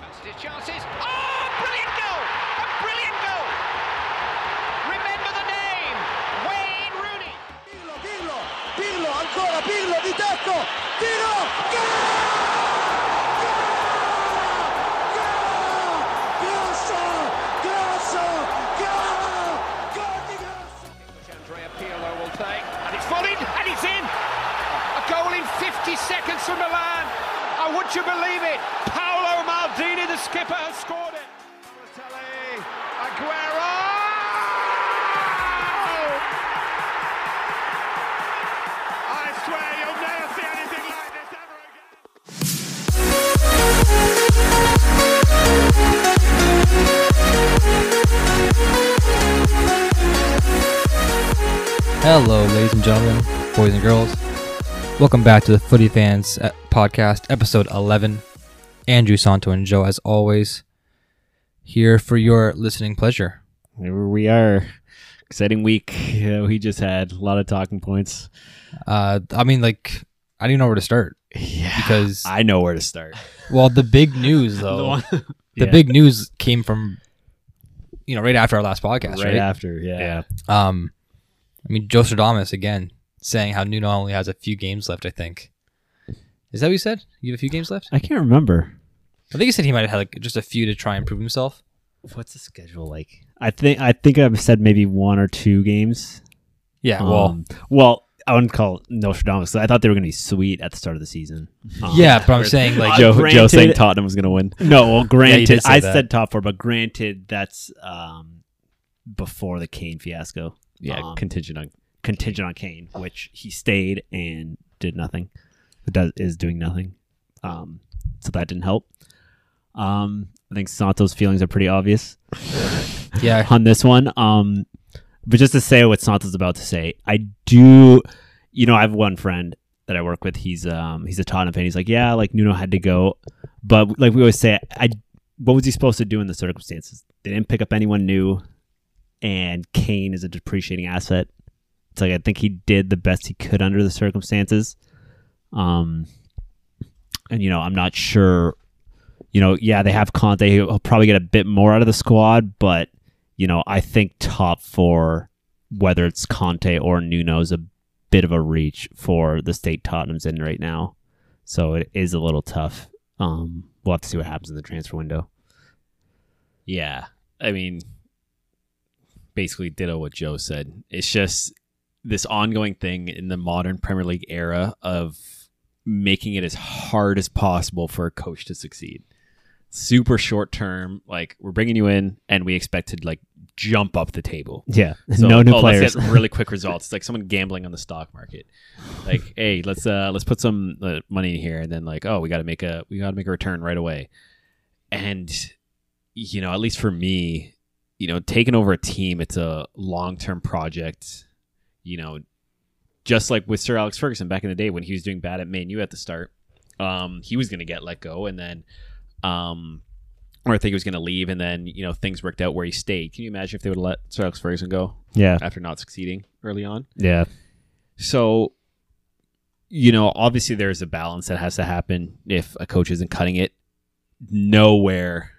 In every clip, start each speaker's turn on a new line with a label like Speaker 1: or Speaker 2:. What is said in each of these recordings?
Speaker 1: wasted his chances. Oh, brilliant goal! A brilliant goal! Remember the name, Wayne Rooney.
Speaker 2: Pirlo, Pirlo, Pirlo, ancora Pirlo di tecco, tiro, gol! Gol! Grosso, grosso, gol! Gol di grosso!
Speaker 1: Which Andrea Pirlo will take, and it's volleyed, and it's in! A goal in 50 seconds for Milan! Oh, would you believe it? Paolo Maldini, the skipper, has scored it! Balotelli, Aguero! Oh! I swear you'll never see anything like this ever again!
Speaker 3: Hello, ladies and gentlemen, boys and girls. Welcome back to the Footy Fans uh, Podcast, episode 11. Andrew Santo and Joe, as always, here for your listening pleasure.
Speaker 4: Here we are. Exciting week that we just had. A lot of talking points.
Speaker 3: Uh, I mean, like, I don't even know where to start
Speaker 4: Yeah.
Speaker 3: because,
Speaker 4: I know where to start.
Speaker 3: well, the big news, though, the,
Speaker 4: Yeah,
Speaker 3: big news came from, you know, right after our last podcast,
Speaker 4: right,
Speaker 3: right?
Speaker 4: after. Yeah.
Speaker 3: Um, I mean, Joe Stradamus again saying how Nuno only has a few games left, I think. Is that what you said? You have a few games left?
Speaker 4: I can't remember.
Speaker 3: I think he said he might have had like just a few to try and prove himself.
Speaker 4: What's the schedule like? I think I think I've said maybe one or two games.
Speaker 3: Yeah, well,
Speaker 4: Um, well, I wouldn't call it Nostradamus. I thought they were going to be sweet at the start of the season. Um,
Speaker 3: yeah, but I'm saying like,
Speaker 4: Joe, Joe
Speaker 5: granted-
Speaker 4: saying Tottenham was going to win. No, well,
Speaker 3: you
Speaker 4: granted,
Speaker 3: did say
Speaker 4: I
Speaker 3: that.
Speaker 4: said top four, but granted, that's um, before the Kane fiasco.
Speaker 5: Yeah.
Speaker 4: um, contingent on contingent on Kane, which he stayed and did nothing. Does is doing nothing. Um, so that didn't help. Um, I think Santos' feelings are pretty obvious
Speaker 3: yeah,
Speaker 4: on this one. Um, but just to say what Santos is about to say, I do. You know, I have one friend that I work with. He's um he's a Tottenham fan. He's like, yeah, like Nuno had to go, but like we always say, I what was he supposed to do in the circumstances? They didn't pick up anyone new, and Kane is a depreciating asset. It's like I think he did the best he could under the circumstances. Um, and you know, I'm not sure. You know, yeah, they have Conte. He'll probably get a bit more out of the squad, but you know, I think top four, whether it's Conte or Nuno, is a bit of a reach for the state Tottenham's in right now. So it is a little tough. Um, we'll have to see what happens in the transfer window.
Speaker 5: Yeah. I mean, basically ditto what Joe said. It's just this ongoing thing in the modern Premier League era of making it as hard as possible for a coach to succeed. Super short term, like we're bringing you in and we expect to like jump up the table.
Speaker 4: Yeah,
Speaker 5: So,
Speaker 4: no new
Speaker 5: oh,
Speaker 4: players.
Speaker 5: Let's get really quick results. It's like someone gambling on the stock market. Like, hey, let's uh let's put some uh, money in here, and then like, oh, we got to make a we got to make a return right away. And you know, at least for me, you know, taking over a team, it's a long term project. You know, just like with Sir Alex Ferguson back in the day when he was doing bad at Man U at the start, um, he was going to get let go, and then, um, or I think he was going to leave, and then you know things worked out where he stayed. Can you imagine if they would have let Sir Alex Ferguson go?
Speaker 4: yeah,
Speaker 5: after not succeeding early on.
Speaker 4: yeah,
Speaker 5: So, you know, obviously there's a balance that has to happen if a coach isn't cutting it. Nowhere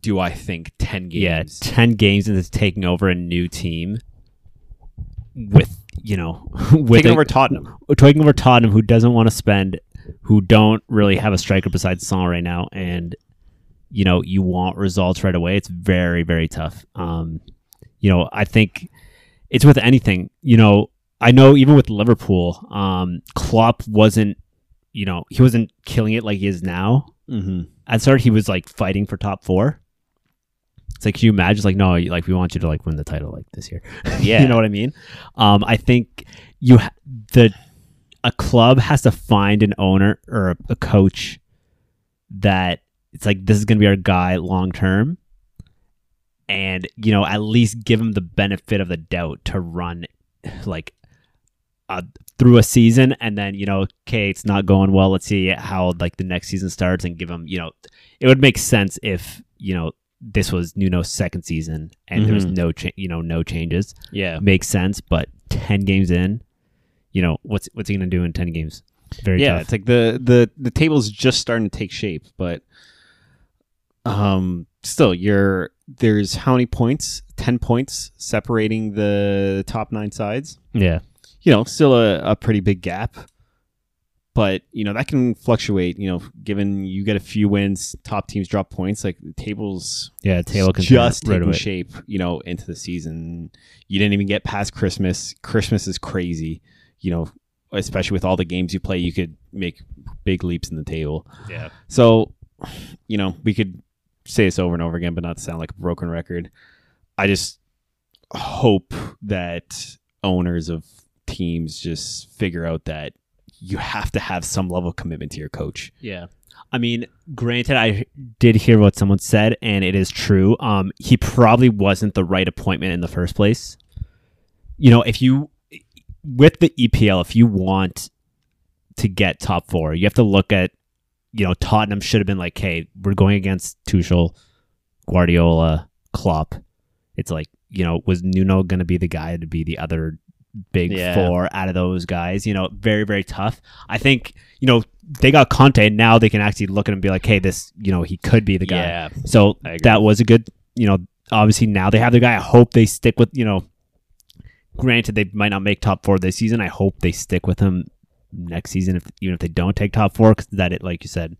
Speaker 5: do I think 10
Speaker 4: yeah.
Speaker 5: games.
Speaker 4: Ten games and it's taking over a new team with you know with
Speaker 5: Taking
Speaker 4: a-
Speaker 5: over Tottenham.
Speaker 4: taking over Tottenham, who doesn't want to spend, who don't really have a striker besides Son right now, and you know you want results right away. It's very very tough. Um, you know I think it's with anything. You know I know even with Liverpool, um, Klopp wasn't, you know, he wasn't killing it like he is now.
Speaker 5: Mm-hmm.
Speaker 4: At start, he was like fighting for top four. It's like, can you imagine? It's like, no, like we want you to like win the title like this year.
Speaker 5: Yeah.
Speaker 4: you know what I mean? Um, I think you ha- the a club has to find an owner or a, a coach that it's like this is going to be our guy long term, and you know at least give him the benefit of the doubt to run like uh, through a season, and then you know, okay, it's not going well. Let's see how like the next season starts, and give him you know, it would make sense if you know this was Nuno's second season and there was
Speaker 5: Mhm.
Speaker 4: no cha- you know no changes
Speaker 5: Yeah.
Speaker 4: makes sense, but ten games in, you know what's what's he gonna do in ten games? Very
Speaker 5: yeah,
Speaker 4: tough.
Speaker 5: it's like the the the table's just starting to take shape, but um, still you're there's how many points? Ten points separating the top nine sides.
Speaker 4: Yeah.
Speaker 5: You know, still a, a pretty big gap. But, you know, that can fluctuate, you know, given you get a few wins, top teams drop points, like the tables
Speaker 4: Yeah. Taylor can
Speaker 5: just
Speaker 4: right
Speaker 5: taking
Speaker 4: away.
Speaker 5: shape, you know, into the season. You didn't even get past Christmas. Christmas is crazy, you know, especially with all the games you play, you could make big leaps in the table.
Speaker 4: Yeah.
Speaker 5: So, you know, we could say this over and over again, but not sound like a broken record. I just hope that owners of teams just figure out that you have to have some level of commitment to your coach.
Speaker 4: Yeah. I mean, granted, I did hear what someone said, and it is true. Um, he probably wasn't the right appointment in the first place. You know, if you, with the EPL, if you want to get top four, you have to look at, you know, Tottenham should have been like, hey, we're going against Tuchel, Guardiola, Klopp. It's like, you know, was Nuno going to be the guy to be the other big
Speaker 5: Yeah.
Speaker 4: four out of those guys? You know, very, very tough. I think, you know, they got Conte and now they can actually look at him and be like, hey, this, you know, he could be the guy. So
Speaker 5: I agree.
Speaker 4: that was a good, you know, obviously now they have the guy. I hope they stick with, you know, granted they might not make top four this season. I hope they stick with him next season, if, even if they don't take top four, because that, it, like you said,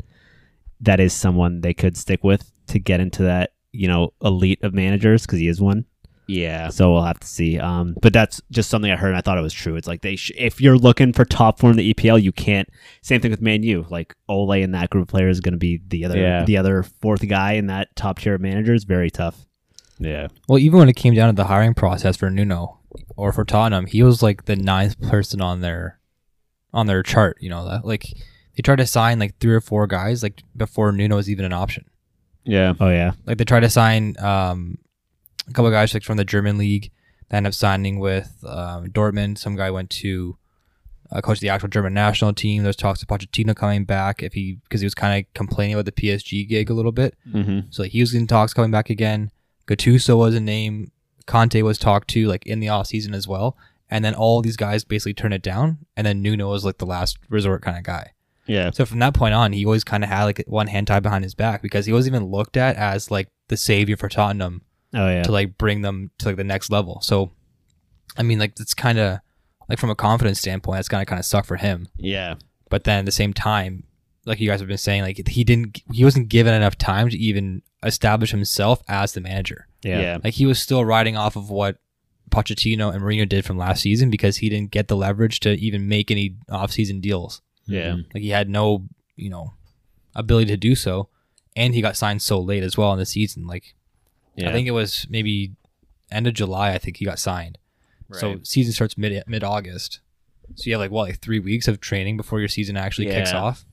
Speaker 4: that is someone they could stick with to get into that, you know, elite of managers because he is one.
Speaker 5: Yeah.
Speaker 4: So we'll have to see. Um, but that's just something I heard and I thought it was true. It's like they sh- if you're looking for top four in the EPL, you can't. Same thing with Man U. Like Ole and that group of players is going to be the other
Speaker 5: Yeah.
Speaker 4: the other fourth guy in that top tier of managers. Very tough.
Speaker 5: Yeah.
Speaker 3: Well, even when it came down to the hiring process for Nuno or for Tottenham, he was like the ninth person on their on their chart. You know, that like they tried to sign like three or four guys like before Nuno was even an option.
Speaker 5: Yeah.
Speaker 4: Oh yeah,
Speaker 3: Like they tried to sign um, a couple guys like from the German league. They ended up signing with um, Dortmund. Some guy went to uh, coach the actual German national team. There's talks of Pochettino coming back if he because he was kind of complaining about the PSG gig a little bit.
Speaker 5: Mm-hmm.
Speaker 3: So like, he was in talks coming back again. Gattuso was a name. Conte was talked to like in the off season as well. And then all these guys basically turned it down. And then Nuno was like the last resort kind of guy.
Speaker 5: Yeah.
Speaker 3: So from that point on, he always kind of had like one hand tied behind his back because he was even looked at as like the savior for Tottenham
Speaker 4: oh yeah,
Speaker 3: to like bring them to like the next level. So, I mean, like it's kind of like from a confidence standpoint, that's gonna kind of suck for him.
Speaker 5: Yeah.
Speaker 3: But then at the same time, like you guys have been saying, like he didn't, he wasn't given enough time to even establish himself as the manager.
Speaker 4: yeah,
Speaker 5: yeah.
Speaker 3: Like he was still riding off of what Pochettino and Mourinho did from last season because he didn't get the leverage to even make any offseason deals.
Speaker 5: Yeah.
Speaker 4: Mm-hmm.
Speaker 3: Like he had no, you know, ability to do so, and he got signed so late as well in the season. Like
Speaker 5: Yeah.
Speaker 3: I think it was maybe end of July. I think he got signed. So season starts mid mid August. So you have like what like three weeks of training before your season actually kicks
Speaker 5: Yeah.
Speaker 3: off.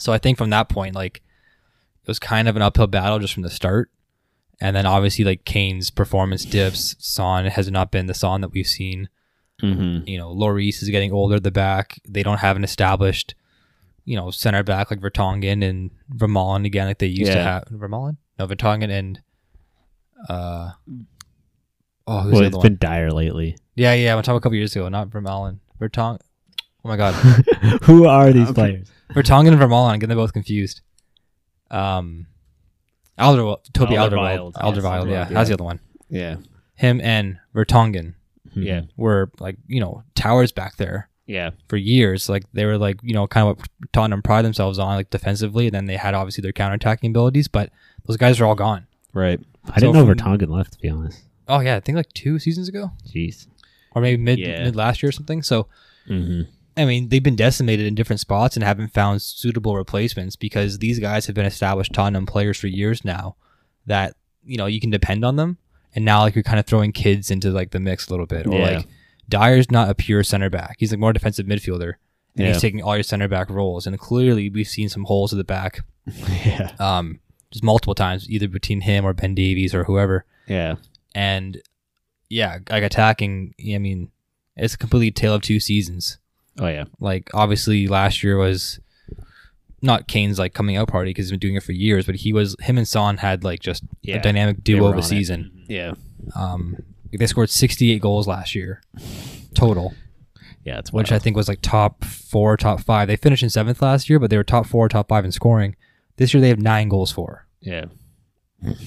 Speaker 3: So I think from that point, like it was kind of an uphill battle just from the start. And then obviously like Kane's performance dips. Son has not been the Son that we've seen.
Speaker 5: Mm-hmm.
Speaker 3: You know, Lloris is getting older at the back. They don't have an established, you know, center back like Vertonghen and Vermaelen again, like they used to
Speaker 5: Yeah.
Speaker 3: have. Vermaelen? No, Vertonghen and uh oh, who's
Speaker 4: Well,
Speaker 3: the
Speaker 4: it's
Speaker 3: other one?
Speaker 4: been dire lately.
Speaker 3: Yeah, yeah. I'm talking a couple years ago, not Vermaelen. Vertong. Oh my god,
Speaker 4: Who are these
Speaker 5: Okay.
Speaker 4: players?
Speaker 3: Vertonghen and Vermaelen. I'm getting them both confused. Um, Alderweireld, Toby Alderweireld,
Speaker 4: Alderweireld,
Speaker 3: Alderweireld.
Speaker 4: yes,
Speaker 3: Yeah,
Speaker 4: Alderweireld,
Speaker 3: that's the other one.
Speaker 5: Yeah. Hmm.
Speaker 3: Him and Vertonghen
Speaker 4: Yeah,
Speaker 3: were like you know towers back there
Speaker 5: Yeah.
Speaker 3: for years. Like they were like you know kind of what Tottenham pride themselves on, like defensively. And then they had obviously their counterattacking abilities, but those guys are all gone.
Speaker 5: Right.
Speaker 4: I didn't
Speaker 3: So
Speaker 4: know
Speaker 3: from-
Speaker 4: Vertonghen left. To be honest,
Speaker 3: Oh yeah, I think like two seasons ago,
Speaker 4: jeez.
Speaker 3: or maybe mid
Speaker 5: Yeah.
Speaker 3: mid last year or something. So
Speaker 5: Mm-hmm.
Speaker 3: I mean, they've been decimated in different spots and haven't found suitable replacements because these guys have been established Tottenham players for years now that, you know, you can depend on them. And now, like, you're kind of throwing kids into, like, the mix a little bit. Or,
Speaker 5: Yeah.
Speaker 3: like, Dyer's not a pure center back. He's, like, more defensive midfielder. And
Speaker 5: Yeah.
Speaker 3: he's taking all your center back roles. And clearly, we've seen some holes at the back
Speaker 5: Yeah.
Speaker 3: um, just multiple times, either between him or Ben Davies or whoever
Speaker 5: Yeah.
Speaker 3: and yeah, like attacking. I mean, it's a complete tale of two seasons.
Speaker 5: Oh, yeah.
Speaker 3: Like obviously, last year was not Kane's like coming out party because he's been doing it for years, but he was him and Son had like just
Speaker 5: Yeah,
Speaker 3: a dynamic
Speaker 5: they
Speaker 3: duo
Speaker 5: were
Speaker 3: of a
Speaker 5: on it. Mm-hmm.
Speaker 3: season.
Speaker 5: Yeah.
Speaker 3: Um, they scored 68 goals last year total,
Speaker 5: Yeah. It's
Speaker 3: which I think was like top four, top five. They finished in seventh last year, but they were top four, top five in scoring. This year they have nine goals for.
Speaker 5: Yeah.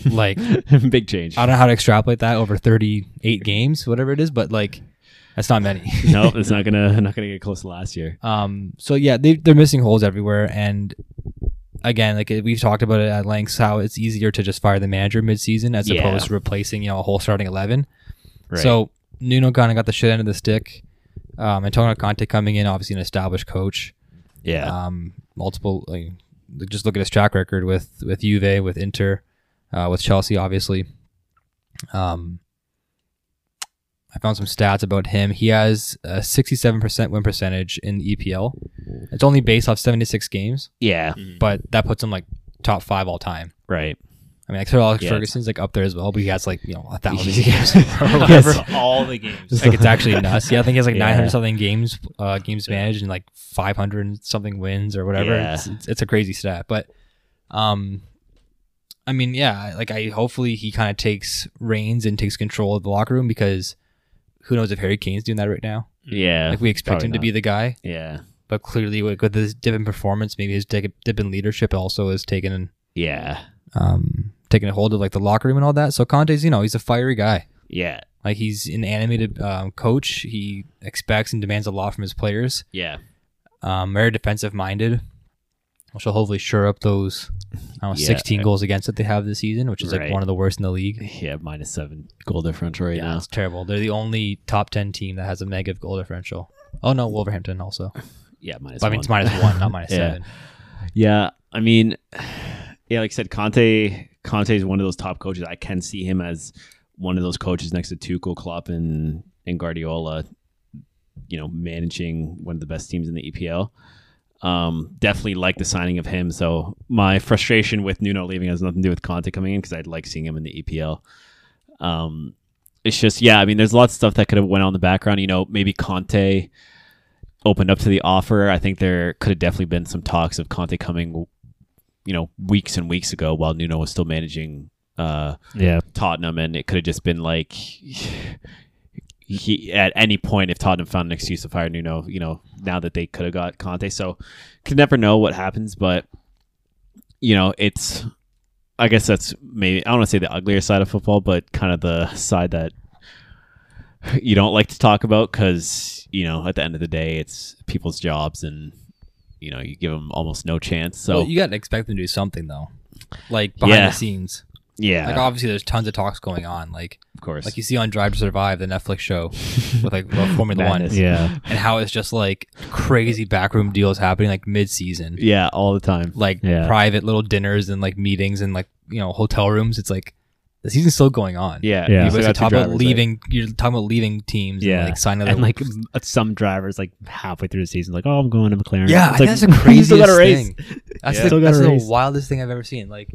Speaker 3: Like I
Speaker 5: Big change.
Speaker 3: don't know how to extrapolate that over 38 games, whatever it is, but like that's not many.
Speaker 5: no, it's not gonna not gonna get close to last year.
Speaker 3: Um, so yeah, they they're missing holes everywhere, and again, like uh, we've talked about it at length, how it's easier to just fire the manager midseason as
Speaker 5: Yeah.
Speaker 3: opposed to replacing you know a whole starting eleven. So Nuno kind of got the shit end of the stick. Um, Antonio Conte coming in, obviously an established coach.
Speaker 5: yeah,
Speaker 3: Um, multiple, like, look- just look at his track record with with Juve, with Inter, uh, with Chelsea, obviously. Um, I found some stats about him. He has a 67% win percentage in the EPL. It's only based off 76 games,
Speaker 4: Yeah.
Speaker 5: Mm.
Speaker 3: but that puts him like top five all time.
Speaker 5: right.
Speaker 3: I mean, like Sir Alex
Speaker 5: Yeah.
Speaker 3: Ferguson's like up there as well, but he has like you know a thousand games or whatever.
Speaker 6: all the games.
Speaker 3: Like it's actually nuts. Yeah, I think he has like
Speaker 5: Yeah.
Speaker 3: 900 something games uh, games managed and like 500 and something wins or whatever.
Speaker 5: Yeah.
Speaker 3: It's, it's, it's a crazy stat, but um, I mean, yeah, like I hopefully he kind of takes reins and takes control of the locker room because who knows if Harry Kane's doing that right now?
Speaker 5: Yeah,
Speaker 3: Like we expect
Speaker 5: probably
Speaker 3: him to be the guy,
Speaker 5: yeah,
Speaker 3: but clearly like, with his dip in performance, maybe his dip dip in leadership also is taken
Speaker 5: yeah,
Speaker 3: um taking a hold of like the locker room and all that. So Conte's, you know, he's a fiery guy.
Speaker 5: yeah,
Speaker 3: Like he's an animated um, coach. He expects and demands a lot from his players.
Speaker 5: yeah,
Speaker 3: Um, very defensive minded, which will hopefully shore up those I don't know,
Speaker 5: Yeah.
Speaker 3: 16 goals against that they have this season, which is like
Speaker 5: Right.
Speaker 3: one of the worst in the league.
Speaker 5: yeah. Minus seven goal differential right
Speaker 3: It's terrible. They're the only top 10 team that has a negative goal differential. Oh no, Wolverhampton also.
Speaker 5: Yeah, minus.
Speaker 3: But I mean,
Speaker 5: one.
Speaker 3: it's minus one, not minus
Speaker 5: Yeah.
Speaker 3: seven.
Speaker 5: Yeah, I mean, yeah, like I said, Conte. Conte is one of those top coaches. I can see him as one of those coaches next to Tuchel, Klopp, and and Guardiola. You know, managing one of the best teams in the EPL. Um, definitely like the signing of him. So my frustration with Nuno leaving has nothing to do with Conte coming in because I'd like seeing him in the EPL. Um, it's just yeah, I mean, there's lots of stuff that could have went on in the background. You know, maybe Conte opened up to the offer. I think there could have definitely been some talks of Conte coming, you know, weeks and weeks ago while Nuno was still managing uh,
Speaker 4: Yeah.
Speaker 5: Tottenham, and it could have just been like he at any point if Tottenham found an excuse to fire Nuno, you know, now that they could have got Conte, so can never know what happens, but you know, it's I guess that's maybe I don't want to say the uglier side of football, but kind of the side that you don't like to talk about because you know at the end of the day it's people's jobs and you know you give them almost no chance so
Speaker 3: Well, you got to expect them to do something though. Like behind
Speaker 5: Yeah.
Speaker 3: the scenes.
Speaker 5: yeah
Speaker 3: Like obviously there's tons of talks going on. Like
Speaker 5: of course
Speaker 3: like you see on Drive to Survive, the Netflix show with like well, Formula One.
Speaker 5: Madness.
Speaker 4: Yeah.
Speaker 3: and how it's just like crazy backroom deals happening like mid-season
Speaker 5: yeah all the time
Speaker 3: like
Speaker 4: Yeah.
Speaker 3: private little dinners and like meetings and like you know hotel rooms it's like the season's still going on
Speaker 5: yeah
Speaker 4: Yeah.
Speaker 3: you
Speaker 5: you
Speaker 3: guys
Speaker 5: still
Speaker 3: are
Speaker 5: got two
Speaker 3: talking about
Speaker 5: drivers,
Speaker 3: leaving you're talking about leaving teams
Speaker 4: Yeah.
Speaker 3: and like signing other
Speaker 4: And like m- some drivers, like halfway through the season, like, oh, I'm going to McLaren.
Speaker 3: yeah I
Speaker 4: It's like,
Speaker 3: think that's the
Speaker 4: "You still
Speaker 3: craziest
Speaker 4: gotta race."
Speaker 3: thing that's,
Speaker 4: Still
Speaker 3: the,
Speaker 4: gotta
Speaker 3: that's the
Speaker 4: race.
Speaker 3: wildest thing I've ever seen like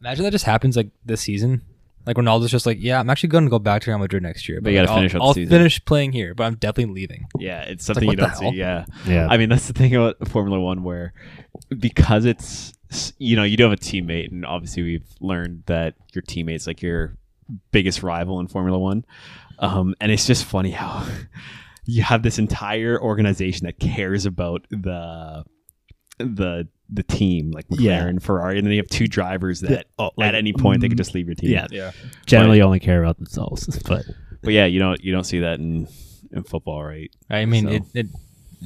Speaker 3: imagine that just happens like this season like Ronaldo's just like yeah I'm actually going to go back to Real Madrid next year
Speaker 5: But you
Speaker 3: like,
Speaker 5: gotta
Speaker 3: I'll-
Speaker 5: finish up the
Speaker 3: I'll,
Speaker 5: season.
Speaker 3: finish playing here but I'm definitely leaving
Speaker 5: like- yeah it's something
Speaker 3: what
Speaker 5: you
Speaker 3: the
Speaker 5: don't
Speaker 3: hell?
Speaker 5: see yeah
Speaker 4: Yeah.
Speaker 5: I mean, that's the thing about Formula One, where because it's you know you do have a teammate, and obviously we've learned that your teammate's like your biggest rival in Formula One, um, and it's just funny how you have this entire organization that cares about the the the team, like McLaren,
Speaker 4: Yeah.
Speaker 5: Ferrari, and then you have two drivers that
Speaker 4: oh,
Speaker 5: at any point they could just leave your team.
Speaker 4: Yeah. generally only care about themselves. But
Speaker 5: but yeah, you don't you don't see that in in football, right?
Speaker 3: I mean
Speaker 5: So-
Speaker 3: it, it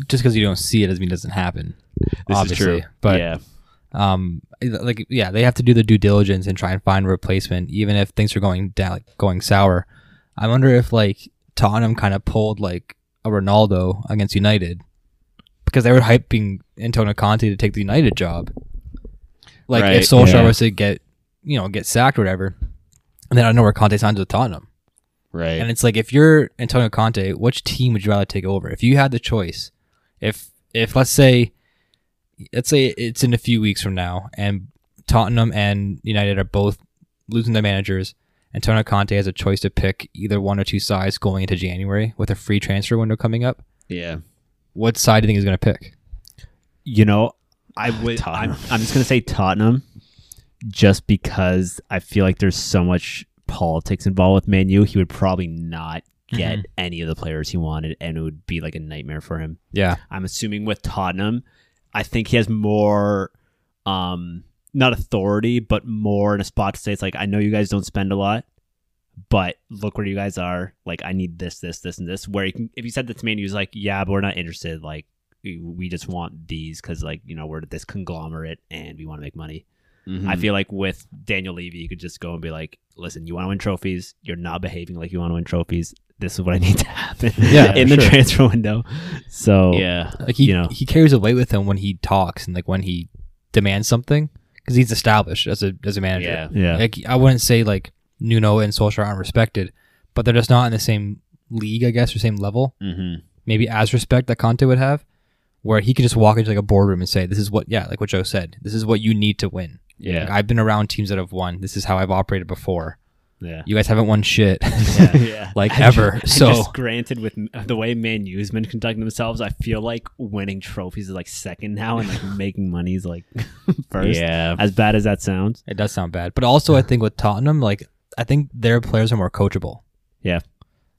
Speaker 3: just because you don't see it doesn't mean it doesn't happen
Speaker 5: This
Speaker 3: obviously
Speaker 5: is true,
Speaker 3: but
Speaker 5: yeah,
Speaker 3: um like yeah they have to do the due diligence and try and find a replacement even if things are going down like going sour i wonder if like tottenham kind of pulled like a ronaldo against united because they were hyping antonio conte to take the united job like
Speaker 5: Right,
Speaker 3: if Solskjaer
Speaker 4: yeah.
Speaker 3: was to get you know get sacked or whatever and then i don't know where conte signs with tottenham
Speaker 5: right,
Speaker 3: and it's like if you're Antonio Conte, which team would you rather take over? If you had the choice, if if let's say let's say it's in a few weeks from now and Tottenham and United are both losing their managers, Antonio Conte has a choice to pick either one or two sides going into January with a free transfer window coming up.
Speaker 5: yeah.
Speaker 3: What side do you think he's going to pick?
Speaker 4: you know, I would. I'm, I'm just gonna say Tottenham, just because I feel like there's so much politics involved with Manu. He would probably not get any of the players he wanted, and it would be like a nightmare for him.
Speaker 3: Yeah.
Speaker 4: I'm assuming with Tottenham, I think he has more um, not authority, but more in a spot to say it's like, I know you guys don't spend a lot, but look where you guys are. Like, I need this, this, this, and this. Where you can, if you said that to me and he was like, yeah, but we're not interested. Like, we- we just want these because, like, you know, we're this conglomerate and we want to make money. I
Speaker 3: Mm-hmm.
Speaker 4: feel like with Daniel Levy, you could just go and be like, listen, you want to win trophies. You're not behaving like you want to win trophies. This is what I need to happen
Speaker 3: Yeah,
Speaker 4: in the
Speaker 3: sure.
Speaker 4: transfer window. So,
Speaker 5: yeah.
Speaker 3: Like he
Speaker 4: you know.
Speaker 3: he carries a weight with him when he talks and like when he demands something because he's established as a as a manager.
Speaker 5: Yeah.
Speaker 4: yeah.
Speaker 3: Like I wouldn't say like Nuno and Solskjaer aren't respected, but they're just not in the same league, I guess, or same level.
Speaker 5: Mm-hmm.
Speaker 3: Maybe as respect that Conte would have, where he could just walk into like a boardroom and say, "This is what yeah, like what Joe said. This is what you need to win.
Speaker 5: Yeah.
Speaker 3: Like, I've been around teams that have won. This is how I've operated before.
Speaker 4: Yeah.
Speaker 3: You guys haven't won shit."
Speaker 4: yeah.
Speaker 3: Like
Speaker 4: I
Speaker 3: ever.
Speaker 4: ju- I
Speaker 3: So-
Speaker 4: just granted, with m- the way Man U's been conducting themselves, I feel like winning trophies is like second now, and like making money is like first.
Speaker 5: Yeah.
Speaker 4: As bad as that sounds,
Speaker 3: It does sound bad, but also I think with Tottenham, like I think their players are more coachable.
Speaker 4: Yeah.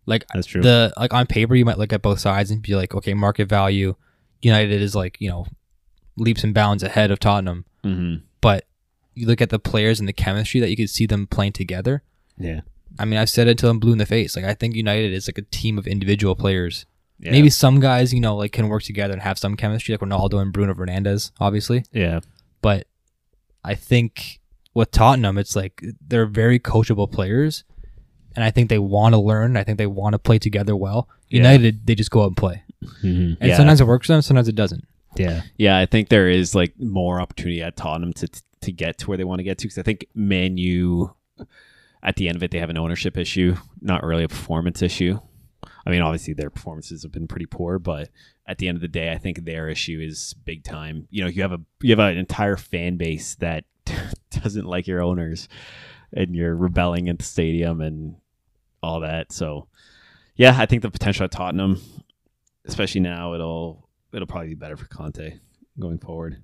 Speaker 3: like
Speaker 4: That's true.
Speaker 3: The like on paper, you might look at both sides and be like, okay, market value, United is like you know leaps and bounds ahead of Tottenham,
Speaker 5: Mm-hmm.
Speaker 3: but you look at the players and the chemistry that you could see them playing together.
Speaker 4: Yeah.
Speaker 3: I mean, I've said it until I'm blue in the face. Like I think United is like a team of individual players. Maybe some guys, you know, like can work together and have some chemistry, like Ronaldo and Bruno Fernandez, obviously
Speaker 4: yeah,
Speaker 3: but I think with Tottenham, it's like they're very coachable players, and I think they want to learn. I think they want to play together well. United, they just go out and play,
Speaker 4: Mhm.
Speaker 3: and
Speaker 5: Yeah.
Speaker 3: sometimes it works for them, sometimes it doesn't.
Speaker 4: yeah,
Speaker 5: Yeah, I think there is like more opportunity at Tottenham to to get to where they want to get to because I think Manu, at the end of it, they have an ownership issue, not really a performance issue. I mean, obviously their performances have been pretty poor, but at the end of the day, I think their issue is big time. You know, you have a you have an entire fan base that doesn't like your owners, and you're rebelling at the stadium and all that. So, yeah, I think the potential at Tottenham, especially now, it'll it'll probably be better for Conte going forward.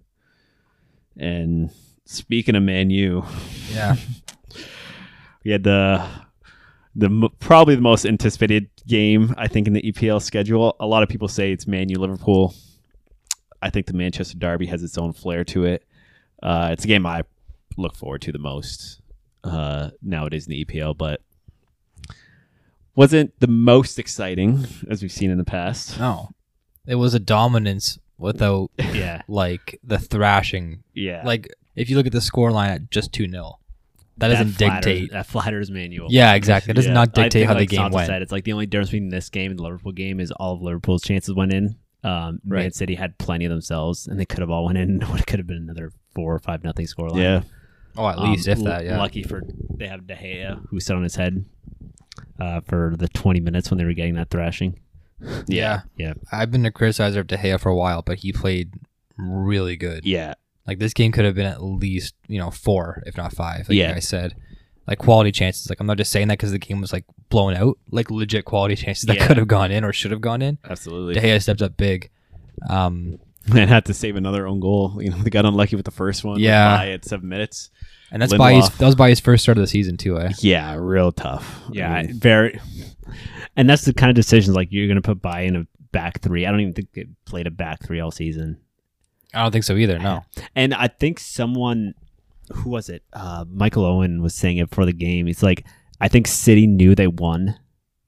Speaker 5: And speaking of Man U,
Speaker 3: Yeah,
Speaker 5: we had the the mo- probably the most anticipated game I think in the EPL schedule. A lot of people say it's Man U Liverpool. I think the Manchester derby has its own flair to it. Uh, it's a game I look forward to the most uh, nowadays in the EPL, but wasn't the most exciting as we've seen in the past.
Speaker 3: no, it was a dominance without
Speaker 4: yeah.
Speaker 3: like the thrashing.
Speaker 5: Yeah,
Speaker 3: Like if you look at the scoreline at just two 0 that doesn't
Speaker 4: flatters-
Speaker 3: dictate.
Speaker 4: that flatters manual.
Speaker 3: Yeah, exactly. It does not dictate how the game went.
Speaker 4: Said, it's like the only difference between this game and the Liverpool game is all of Liverpool's chances went in. Um, Man
Speaker 5: Right.
Speaker 4: City had plenty of themselves, and they could have all went in. It could have been another four or five nothing scoreline.
Speaker 5: yeah.
Speaker 3: Oh, at least
Speaker 4: Um,
Speaker 3: if that.
Speaker 4: l-
Speaker 3: Yeah,
Speaker 4: Lucky for they have De Gea who sat on his head uh, for the 20 minutes when they were getting that thrashing.
Speaker 3: yeah.
Speaker 4: Yeah.
Speaker 3: I've been a criticizer of De Gea for a while, but he played really good.
Speaker 5: Yeah,
Speaker 3: Like this game could have been at least you know four, if not five. Like
Speaker 5: Yeah.
Speaker 3: you guys said, like quality chances. Like I'm not just saying that because the game was like blown out. Like legit quality chances that
Speaker 5: Yeah.
Speaker 3: could have gone in or should have gone in.
Speaker 5: absolutely.
Speaker 3: De Gea stepped up big. Um,
Speaker 5: and had to save another own goal. You know, they got unlucky with the first one.
Speaker 3: Yeah.
Speaker 5: by at seven minutes.
Speaker 3: and that's by his,
Speaker 5: Lindelof.
Speaker 3: that was by his first start of the season too. Eh?
Speaker 5: Yeah, real tough.
Speaker 4: Yeah,
Speaker 5: I mean,
Speaker 4: very. And that's the kind of decisions like you're going to put by in a back three. I don't even think they played a back three all season.
Speaker 3: I don't think so either. No.
Speaker 4: And I think someone, who was it? Uh, Michael Owen was saying it before the game. It's like I think City knew they won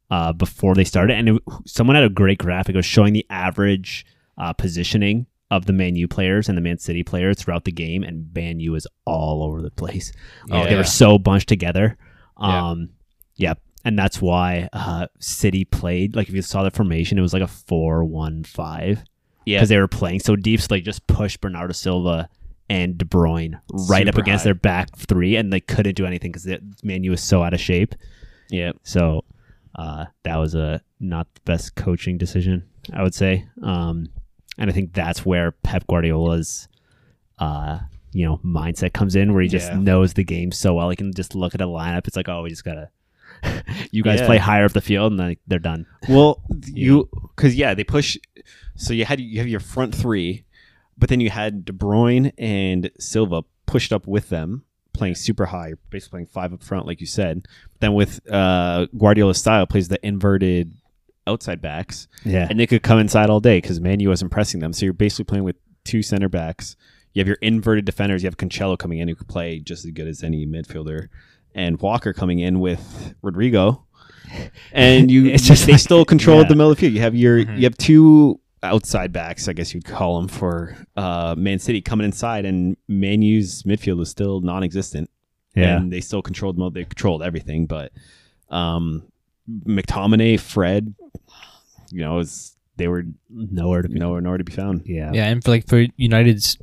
Speaker 4: uh, before they started, and it, someone had a great graphic. It was showing the average uh, positioning of the Man U players and the Man City players throughout the game, and Man U is all over the place. Oh, they
Speaker 5: Yeah.
Speaker 4: were so bunched together.
Speaker 3: Yeah.
Speaker 4: Um, yeah. And that's why uh, City played like if you saw the formation, it was like a four-one-five
Speaker 5: yeah,
Speaker 4: because they were playing so deep. So they just pushed Bernardo Silva and De Bruyne right up
Speaker 5: Super
Speaker 4: against
Speaker 5: high.
Speaker 4: their back three, and they couldn't do anything because Manu was so out of shape.
Speaker 5: yeah,
Speaker 4: So uh, that was a not the best coaching decision, I would say. Um, and I think that's where Pep Guardiola's uh, you know mindset comes in, where he just
Speaker 5: Yeah.
Speaker 4: knows the game so well. He can just look at a lineup. It's like, oh, we just gotta. you guys
Speaker 5: Yeah.
Speaker 4: play higher up the field, and like, they're done.
Speaker 5: Well, you because yeah, they push. So you had you have your front three, but then you had De Bruyne and Silva pushed up with them, playing super high, basically playing five up front, like you said. Then with uh, Guardiola's style, plays the inverted outside backs,
Speaker 4: Yeah,
Speaker 5: and they could come inside all day because Manu wasn't pressing them. So you're basically playing with two center backs. You have your inverted defenders. You have Cancelo coming in who could play just as good as any midfielder, and Walker coming in with Rodrigo, and you
Speaker 4: It's just
Speaker 5: they
Speaker 4: like-
Speaker 5: still controlled
Speaker 4: yeah. Mm-hmm.
Speaker 5: the middle of the field. You have your you have two outside backs, I guess you'd call them for uh, Man City coming inside, and Manu's midfield is still non-existent.
Speaker 4: Yeah.
Speaker 5: and they still controlled mo- they controlled everything, but um, McTominay, Fred, you know, is they were
Speaker 4: Nowhere to be.
Speaker 5: nowhere nowhere to be found.
Speaker 4: Yeah.
Speaker 3: Yeah, and for like for United's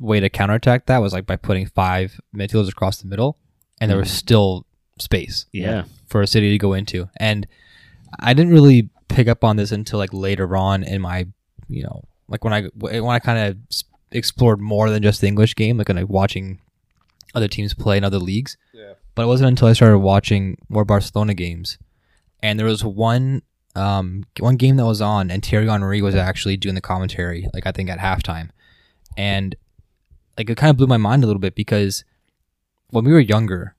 Speaker 3: way to counterattack that was like by putting five midfielders across the middle, and there was still space
Speaker 4: Yeah.
Speaker 3: for a city to go into. And I didn't really pick up on this until like later on in my, you know, like when I when I kind of explored more than just the English game, like when like watching other teams play in other leagues.
Speaker 1: Yeah.
Speaker 3: But it wasn't until I started watching more Barcelona games, and there was one um one game that was on, and Thierry Henry was actually doing the commentary, like I think at halftime, and like it kind of blew my mind a little bit because when we were younger,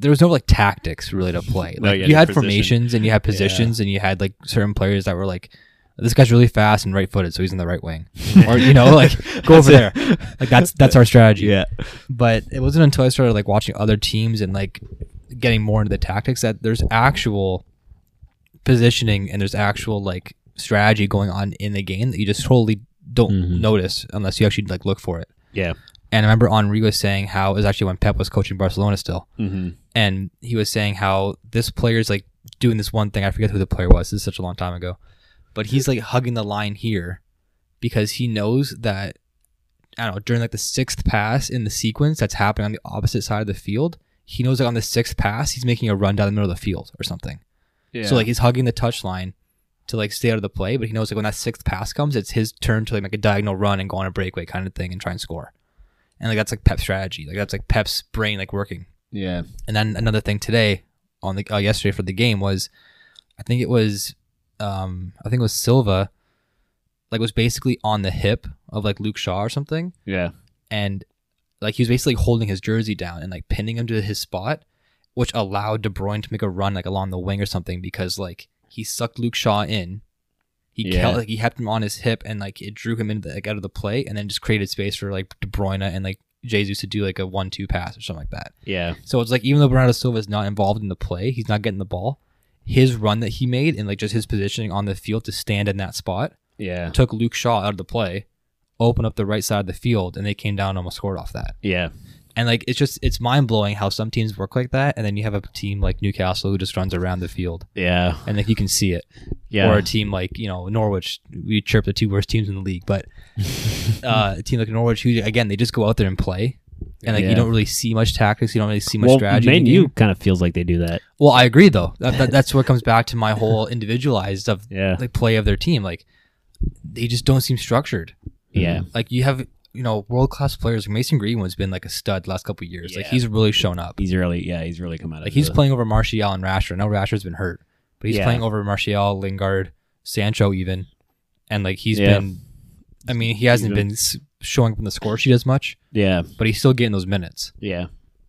Speaker 3: there was no like tactics really to play. Like
Speaker 5: No,
Speaker 3: you,
Speaker 5: you
Speaker 3: had,
Speaker 5: had your position.
Speaker 3: formations and you had positions and you had like certain players that were like, this guy's really fast and right footed, so he's in the right wing, or you know like go over there. Like that's that's our strategy.
Speaker 4: Yeah.
Speaker 3: But it wasn't until I started like watching other teams and like getting more into the tactics that there's actual positioning and there's actual like strategy going on in the game that you just totally don't notice unless you actually like look for it.
Speaker 5: Mm-hmm. Yeah.
Speaker 3: And I remember Henri was saying how it was actually when Pep was coaching Barcelona still.
Speaker 5: Mm-hmm.
Speaker 3: And he was saying how this player's like doing this one thing. I forget who the player was. This is such a long time ago. But he's like hugging the line here because he knows that, I don't know, during like the sixth pass in the sequence that's happening on the opposite side of the field, he knows that on the sixth pass, he's making a run down the middle of the field or something.
Speaker 5: Yeah.
Speaker 3: So like he's hugging the touchline to like stay out of the play, but he knows like when that sixth pass comes, it's his turn to like make a diagonal run and go on a breakaway kind of thing and try and score. And like that's like Pep's strategy. Like that's like Pep's brain like working.
Speaker 5: yeah.
Speaker 3: And then another thing today on the uh, yesterday for the game was, I think it was, um, I think it was Silva, like was basically on the hip of like Luke Shaw or something,
Speaker 5: Yeah.
Speaker 3: and like he was basically holding his jersey down and like pinning him to his spot, which allowed De Bruyne to make a run like along the wing or something because like he sucked Luke Shaw in. He
Speaker 5: Yeah.
Speaker 3: held- like he kept him on his hip and like it drew him into the, like out of the play and then just created space for like De Bruyne and like Jesus to do like a one-two pass or something like that.
Speaker 5: Yeah.
Speaker 3: So it's like even though Bernardo Silva is not involved in the play, he's not getting the ball. His run that he made and like just his positioning on the field to stand in that spot
Speaker 5: Yeah.
Speaker 3: took Luke Shaw out of the play, opened up the right side of the field, and they came down and almost scored off that.
Speaker 5: Yeah.
Speaker 3: And like it's just it's mind blowing how some teams work like that, and then you have a team like Newcastle who just runs around the field,
Speaker 5: Yeah.
Speaker 3: and like you can see it.
Speaker 5: Yeah.
Speaker 3: Or a team like you know Norwich, we chirp the two worst teams in the league, but uh, a team like Norwich who again they just go out there and play, and like you
Speaker 5: Yeah.
Speaker 3: don't really see much tactics, you don't really see much
Speaker 4: Well,
Speaker 3: strategy. in
Speaker 4: Man
Speaker 3: the game.
Speaker 4: U kind of feels like they do that.
Speaker 3: Well, I agree though. That, that, that's what comes back to my whole individualized of
Speaker 4: Yeah.
Speaker 3: like play of their team. Like they just don't seem structured.
Speaker 4: Yeah.
Speaker 5: Mm-hmm.
Speaker 3: Like you have you know world class players. Mason Greenwood's been like a stud the last couple of years. Like he's really shown up.
Speaker 5: He's really yeah. He's really come out.
Speaker 3: Like
Speaker 5: of
Speaker 3: he's
Speaker 5: the-
Speaker 3: playing over Martial and Rashford. I know Rashford's been hurt, but he's
Speaker 4: Yeah.
Speaker 3: playing over Martial, Lingard, Sancho even, and like he's
Speaker 5: Yeah.
Speaker 3: been. I mean, he hasn't
Speaker 5: been-
Speaker 3: been s- showing up in the score sheet as much,
Speaker 5: Yeah.
Speaker 3: but he's still getting those minutes.
Speaker 5: Yeah.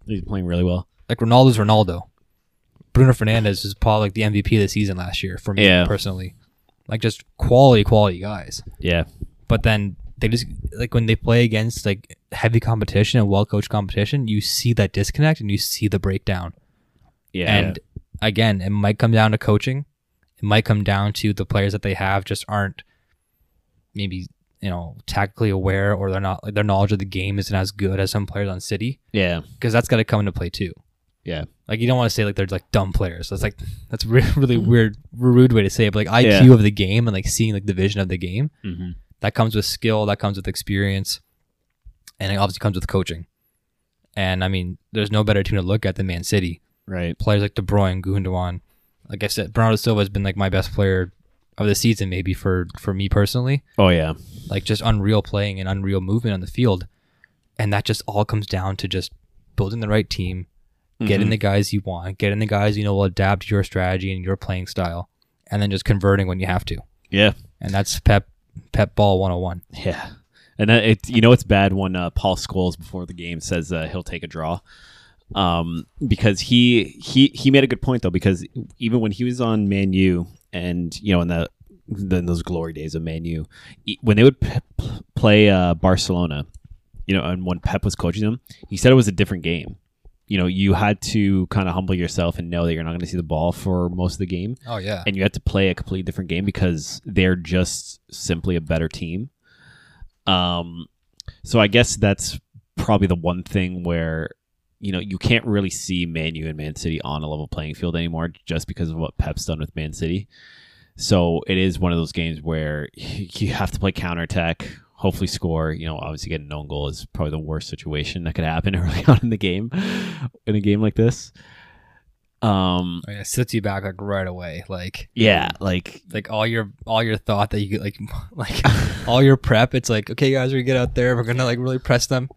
Speaker 5: He's playing really well.
Speaker 3: like Ronaldo's Ronaldo. Bruno Fernandez is probably like the MVP of the season last year for me
Speaker 5: Yeah.
Speaker 3: personally. Like just quality, quality guys.
Speaker 5: Yeah.
Speaker 3: But then they just like when they play against like heavy competition and well coached competition, you see that disconnect and you see the breakdown.
Speaker 5: Yeah.
Speaker 3: And again, it might come down to coaching. It might come down to the players that they have just aren't maybe you know tactically aware or they're not like their knowledge of the game isn't as good as some players on City
Speaker 5: yeah.
Speaker 3: because that's got to come into play too.
Speaker 5: Yeah.
Speaker 3: Like you don't want to say like they're like dumb players. That's like that's a re- really weird, rude way to say it. But like IQ
Speaker 5: Mm-hmm. Yeah.
Speaker 3: of the game and like seeing like the vision of the game
Speaker 5: Mm-hmm.
Speaker 3: that comes with skill, that comes with experience, and it obviously comes with coaching. And I mean, there's no better team to look at than Man City.
Speaker 5: Right.
Speaker 3: Players like De Bruyne, Gundogan. Like I said, Bernardo Silva has been like my best player of the season, maybe for for me personally
Speaker 5: Oh yeah.
Speaker 3: like just unreal playing and unreal movement on the field. And that just all comes down to just building the right team,
Speaker 5: Mm-hmm.
Speaker 3: getting the guys you want, getting the guys you know will adapt to your strategy and your playing style, and then just converting when you have to.
Speaker 5: Yeah.
Speaker 3: And that's Pep Pep Ball 101.
Speaker 5: Yeah. And that it, you know it's bad when uh, Paul Scholes before the game says uh, he'll take a draw, um, because he he he made a good point though because even when he was on Man U and you know in the in those glory days of Man U, e- when they would p- p- play uh, Barcelona, you know, and when Pep was coaching them, he said it was a different game. You know, you had to kind of humble yourself and know that you're not going to see the ball for most of the game,
Speaker 3: Oh yeah.
Speaker 5: and you had to play a completely different game because they're just simply a better team. Um, so I guess that's probably the one thing where you know you can't really see Man U and Man City on a level playing field anymore, just because of what Pep's done with Man City. So it is one of those games where you have to play counterattack, hopefully score. You know, obviously getting an own goal is probably the worst situation that could happen early on in the game, in a game like this. Um,
Speaker 3: I mean, it sits you back like right away. Like
Speaker 5: yeah, like
Speaker 3: like all your all your thought that you could like like all your prep. It's like okay, guys, we get out there. We're gonna like really press them.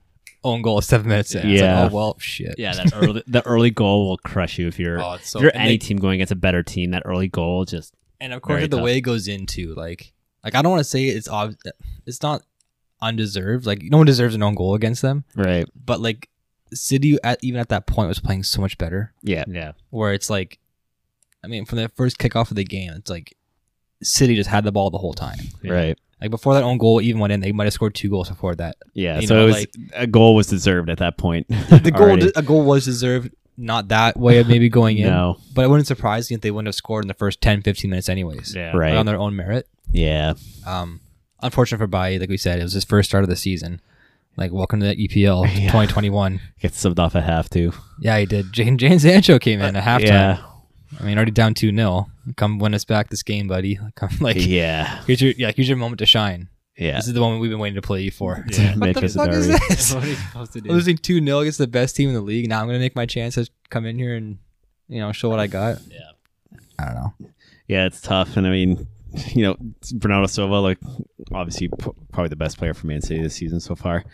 Speaker 3: Own goal seven minutes in. It's like,
Speaker 5: Yeah.
Speaker 3: oh well, shit.
Speaker 5: Yeah, that early the early goal will crush you if you're
Speaker 3: Oh, it's so-
Speaker 5: if you're
Speaker 3: and
Speaker 5: any
Speaker 3: they-
Speaker 5: team going against a better team. That early goal just
Speaker 3: and of course
Speaker 5: Very
Speaker 3: the
Speaker 5: tough.
Speaker 3: way it goes into like like I don't want to say it's ob- it's not undeserved. Like no one deserves an own goal against them,
Speaker 5: right.
Speaker 3: but like City at even at that point was playing so much better.
Speaker 5: Yeah, yeah,
Speaker 3: Where it's like, I mean, from the first kickoff of the game, it's like City just had the ball the whole time.
Speaker 5: right.
Speaker 3: Like before that own goal even went in, they might have scored two goals before that.
Speaker 5: Yeah,
Speaker 3: You
Speaker 5: so
Speaker 3: know,
Speaker 5: it was
Speaker 3: like-
Speaker 5: a goal was deserved at that point.
Speaker 3: The goal
Speaker 5: already.
Speaker 3: a goal was deserved, not that way of maybe going in.
Speaker 5: No.
Speaker 3: But it wouldn't surprise me if they wouldn't have scored in the first 10, 15 minutes anyways.
Speaker 4: Yeah.
Speaker 3: Like,
Speaker 5: Right.
Speaker 3: on their own merit.
Speaker 5: yeah,
Speaker 3: Um, unfortunate for Baye, like we said, it was his first start of the season. Like, welcome to the E EPL 2021.
Speaker 5: gets subbed off at half too.
Speaker 3: Yeah, he did. Jane, Jane Sancho came in at halftime.
Speaker 5: Uh, Yeah,
Speaker 3: I mean, already down 2 0. Come win us back this game, buddy. Come, like,
Speaker 5: yeah,
Speaker 3: here's your yeah, here's your moment to shine.
Speaker 5: yeah.
Speaker 3: This is the moment we've been waiting to play you for.
Speaker 5: Mitch
Speaker 3: What the
Speaker 5: has a
Speaker 3: fuck is
Speaker 5: derby.
Speaker 3: this? Losing 2 0 against the best team in the league. Now I'm going to make my chance to come in here and, you know, show what I got.
Speaker 5: Yeah.
Speaker 3: I don't know.
Speaker 5: Yeah, it's tough, and I mean, you know, Bernardo Silva, like obviously p- probably the best player for Man City this season so far,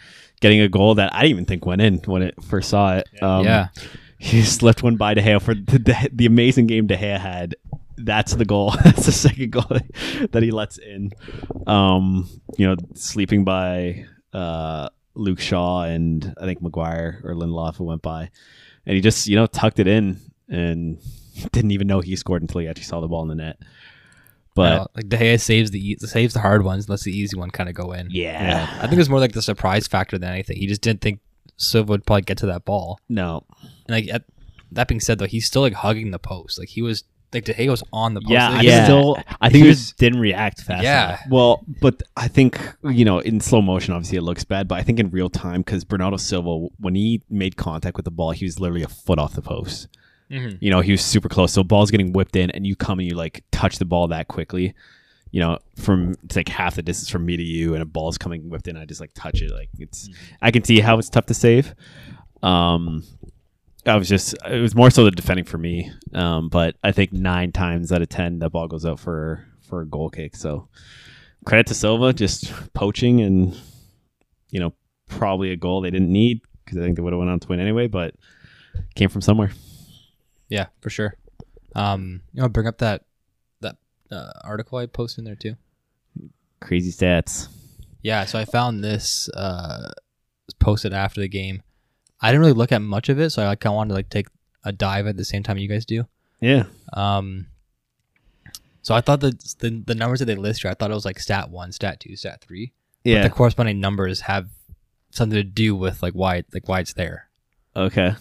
Speaker 5: getting a goal that I didn't even think went in when it first saw it. Um,
Speaker 3: Yeah.
Speaker 5: he just left one by De Gea for the, the, the amazing game De Gea had. That's the goal. That's the second goal that he lets in. Um, you know, sleeping by uh, Luke Shaw and I think McGuire or Lindelof who went by, and he just you know tucked it in and didn't even know he scored until he actually saw the ball in the net. But
Speaker 3: Well, like, De Gea saves the, e- saves the hard ones, lets the easy one kind of go in.
Speaker 5: yeah,
Speaker 3: I think it was more like the surprise factor than anything. He just didn't think Silva would probably get to that ball.
Speaker 5: no,
Speaker 3: And like at, that being said, though, he's still like hugging the post. Like he was like De Gea was on the post.
Speaker 5: yeah,
Speaker 3: Like,
Speaker 5: I
Speaker 4: yeah.
Speaker 5: still I think
Speaker 4: he
Speaker 5: it was
Speaker 4: just didn't react fast.
Speaker 3: yeah.
Speaker 4: enough.
Speaker 5: Well, but I think you know in slow motion, obviously it looks bad, but I think in real time because Bernardo Silva, when he made contact with the ball, he was literally a foot off the post.
Speaker 3: Mhm.
Speaker 5: You know, he was super close. So ball's getting whipped in, and you come and you like touch the ball that quickly. You know, from it's like half the distance from me to you, and a ball's coming whipped in. I just like touch it. Like it's, I can see how it's tough to save. Um, I was just it was more so the defending for me. Um, but I think nine times out of ten that ball goes out for for a goal kick. So credit to Silva just poaching and you know probably a goal they didn't need because I think they would have went on to win anyway, but came from somewhere.
Speaker 3: yeah, for sure. Um, you know, bring up that that uh, article I posted in there too.
Speaker 5: Crazy stats.
Speaker 3: Yeah, so I found this uh, posted after the game. I didn't really look at much of it, so I kind of wanted to like take a dive at the same time you guys do.
Speaker 5: Yeah.
Speaker 3: Um, so I thought that the, the numbers that they list here, I thought it was like stat one, stat two, stat three.
Speaker 5: Yeah.
Speaker 3: the corresponding numbers have something to do with like why like why it's there.
Speaker 5: okay.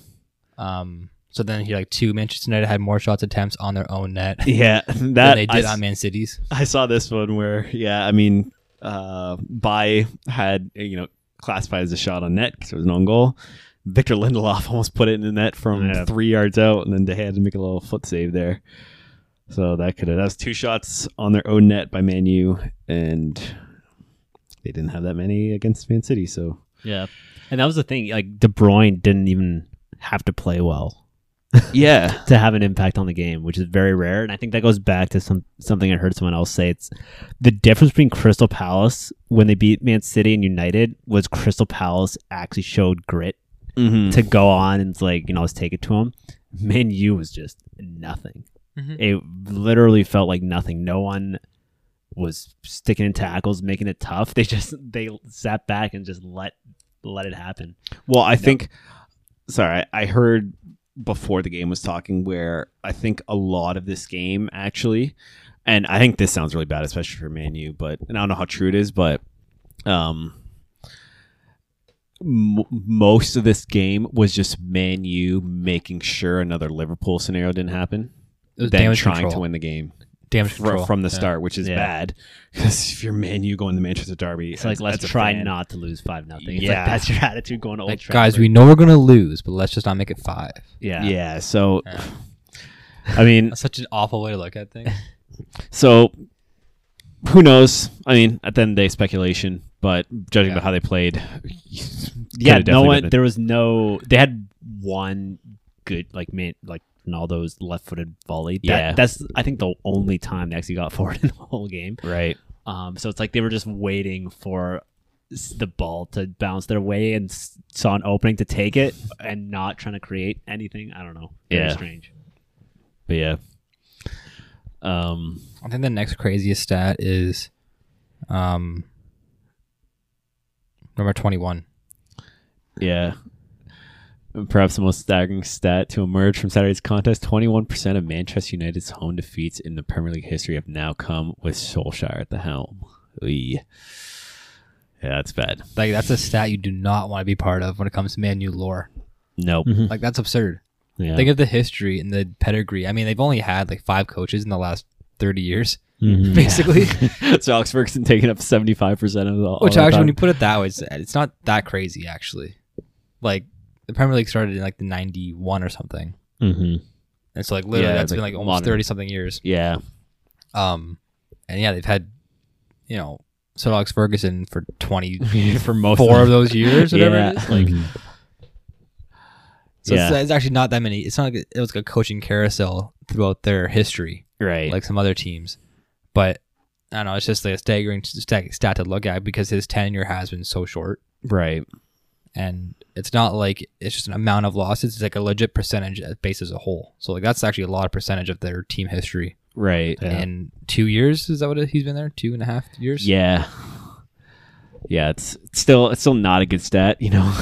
Speaker 3: Um, so then he like two Manchester United had more shots attempts on their own net
Speaker 5: Yeah. That
Speaker 3: than they did
Speaker 5: I,
Speaker 3: on Man City's.
Speaker 5: I saw this one where yeah, I mean, uh, Bai had you know classified as a shot on net because it was an own goal. Victor Lindelof almost put it in the net from
Speaker 4: Yeah.
Speaker 5: three yards out, and then they had to make a little foot save there. So that could have that was two shots on their own net by Manu, and they didn't have that many against Man City. So
Speaker 4: Yeah. And that was the thing. Like De Bruyne didn't even have to play well
Speaker 5: yeah,
Speaker 4: to have an impact on the game, which is very rare. And I think that goes back to some something I heard someone else say. It's the difference between Crystal Palace when they beat Man City and United was Crystal Palace actually showed grit
Speaker 5: mm-hmm.
Speaker 4: to go on and it's like you know let's take it to him. Man U was just nothing.
Speaker 5: Mm-hmm.
Speaker 3: Mhm.
Speaker 4: It literally felt like nothing. No one was sticking in tackles, making it tough. They just they sat back and just let let it happen.
Speaker 5: Well, I think sorry, I heard before the game was talking where I think a lot of this game actually and I think this sounds really bad, especially for Manu, but and I don't know how true it is, but um m- most of this game was just Man U making sure another Liverpool scenario didn't happen,
Speaker 3: It was
Speaker 5: then
Speaker 3: damage
Speaker 5: trying
Speaker 3: control.
Speaker 5: to win the game
Speaker 3: damage
Speaker 5: fro-
Speaker 3: control.
Speaker 5: from the
Speaker 3: Yeah.
Speaker 5: start, which is
Speaker 4: Yeah.
Speaker 5: bad. Because if you're Man U going to Manchester Derby,
Speaker 4: It's like
Speaker 5: as-
Speaker 4: let's
Speaker 5: as a
Speaker 4: try
Speaker 5: fan-
Speaker 4: not to lose five nothing. It's
Speaker 5: Yeah.
Speaker 4: like that's your attitude going to Old
Speaker 3: Like,
Speaker 4: Trafford.
Speaker 3: guys, we know we're gonna lose, but let's just not make it five.
Speaker 4: yeah.
Speaker 5: Yeah. so, I mean,
Speaker 3: That's such an awful way to look at things.
Speaker 5: so who knows? I mean, at the end of the day, speculation. But judging
Speaker 3: Yeah.
Speaker 5: by how they played,
Speaker 4: yeah,
Speaker 5: could've
Speaker 4: no
Speaker 5: definitely
Speaker 4: one.
Speaker 5: been a-
Speaker 4: There was no. They had one good like man like Ronaldo's left-footed volley. That-
Speaker 5: Yeah.
Speaker 4: that's I think the only time they actually got forward in the whole game.
Speaker 5: right.
Speaker 4: Um, so it's like they were just waiting for s- the ball to bounce their way and s- saw an opening to take it and not trying to create anything. I don't know. Very
Speaker 5: Yeah.
Speaker 4: strange.
Speaker 5: But yeah. Um.
Speaker 3: I think the next craziest stat is, um, number twenty-one.
Speaker 5: Yeah. Perhaps the most staggering stat to emerge from Saturday's contest 21% of Manchester United's home defeats in the Premier League history have now come with Solskjaer at the helm. Oy. Yeah, that's bad.
Speaker 3: Like that's a stat you do not want to be part of when it comes to Man U lore.
Speaker 5: Nope.
Speaker 3: Like that's absurd.
Speaker 5: Hmm. Yeah.
Speaker 3: Think of the history and the pedigree. I mean, they've only had like five coaches in the last thirty years,
Speaker 5: Mhm.
Speaker 3: basically.
Speaker 5: so Alex Ferguson taking up 75% of the. all
Speaker 3: Mm-hmm. Which
Speaker 5: the
Speaker 3: actually,
Speaker 5: time.
Speaker 3: when you put it that way, it's, it's not that crazy actually. Like the Premier League started in like the '91 or something,
Speaker 5: Mhm.
Speaker 3: and so like literally
Speaker 5: Yeah,
Speaker 3: that's
Speaker 5: like,
Speaker 3: been like almost
Speaker 5: modern.
Speaker 3: thirty something years.
Speaker 5: Yeah.
Speaker 3: Um, and yeah, they've had, you know, Sir Alex Ferguson for twenty for most
Speaker 5: of
Speaker 3: four of those years, whatever.
Speaker 5: yeah.
Speaker 3: It is. Like,
Speaker 5: Mhm.
Speaker 3: so
Speaker 5: yeah.
Speaker 3: it's, it's actually not that many. It's not like it was like a coaching carousel throughout their history,
Speaker 5: right.
Speaker 3: like some other teams. But I don't know. It's just like a staggering st- stat to look at because his tenure has been so short.
Speaker 5: right.
Speaker 3: and it's not like it's just an amount of losses it's like a legit percentage as base as a whole so like that's actually a lot of percentage of their team history
Speaker 5: Right.
Speaker 3: in two years is that what it- he's been there two and a half years
Speaker 5: Yeah. Yeah, it's it's still it's still not a good stat, you know.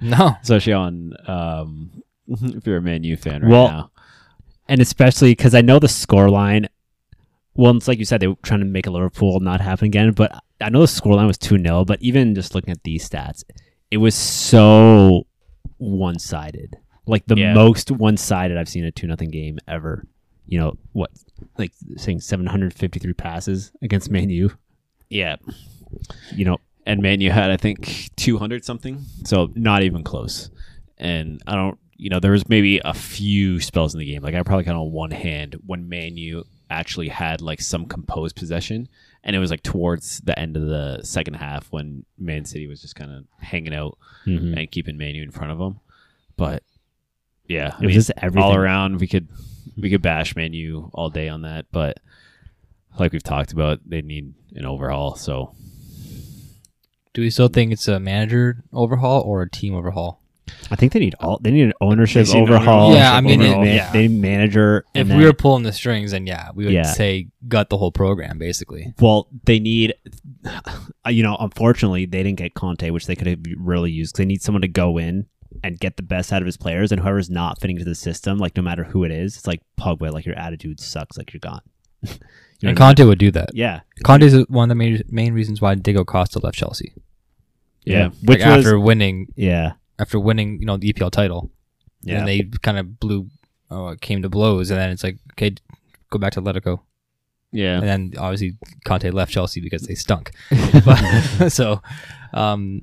Speaker 3: no
Speaker 5: especially on um, if you're a Man U fan right
Speaker 4: Well-
Speaker 5: now.
Speaker 4: and especially because I know the scoreline. Well, it's like you said, they were trying to make a Liverpool not happen again, but I know the scoreline was 2 0, but even just looking at these stats, it was so one sided. Like the
Speaker 5: Yeah.
Speaker 4: most one sided I've seen a 2 0 game ever. You know, what? Like saying 753 passes against Man U.
Speaker 5: Yeah,
Speaker 4: You know,
Speaker 5: and Man U had I think 200 something, so not even close. And I don't, you know, there was maybe a few spells in the game. Like I probably count on one hand when Man U actually had like some composed possession, and it was like towards the end of the second half when Man City was just kind of hanging out
Speaker 4: Mm.
Speaker 5: and keeping Man U in front of them. But yeah, I
Speaker 4: it was just everything.
Speaker 5: all around we could we could bash menu all day on that but like we've talked about they need an overhaul so
Speaker 3: do we still think it's a manager overhaul or a team overhaul
Speaker 4: I think they need all. They need an ownership
Speaker 5: They need an
Speaker 4: overhaul.
Speaker 3: Yeah, I mean,
Speaker 4: they,
Speaker 3: it-
Speaker 4: man-
Speaker 3: yeah.
Speaker 4: they need manager.
Speaker 3: if
Speaker 4: and
Speaker 3: we
Speaker 4: then-
Speaker 3: were pulling the strings then yeah we would
Speaker 4: Yeah.
Speaker 3: say gut the whole program basically
Speaker 4: well, they need, you know, unfortunately, they didn't get Conte, which they could have really used. 'cause They need someone to go in and get the best out of his players, and whoever's not fitting into the system, like no matter who it is, it's like Pogba, like your attitude sucks, like you're gone. You know
Speaker 3: and
Speaker 4: what I mean?
Speaker 3: conte would do that
Speaker 4: yeah,
Speaker 3: conte is one of the main, main reasons why diego costa left chelsea
Speaker 5: yeah,
Speaker 4: which
Speaker 3: like
Speaker 4: was
Speaker 3: after winning
Speaker 4: yeah,
Speaker 3: after winning you know the epl title
Speaker 4: yeah,
Speaker 3: and they kind of blew uh, came to blows and then it's like okay go back to Atletico
Speaker 5: yeah
Speaker 3: and then obviously Conte left Chelsea because they stunk but, so um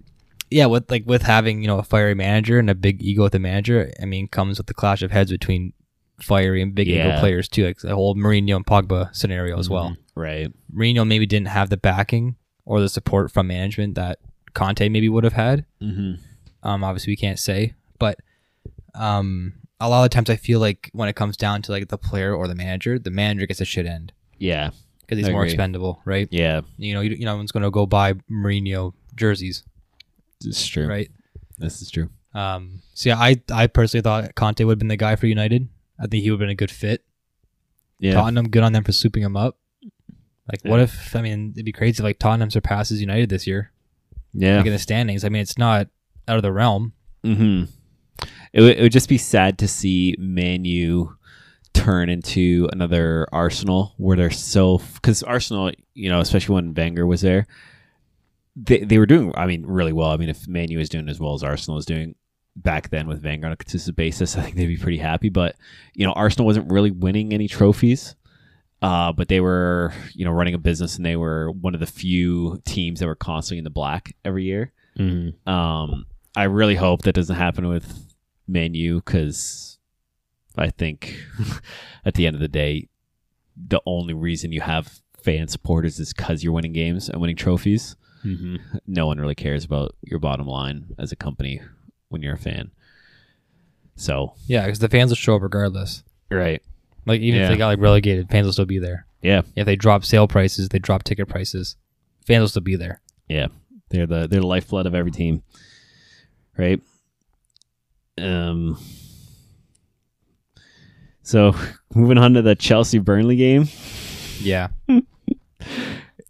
Speaker 3: yeah with like with having you know a fiery manager and a big ego with the manager I mean comes with the clash of heads between fiery and big ego
Speaker 5: Yeah. Mm-hmm.
Speaker 3: players too like the whole Mourinho and Pogba scenario as well
Speaker 5: right
Speaker 3: Mourinho maybe didn't have the backing or the support from management that Conte maybe would have had
Speaker 5: mm-hmm.
Speaker 3: um, obviously we can't say, but um, a lot of times I feel like when it comes down to like the player or the manager, the manager gets a shit end
Speaker 5: yeah
Speaker 3: because he's
Speaker 5: I
Speaker 3: more
Speaker 5: agree.
Speaker 3: expendable, right?
Speaker 5: yeah
Speaker 3: You know, you, you know, no one's going to go buy Mourinho jerseys,
Speaker 5: this is true
Speaker 3: right?
Speaker 5: this is true
Speaker 3: Um, so yeah, I I personally thought Conte would have been the guy for United. I think he would have been a good fit.
Speaker 5: yeah
Speaker 3: Tottenham, good on them for swooping him up. Like, what if? I mean, it'd be crazy if like Tottenham surpasses United this year,
Speaker 5: yeah
Speaker 3: like in the standings. I mean, it's not out of the realm.
Speaker 5: mm-hmm. it, would, it would just be sad to see menu turn into another arsenal where they're so because arsenal you know especially when Wenger was there they, they were doing, I mean, really well. I mean, if Manu is doing as well as Arsenal is doing back then with Wenger on a consistent basis, I think they'd be pretty happy. But, you know, Arsenal wasn't really winning any trophies. Uh, but they were, you know, running a business, and they were one of the few teams that were constantly in the black every year.
Speaker 3: Mm-hmm.
Speaker 5: Um, I really hope that doesn't happen with Menu because I think at the end of the day, the only reason you have fan supporters is because you're winning games and winning trophies.
Speaker 4: Mm-hmm.
Speaker 5: No one really cares about your bottom line as a company when you're a fan. So
Speaker 3: Yeah, because the fans will show up regardless.
Speaker 5: right,
Speaker 3: Like even if
Speaker 5: Yeah.
Speaker 3: they got like relegated, fans will still be there.
Speaker 5: yeah,
Speaker 3: If they drop sale prices, they drop ticket prices. Fans will still be there.
Speaker 5: yeah, they're the they're the lifeblood of every team, right? Um. So moving on to the Chelsea Burnley game,
Speaker 3: Yeah.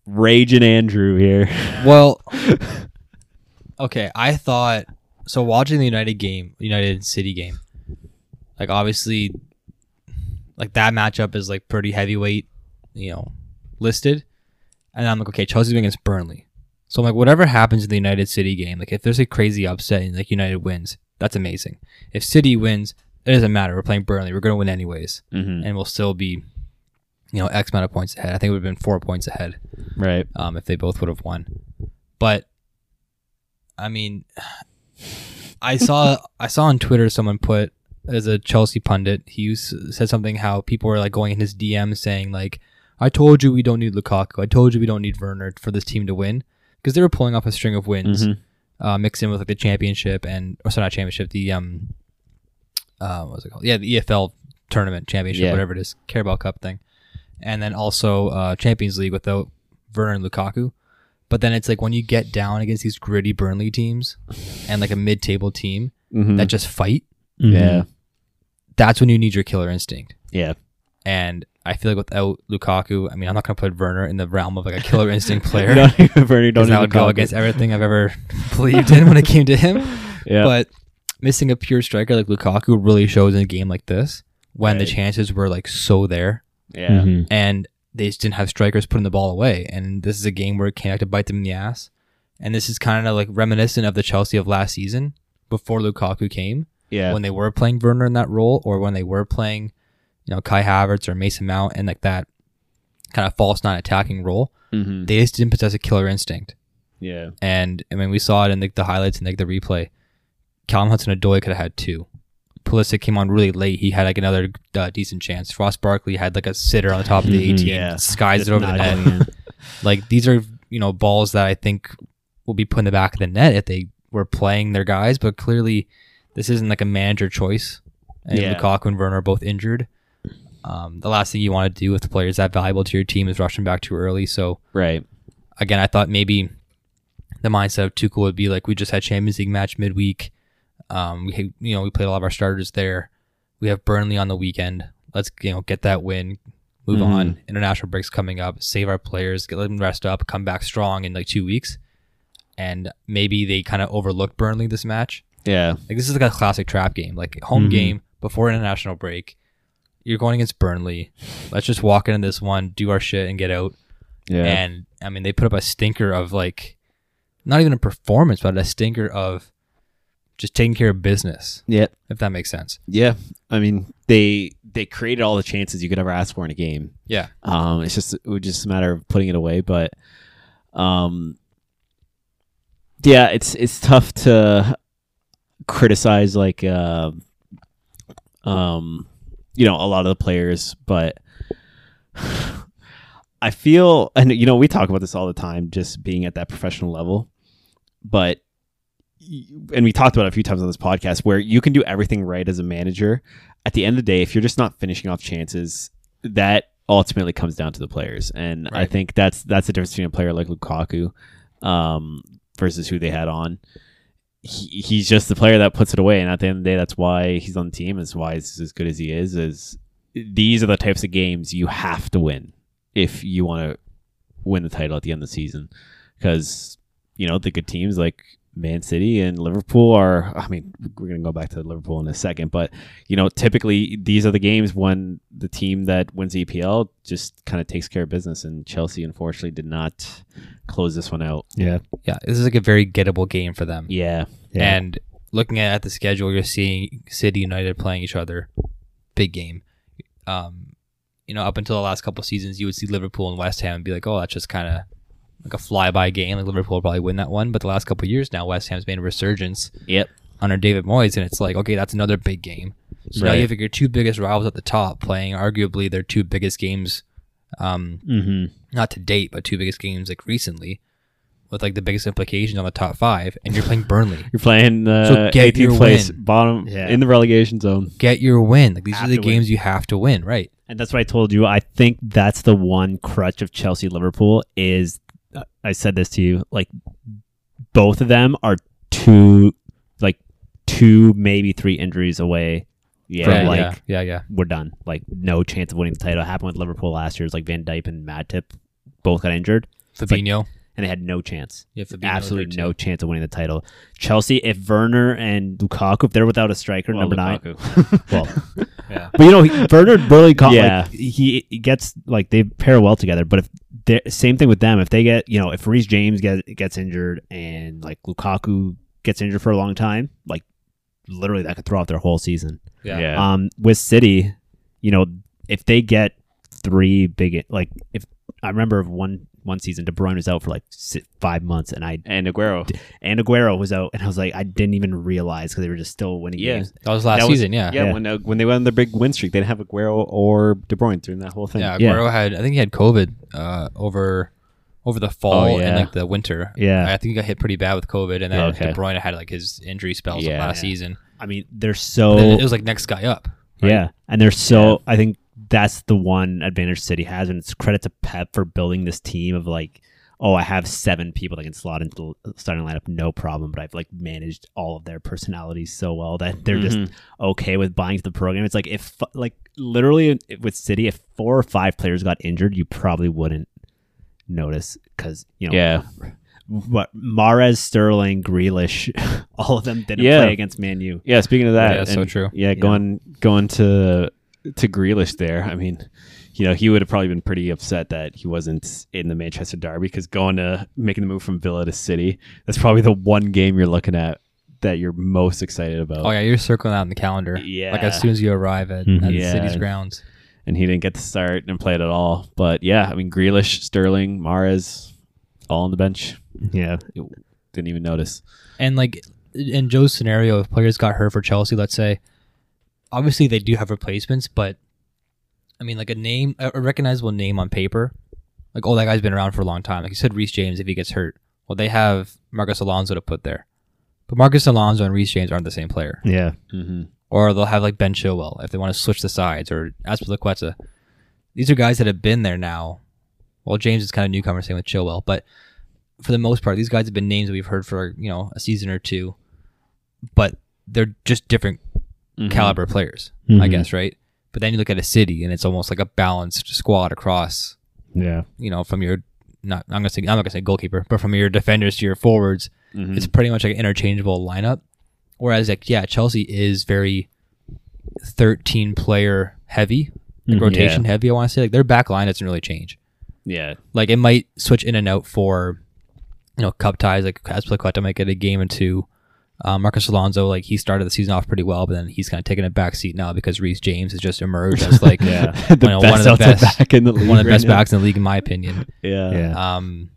Speaker 5: Rage and Andrew here.
Speaker 3: Well, okay. I thought so. Watching the United game, United City game, like obviously, like that matchup is like pretty heavyweight, you know, listed. And I'm like, okay, Chelsea's against Burnley, so I'm like, whatever happens in the United City game, like if there's a crazy upset and like United wins, that's amazing. If City wins, it doesn't matter. We're playing Burnley. We're gonna win anyways,
Speaker 5: Mm-hmm.
Speaker 3: and we'll still be, you know, X amount of points ahead. I think it would have been four points ahead
Speaker 5: Right.
Speaker 3: um, if they both would have won. But I mean, I saw I saw on Twitter someone put as a Chelsea pundit, he used, said something how people were like going in his DM saying like, "I told you we don't need Lukaku. I told you we don't need Werner for this team to win." Because they were pulling off a string of wins,
Speaker 5: Mhm.
Speaker 3: uh, mixed in with like the championship and or sorry, not championship, the um, uh, what was it called? Yeah, the EFL tournament championship,
Speaker 5: Yeah.
Speaker 3: whatever it is, Carabao Cup thing, and then also uh, Champions League without Werner and Lukaku. But then it's like when you get down against these gritty Burnley teams and like a mid-table team that just fight,
Speaker 5: Mm-hmm. Yeah.
Speaker 3: that's when you need your killer instinct.
Speaker 5: Yeah.
Speaker 3: And I feel like without Lukaku, I mean, I'm not going to put Werner in the realm of like a killer instinct player.
Speaker 5: Don't even, Bernie, don't
Speaker 3: because that
Speaker 5: even
Speaker 3: would go
Speaker 5: call it.
Speaker 3: against everything I've ever believed in when it came to him.
Speaker 5: Yeah.
Speaker 3: But missing a pure striker like Lukaku really shows in a game like this when the
Speaker 5: Right.
Speaker 3: chances were like so there
Speaker 5: yeah.
Speaker 4: Mhm.
Speaker 3: and they just didn't have strikers putting the ball away. And this is a game where it came back to bite them in the ass. And this is kind of like reminiscent of the Chelsea of last season before Lukaku came
Speaker 5: Yeah.
Speaker 3: when they were playing Werner in that role or when they were playing, you know, Kai Havertz or Mason Mount and like that kind of false non attacking role.
Speaker 5: Mhm.
Speaker 3: They just didn't possess a killer instinct.
Speaker 5: Yeah.
Speaker 3: And I mean, we saw it in like the highlights and like the replay. Callum Hudson Odoi could have had two. Pulisic came on really late. He had like another uh, decent chance. Ross Barkley had like a sitter on the top of the
Speaker 4: Mhm,
Speaker 3: 18,
Speaker 5: Mm-hmm. yeah.
Speaker 3: skies
Speaker 5: Just
Speaker 3: it over the
Speaker 5: not
Speaker 3: net.
Speaker 4: going in.
Speaker 3: like these are you know balls that I think will be put in the back of the net if they were playing their guys. But clearly, this isn't like a manager choice. And
Speaker 5: Yeah.
Speaker 3: Lukaku and Werner are both injured. Um, the last thing you want to do with players that valuable to your team is rush them back too early. So
Speaker 5: Right.
Speaker 3: again, I thought maybe the mindset of Tuchel would be like, we just had Champions League match midweek. Um, we had- you know we played a lot of our starters there. We have Burnley on the weekend. Let's you know get that win, move on. International breaks coming up. Save our players. Get let them rest up. Come back strong in like two weeks. And maybe they kind of overlooked Burnley this match.
Speaker 5: Yeah.
Speaker 3: Like this is like a classic trap game, like home
Speaker 4: Mhm.
Speaker 3: game before international break. You're going against Burnley. Let's just walk into this one, do our shit, and get out.
Speaker 5: Yeah.
Speaker 3: And I mean, they put up a stinker of like, not even a performance, but a stinker of just taking care of business,
Speaker 5: yeah.
Speaker 3: if that makes sense.
Speaker 5: Yeah. I mean, they they created all the chances you could ever ask for in a game.
Speaker 3: Yeah.
Speaker 5: Um, it's just it was just a matter of putting it away, but um, yeah, it's it's tough to criticize like uh, um, you know, a lot of the players, but I feel, and you know, we talk about this all the time, just being at that professional level, but and we talked about it a few times on this podcast where you can do everything right as a manager. At the end of the day, if you're just not finishing off chances, that ultimately comes down to the players. And I
Speaker 3: Right.
Speaker 5: think that's that's the difference between a player like Lukaku um, versus who they had on. He, he's just the player that puts it away, and at the end of the day, that's why he's on the team. Is why he's as good as he is. Is these are the types of games you have to win if you want to win the title at the end of the season because you know the good teams like Man City and Liverpool are. I mean, we're gonna go back to Liverpool in a second, but you know, typically these are the games when the team that wins the EPL just kind of takes care of business, and Chelsea unfortunately did not close this one out.
Speaker 4: Yeah.
Speaker 3: Yeah, this is like a very gettable game for them.
Speaker 5: Yeah,
Speaker 3: And looking at the schedule, you're seeing City United playing each other, big game. Um, you know, up until the last couple seasons, you would see Liverpool and West Ham and be like, "Oh, that's just kind of like a flyby game." Like Liverpool will probably win that one, but the last couple years now, West Ham's made a resurgence
Speaker 5: yep,
Speaker 3: under David Moyes, and it's like, okay, that's another big game. So now
Speaker 5: Right.
Speaker 3: you have your two biggest rivals at the top playing arguably their two biggest games, um,
Speaker 5: mm-hmm.
Speaker 3: not to date, but two biggest games like recently, with like the biggest implications on the top five, and you're playing Burnley.
Speaker 5: You're playing uh,
Speaker 3: So get
Speaker 5: 18th
Speaker 3: your
Speaker 5: place,
Speaker 3: win.
Speaker 5: bottom
Speaker 4: Yeah.
Speaker 5: in the relegation zone.
Speaker 3: get your win. Like these
Speaker 4: Have
Speaker 3: are the
Speaker 4: to win.
Speaker 3: games you have to win, right?
Speaker 4: And that's what I told you. I think that's the one crutch of Chelsea Liverpool is uh, I said this to you, like both of them are two like two, maybe three injuries away
Speaker 5: Yeah,
Speaker 4: from like
Speaker 3: yeah, yeah, yeah.
Speaker 4: we're done. Like no chance of winning the title. It happened with Liverpool last year. It's like Van Dyke and Matip both got injured like-
Speaker 3: Fabinho,
Speaker 4: and they had no chance.
Speaker 3: you have Fabinho
Speaker 4: Absolutely
Speaker 3: there,
Speaker 4: no
Speaker 3: too.
Speaker 4: chance of winning the title. Chelsea, if Werner and Lukaku, if they're without a striker, number nine, well,
Speaker 3: Yeah.
Speaker 4: but you know, he- Bernard Burley caught.
Speaker 5: Yeah.
Speaker 4: Like, he, he gets like they pair well together. But if they're- same thing with them, if they get you know, if Reece James gets gets injured and like Lukaku gets injured for a long time, like literally that could throw off their whole season.
Speaker 3: Yeah.
Speaker 5: Yeah.
Speaker 4: Um, with City, you know, if they get three big like if I remember one one season De Bruyne was out for like si- five months, and I
Speaker 5: and Aguero.
Speaker 4: and Aguero was out, and I was like I didn't even realize because they were just still winning
Speaker 5: Yeah.
Speaker 4: games.
Speaker 3: That was last
Speaker 5: That was-
Speaker 3: season, yeah.
Speaker 5: Yeah,
Speaker 4: Yeah.
Speaker 5: when uh, when they went on their big win streak, they didn't have Aguero or De Bruyne during that whole thing.
Speaker 3: Yeah,
Speaker 4: Yeah.
Speaker 3: Aguero had I think he had COVID uh, over over the fall
Speaker 5: Oh, yeah.
Speaker 3: and like the winter.
Speaker 4: Yeah.
Speaker 3: I think he got hit pretty bad with COVID, and then
Speaker 5: Okay.
Speaker 3: De Bruyne had like his injury spells of
Speaker 5: Yeah.
Speaker 3: last
Speaker 5: Yeah.
Speaker 3: season.
Speaker 4: I mean, they're
Speaker 3: And then
Speaker 4: so
Speaker 3: it was like next guy up. right?
Speaker 4: Yeah, and they're so. I think that's the one advantage City has, and it's credit to Pep for building this team of like, oh, I have seven people that can slot into the starting lineup no problem, but I've like managed all of their personalities so well that they're just okay with buying to the program. It's like if like literally with City, if four or five players got injured, you probably wouldn't notice because you know
Speaker 5: Yeah.
Speaker 4: what Mares, Sterling, Grealish, all of them didn't
Speaker 5: Yeah.
Speaker 4: play against Man U.
Speaker 5: Yeah, speaking of that,
Speaker 3: Yeah, that's so
Speaker 5: and-
Speaker 3: true.
Speaker 5: Yeah, going going to to Grealish there. I mean, you know, he would have probably been pretty upset that he wasn't in the Manchester Derby because going to making the move from Villa to City, that's probably the one game you're looking at that you're most excited about.
Speaker 3: Oh yeah, you're circling that in the calendar.
Speaker 5: Yeah.
Speaker 3: Like as soon as you arrive at, at the
Speaker 5: Yeah.
Speaker 3: city's grounds.
Speaker 5: And he didn't get to start and play it at all. But yeah, I mean, Grealish, Sterling, Mares, all on the bench.
Speaker 4: Yeah,
Speaker 5: Didn't even notice.
Speaker 3: And like in Joe's scenario, if players got hurt for Chelsea, let's say, obviously they do have replacements, but I mean, like a name, a a recognizable name on paper, like oh that guy's been around for a long time. Like you said, Reece James if he gets hurt, well they have Marcus Alonso to put there, but Marcus Alonso and Reece James aren't the same player.
Speaker 4: yeah.
Speaker 5: Mm-hmm.
Speaker 3: Or they'll have like Ben Chilwell if they want to switch the sides, or Aspilicueta. These are guys that have been there now. Well, James is kind of newcomer, same with Chilwell, but for the most part, these guys have been names that we've heard for you know a season or two, but they're just different caliber players, I
Speaker 4: Mhm.
Speaker 3: guess, right? But then you look at a city, and it's almost like a balanced squad across.
Speaker 4: Yeah.
Speaker 3: You know, from your not I'm gonna say I'm not gonna say goalkeeper, but from your defenders to your forwards, it's pretty much like an interchangeable lineup. Whereas like yeah, Chelsea is very 13 player heavy, like
Speaker 4: Mhm.
Speaker 3: rotation heavy. I want to say like their back line doesn't really change.
Speaker 5: Yeah.
Speaker 3: Like it might switch in and out for, you know, cup ties. Like Azpilicueta might get a game and two. Um, Marcus Alonso, like he started the season off pretty well, but then he's kind of taken a back seat now because Reece James has just emerged as like
Speaker 5: the
Speaker 3: you know,
Speaker 5: best
Speaker 3: one of the
Speaker 5: outside
Speaker 3: best,
Speaker 5: back in the league.
Speaker 3: one of the
Speaker 5: right
Speaker 3: best
Speaker 5: now.
Speaker 3: backs in the league, in my opinion.
Speaker 5: Yeah.
Speaker 4: Yeah.
Speaker 3: Um,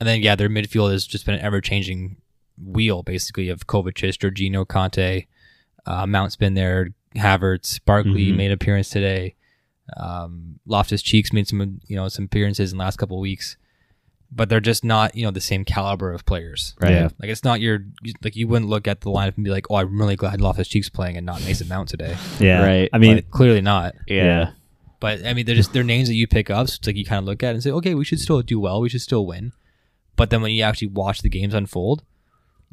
Speaker 3: and then yeah, their midfield has just been an ever changing wheel, basically of Kovacic, Jorginho, Conte, uh, Mount's been there, Havertz, Barkley
Speaker 5: Mhm.
Speaker 3: made an appearance today. Um, Loftus Cheeks made some you know some appearances in the last couple of weeks, but they're just not you know the same caliber of players.
Speaker 5: Right.
Speaker 4: Yeah.
Speaker 3: Like it's not your like you wouldn't look at the lineup and be like, oh, I'm really glad Loftus Cheeks playing and not Mason Mount today.
Speaker 4: Yeah.
Speaker 5: Right.
Speaker 4: I mean,
Speaker 3: But clearly not.
Speaker 5: yeah.
Speaker 3: But I mean, they're just they're names that you pick up. So it's like you kind of look at it and say, okay, we should still do well. We should still win. But then when you actually watch the games unfold,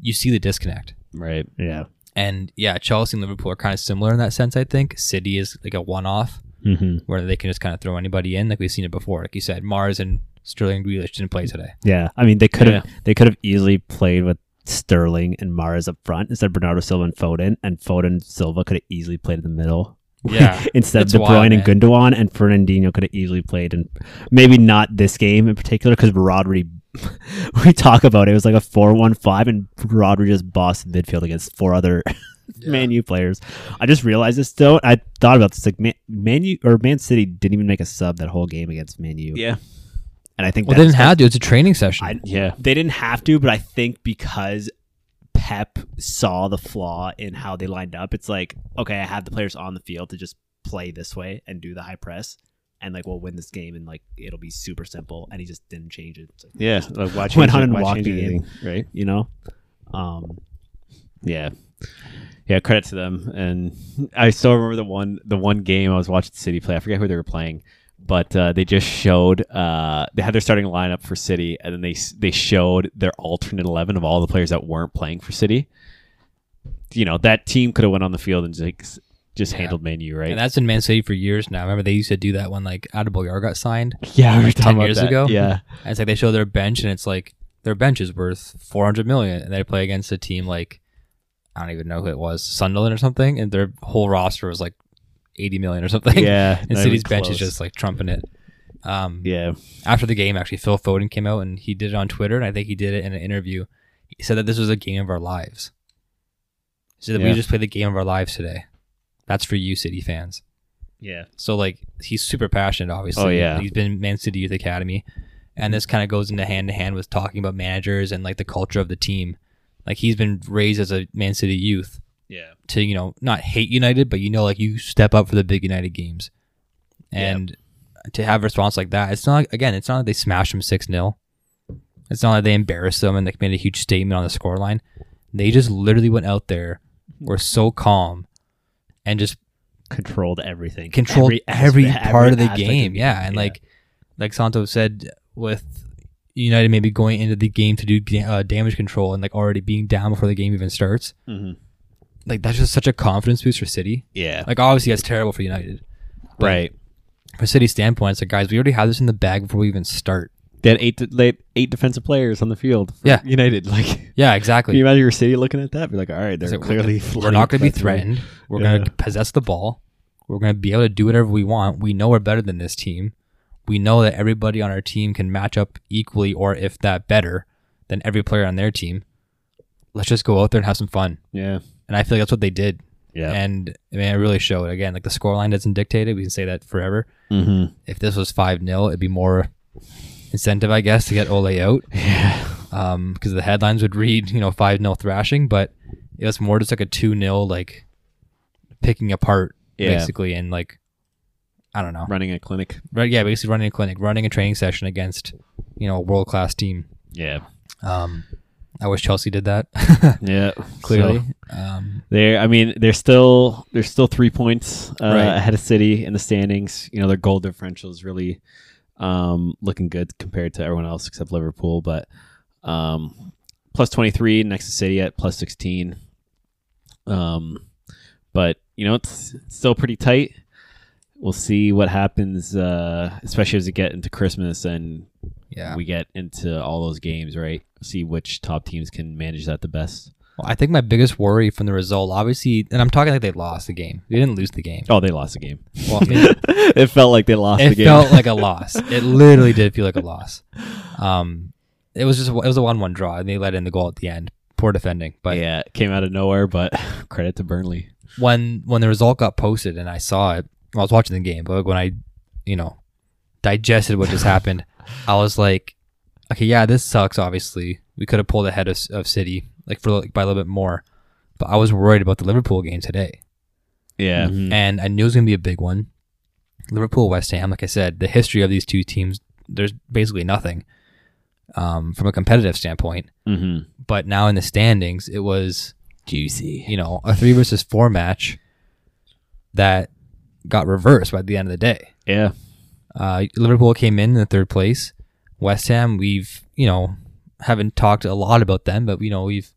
Speaker 3: you see the disconnect.
Speaker 5: Right.
Speaker 4: yeah.
Speaker 3: And yeah, Chelsea and Liverpool are kind of similar in that sense. I think City is like a one-off
Speaker 4: Mm-hmm.
Speaker 3: where they can just kind of throw anybody in, like we've seen it before. Like you said, Mars and Sterling Grealish didn't play today.
Speaker 4: Yeah. I mean, they could have they could have easily played with Sterling and Mares up front instead of Bernardo Silva and Foden, and Foden Silva could have easily played in the middle.
Speaker 3: Yeah.
Speaker 4: instead of
Speaker 3: It's
Speaker 4: De
Speaker 3: wild,
Speaker 4: Bruyne and Gundogan, and Fernandinho could have easily played, and maybe not this game in particular because Rodri. we talk about it, it was like a four-one-five, and Rodri just bossed the midfield against four other Man U players. I just realized this though. I thought about this like Man, Man U or Man City didn't even make a sub that whole game against Man U.
Speaker 5: Yeah.
Speaker 4: and I think
Speaker 3: Well,
Speaker 4: that's
Speaker 3: they didn't have to. It's a training session.
Speaker 4: I-
Speaker 5: Yeah.
Speaker 4: they didn't have to, but I think because Pep saw the flaw in how they lined up, it's like, okay, I have the players on the field to just play this way and do the high press, and like we'll win this game, and like it'll be super simple. And he just didn't change it. It's like,
Speaker 5: Yeah. Like, why
Speaker 4: Went
Speaker 5: change
Speaker 4: on
Speaker 5: it?
Speaker 4: and
Speaker 5: Why
Speaker 4: walked
Speaker 5: change
Speaker 4: the game.
Speaker 5: anything, Right.
Speaker 4: you know, um,
Speaker 5: Yeah. Yeah, credit to them. And I still remember the one the one game I was watching City play. I forget who they were playing, but uh, they just showed uh, they had their starting lineup for City, and then they s- they showed their alternate eleven of all the players that weren't playing for City. You know that team could have went on the field and just like, s- just handled Man U, right?
Speaker 3: And that's been Man City for years now. Remember, they used to do that when like Adebayor got signed.
Speaker 5: yeah, we were
Speaker 3: like, 10
Speaker 5: talking about
Speaker 3: years
Speaker 5: that.
Speaker 3: ago?
Speaker 5: Yeah,
Speaker 3: And it's like they show their bench, and it's like their bench is worth four hundred million, and they play against a team like I don't even know who it was, Sunderland or something, and their whole roster was like eighty million or something.
Speaker 5: yeah.
Speaker 3: and
Speaker 5: not
Speaker 3: City's
Speaker 5: even
Speaker 3: bench is
Speaker 5: close.
Speaker 3: just like trumping it. Um,
Speaker 5: yeah,
Speaker 3: After the game, actually, Phil Foden came out and he did it on Twitter, and I think he did it in an interview. He said that this was a game of our lives. He said that we
Speaker 5: Yeah.
Speaker 3: just played the game of our lives today. That's for you, City fans.
Speaker 5: yeah,
Speaker 3: So like he's super passionate, obviously.
Speaker 5: Oh, yeah.
Speaker 3: He's been in Man City Youth Academy. And this kind of goes into hand to hand with talking about managers and like the culture of the team. Like he's been raised as a Man City youth
Speaker 5: yeah,
Speaker 3: to, you know, not hate United, but you know, like you step up for the big United games. And to have a response like that, it's not again, it's not like they smashed them six 0 It's not like they embarrassed them and like made a huge statement on the scoreline. They just literally went out there, were so calm, and just
Speaker 4: controlled everything,
Speaker 3: controlled every,
Speaker 4: aspect-
Speaker 3: part of the
Speaker 4: aspect
Speaker 3: game. Yeah, and
Speaker 4: yeah.
Speaker 3: like like Santo said, with United maybe going into the game to do da- uh, damage control and like already being down before the game even starts,
Speaker 5: Mhm.
Speaker 3: like that's just such a confidence boost for City.
Speaker 5: yeah.
Speaker 3: Like obviously that's terrible for United. but
Speaker 5: right.
Speaker 3: For City's standpoint, it's like guys, we already have this in the bag before we even start.
Speaker 5: They had eight de- they had eight defensive players on the field. for
Speaker 3: Yeah.
Speaker 5: United. Like,
Speaker 3: Yeah,
Speaker 5: can
Speaker 3: exactly.
Speaker 5: you imagine your city looking at that? Be like, all right, they're
Speaker 3: It's like, we're-
Speaker 5: clearly
Speaker 3: We're not going to be threatened. We're going to possess the ball. We're going to be able to do whatever we want. We know we're better than this team. We know that everybody on our team can match up equally, or if that better, than every player on their team. Let's just go out there and have some fun.
Speaker 5: Yeah,
Speaker 3: And I feel like that's what they did.
Speaker 5: Yeah.
Speaker 3: And I mean, it really showed. Again, like the scoreline doesn't dictate it. We can say that forever.
Speaker 5: Mm-hmm.
Speaker 3: If this was 5 0, it'd be more incentive, I guess, to get Ole out. Yeah. Because the headlines would read, you know, 5 0 thrashing, but it was more just like a 2 0, like picking apart,
Speaker 5: Yeah.
Speaker 3: basically, and like, I don't know. Right.
Speaker 5: Running a clinic.
Speaker 3: yeah, basically running a clinic, running a training session against, you know, a world class team.
Speaker 5: Yeah.
Speaker 3: Um, I wish Chelsea did that,
Speaker 5: Yeah.
Speaker 3: clearly.
Speaker 5: So
Speaker 3: Um,
Speaker 5: they're I mean, they're still they're still three points uh,
Speaker 3: Right.
Speaker 5: ahead of City in the standings. You know, their goal differential is really um, looking good compared to everyone else except Liverpool, but um, plus twenty three next to City at plus sixteen. Um but you know it's it's still pretty tight. We'll see what happens, uh, especially as we get into Christmas and
Speaker 3: yeah.
Speaker 5: we get into all those games, right? See which top teams can manage that the best.
Speaker 3: Well, I think my biggest worry from the result, obviously, and I'm talking like they lost the game. They didn't lose the game.
Speaker 5: Oh, they lost the game.
Speaker 3: Well, I mean,
Speaker 5: it felt like they lost
Speaker 3: it felt like a loss. It literally did feel like a loss. Um, it was just it was a one-one draw, and they let in the goal at the end. Poor defending, but
Speaker 5: yeah, it came out of nowhere, but credit to Burnley.
Speaker 3: when when the result got posted and I saw it, I was watching the game, but like when I, you know, digested what just happened, I was like, okay, yeah, this sucks. Obviously, we could have pulled ahead of, of City like for like, by a little bit more, but I was worried about the Liverpool game today.
Speaker 5: Yeah.
Speaker 3: and I knew it was gonna be a big one. Liverpool, West Ham, like I said, the history of these two teams, there's basically nothing um, from a competitive standpoint.
Speaker 5: Mm-hmm.
Speaker 3: But now in the standings, it was
Speaker 5: Juicy.
Speaker 3: you know a three versus four match that got reversed by the end of the day.
Speaker 5: Yeah.
Speaker 3: Uh, Liverpool came in in the third place. West Ham, we've you know haven't talked a lot about them, but you know we've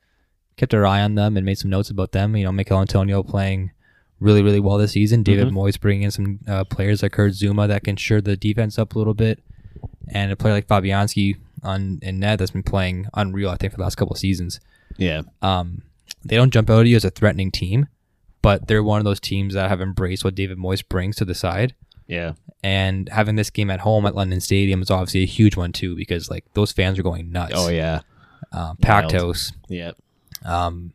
Speaker 3: kept our eye on them and made some notes about them. You know, Mikel Antonio playing really really well this season. David Moyes bringing in some uh, players like Kurt Zuma that can shore the defense up a little bit, and a player like Fabianski on in net that's been playing unreal. I think for the last couple of seasons.
Speaker 5: Yeah.
Speaker 3: Um, they don't jump out at you as a threatening team, but they're one of those teams that have embraced what David Moyes brings to the side.
Speaker 5: Yeah.
Speaker 3: And having this game at home at London Stadium is obviously a huge one too, because like those fans are going nuts.
Speaker 5: Oh yeah.
Speaker 3: um, packed
Speaker 5: Wild.
Speaker 3: house.
Speaker 5: Yeah.
Speaker 3: Um,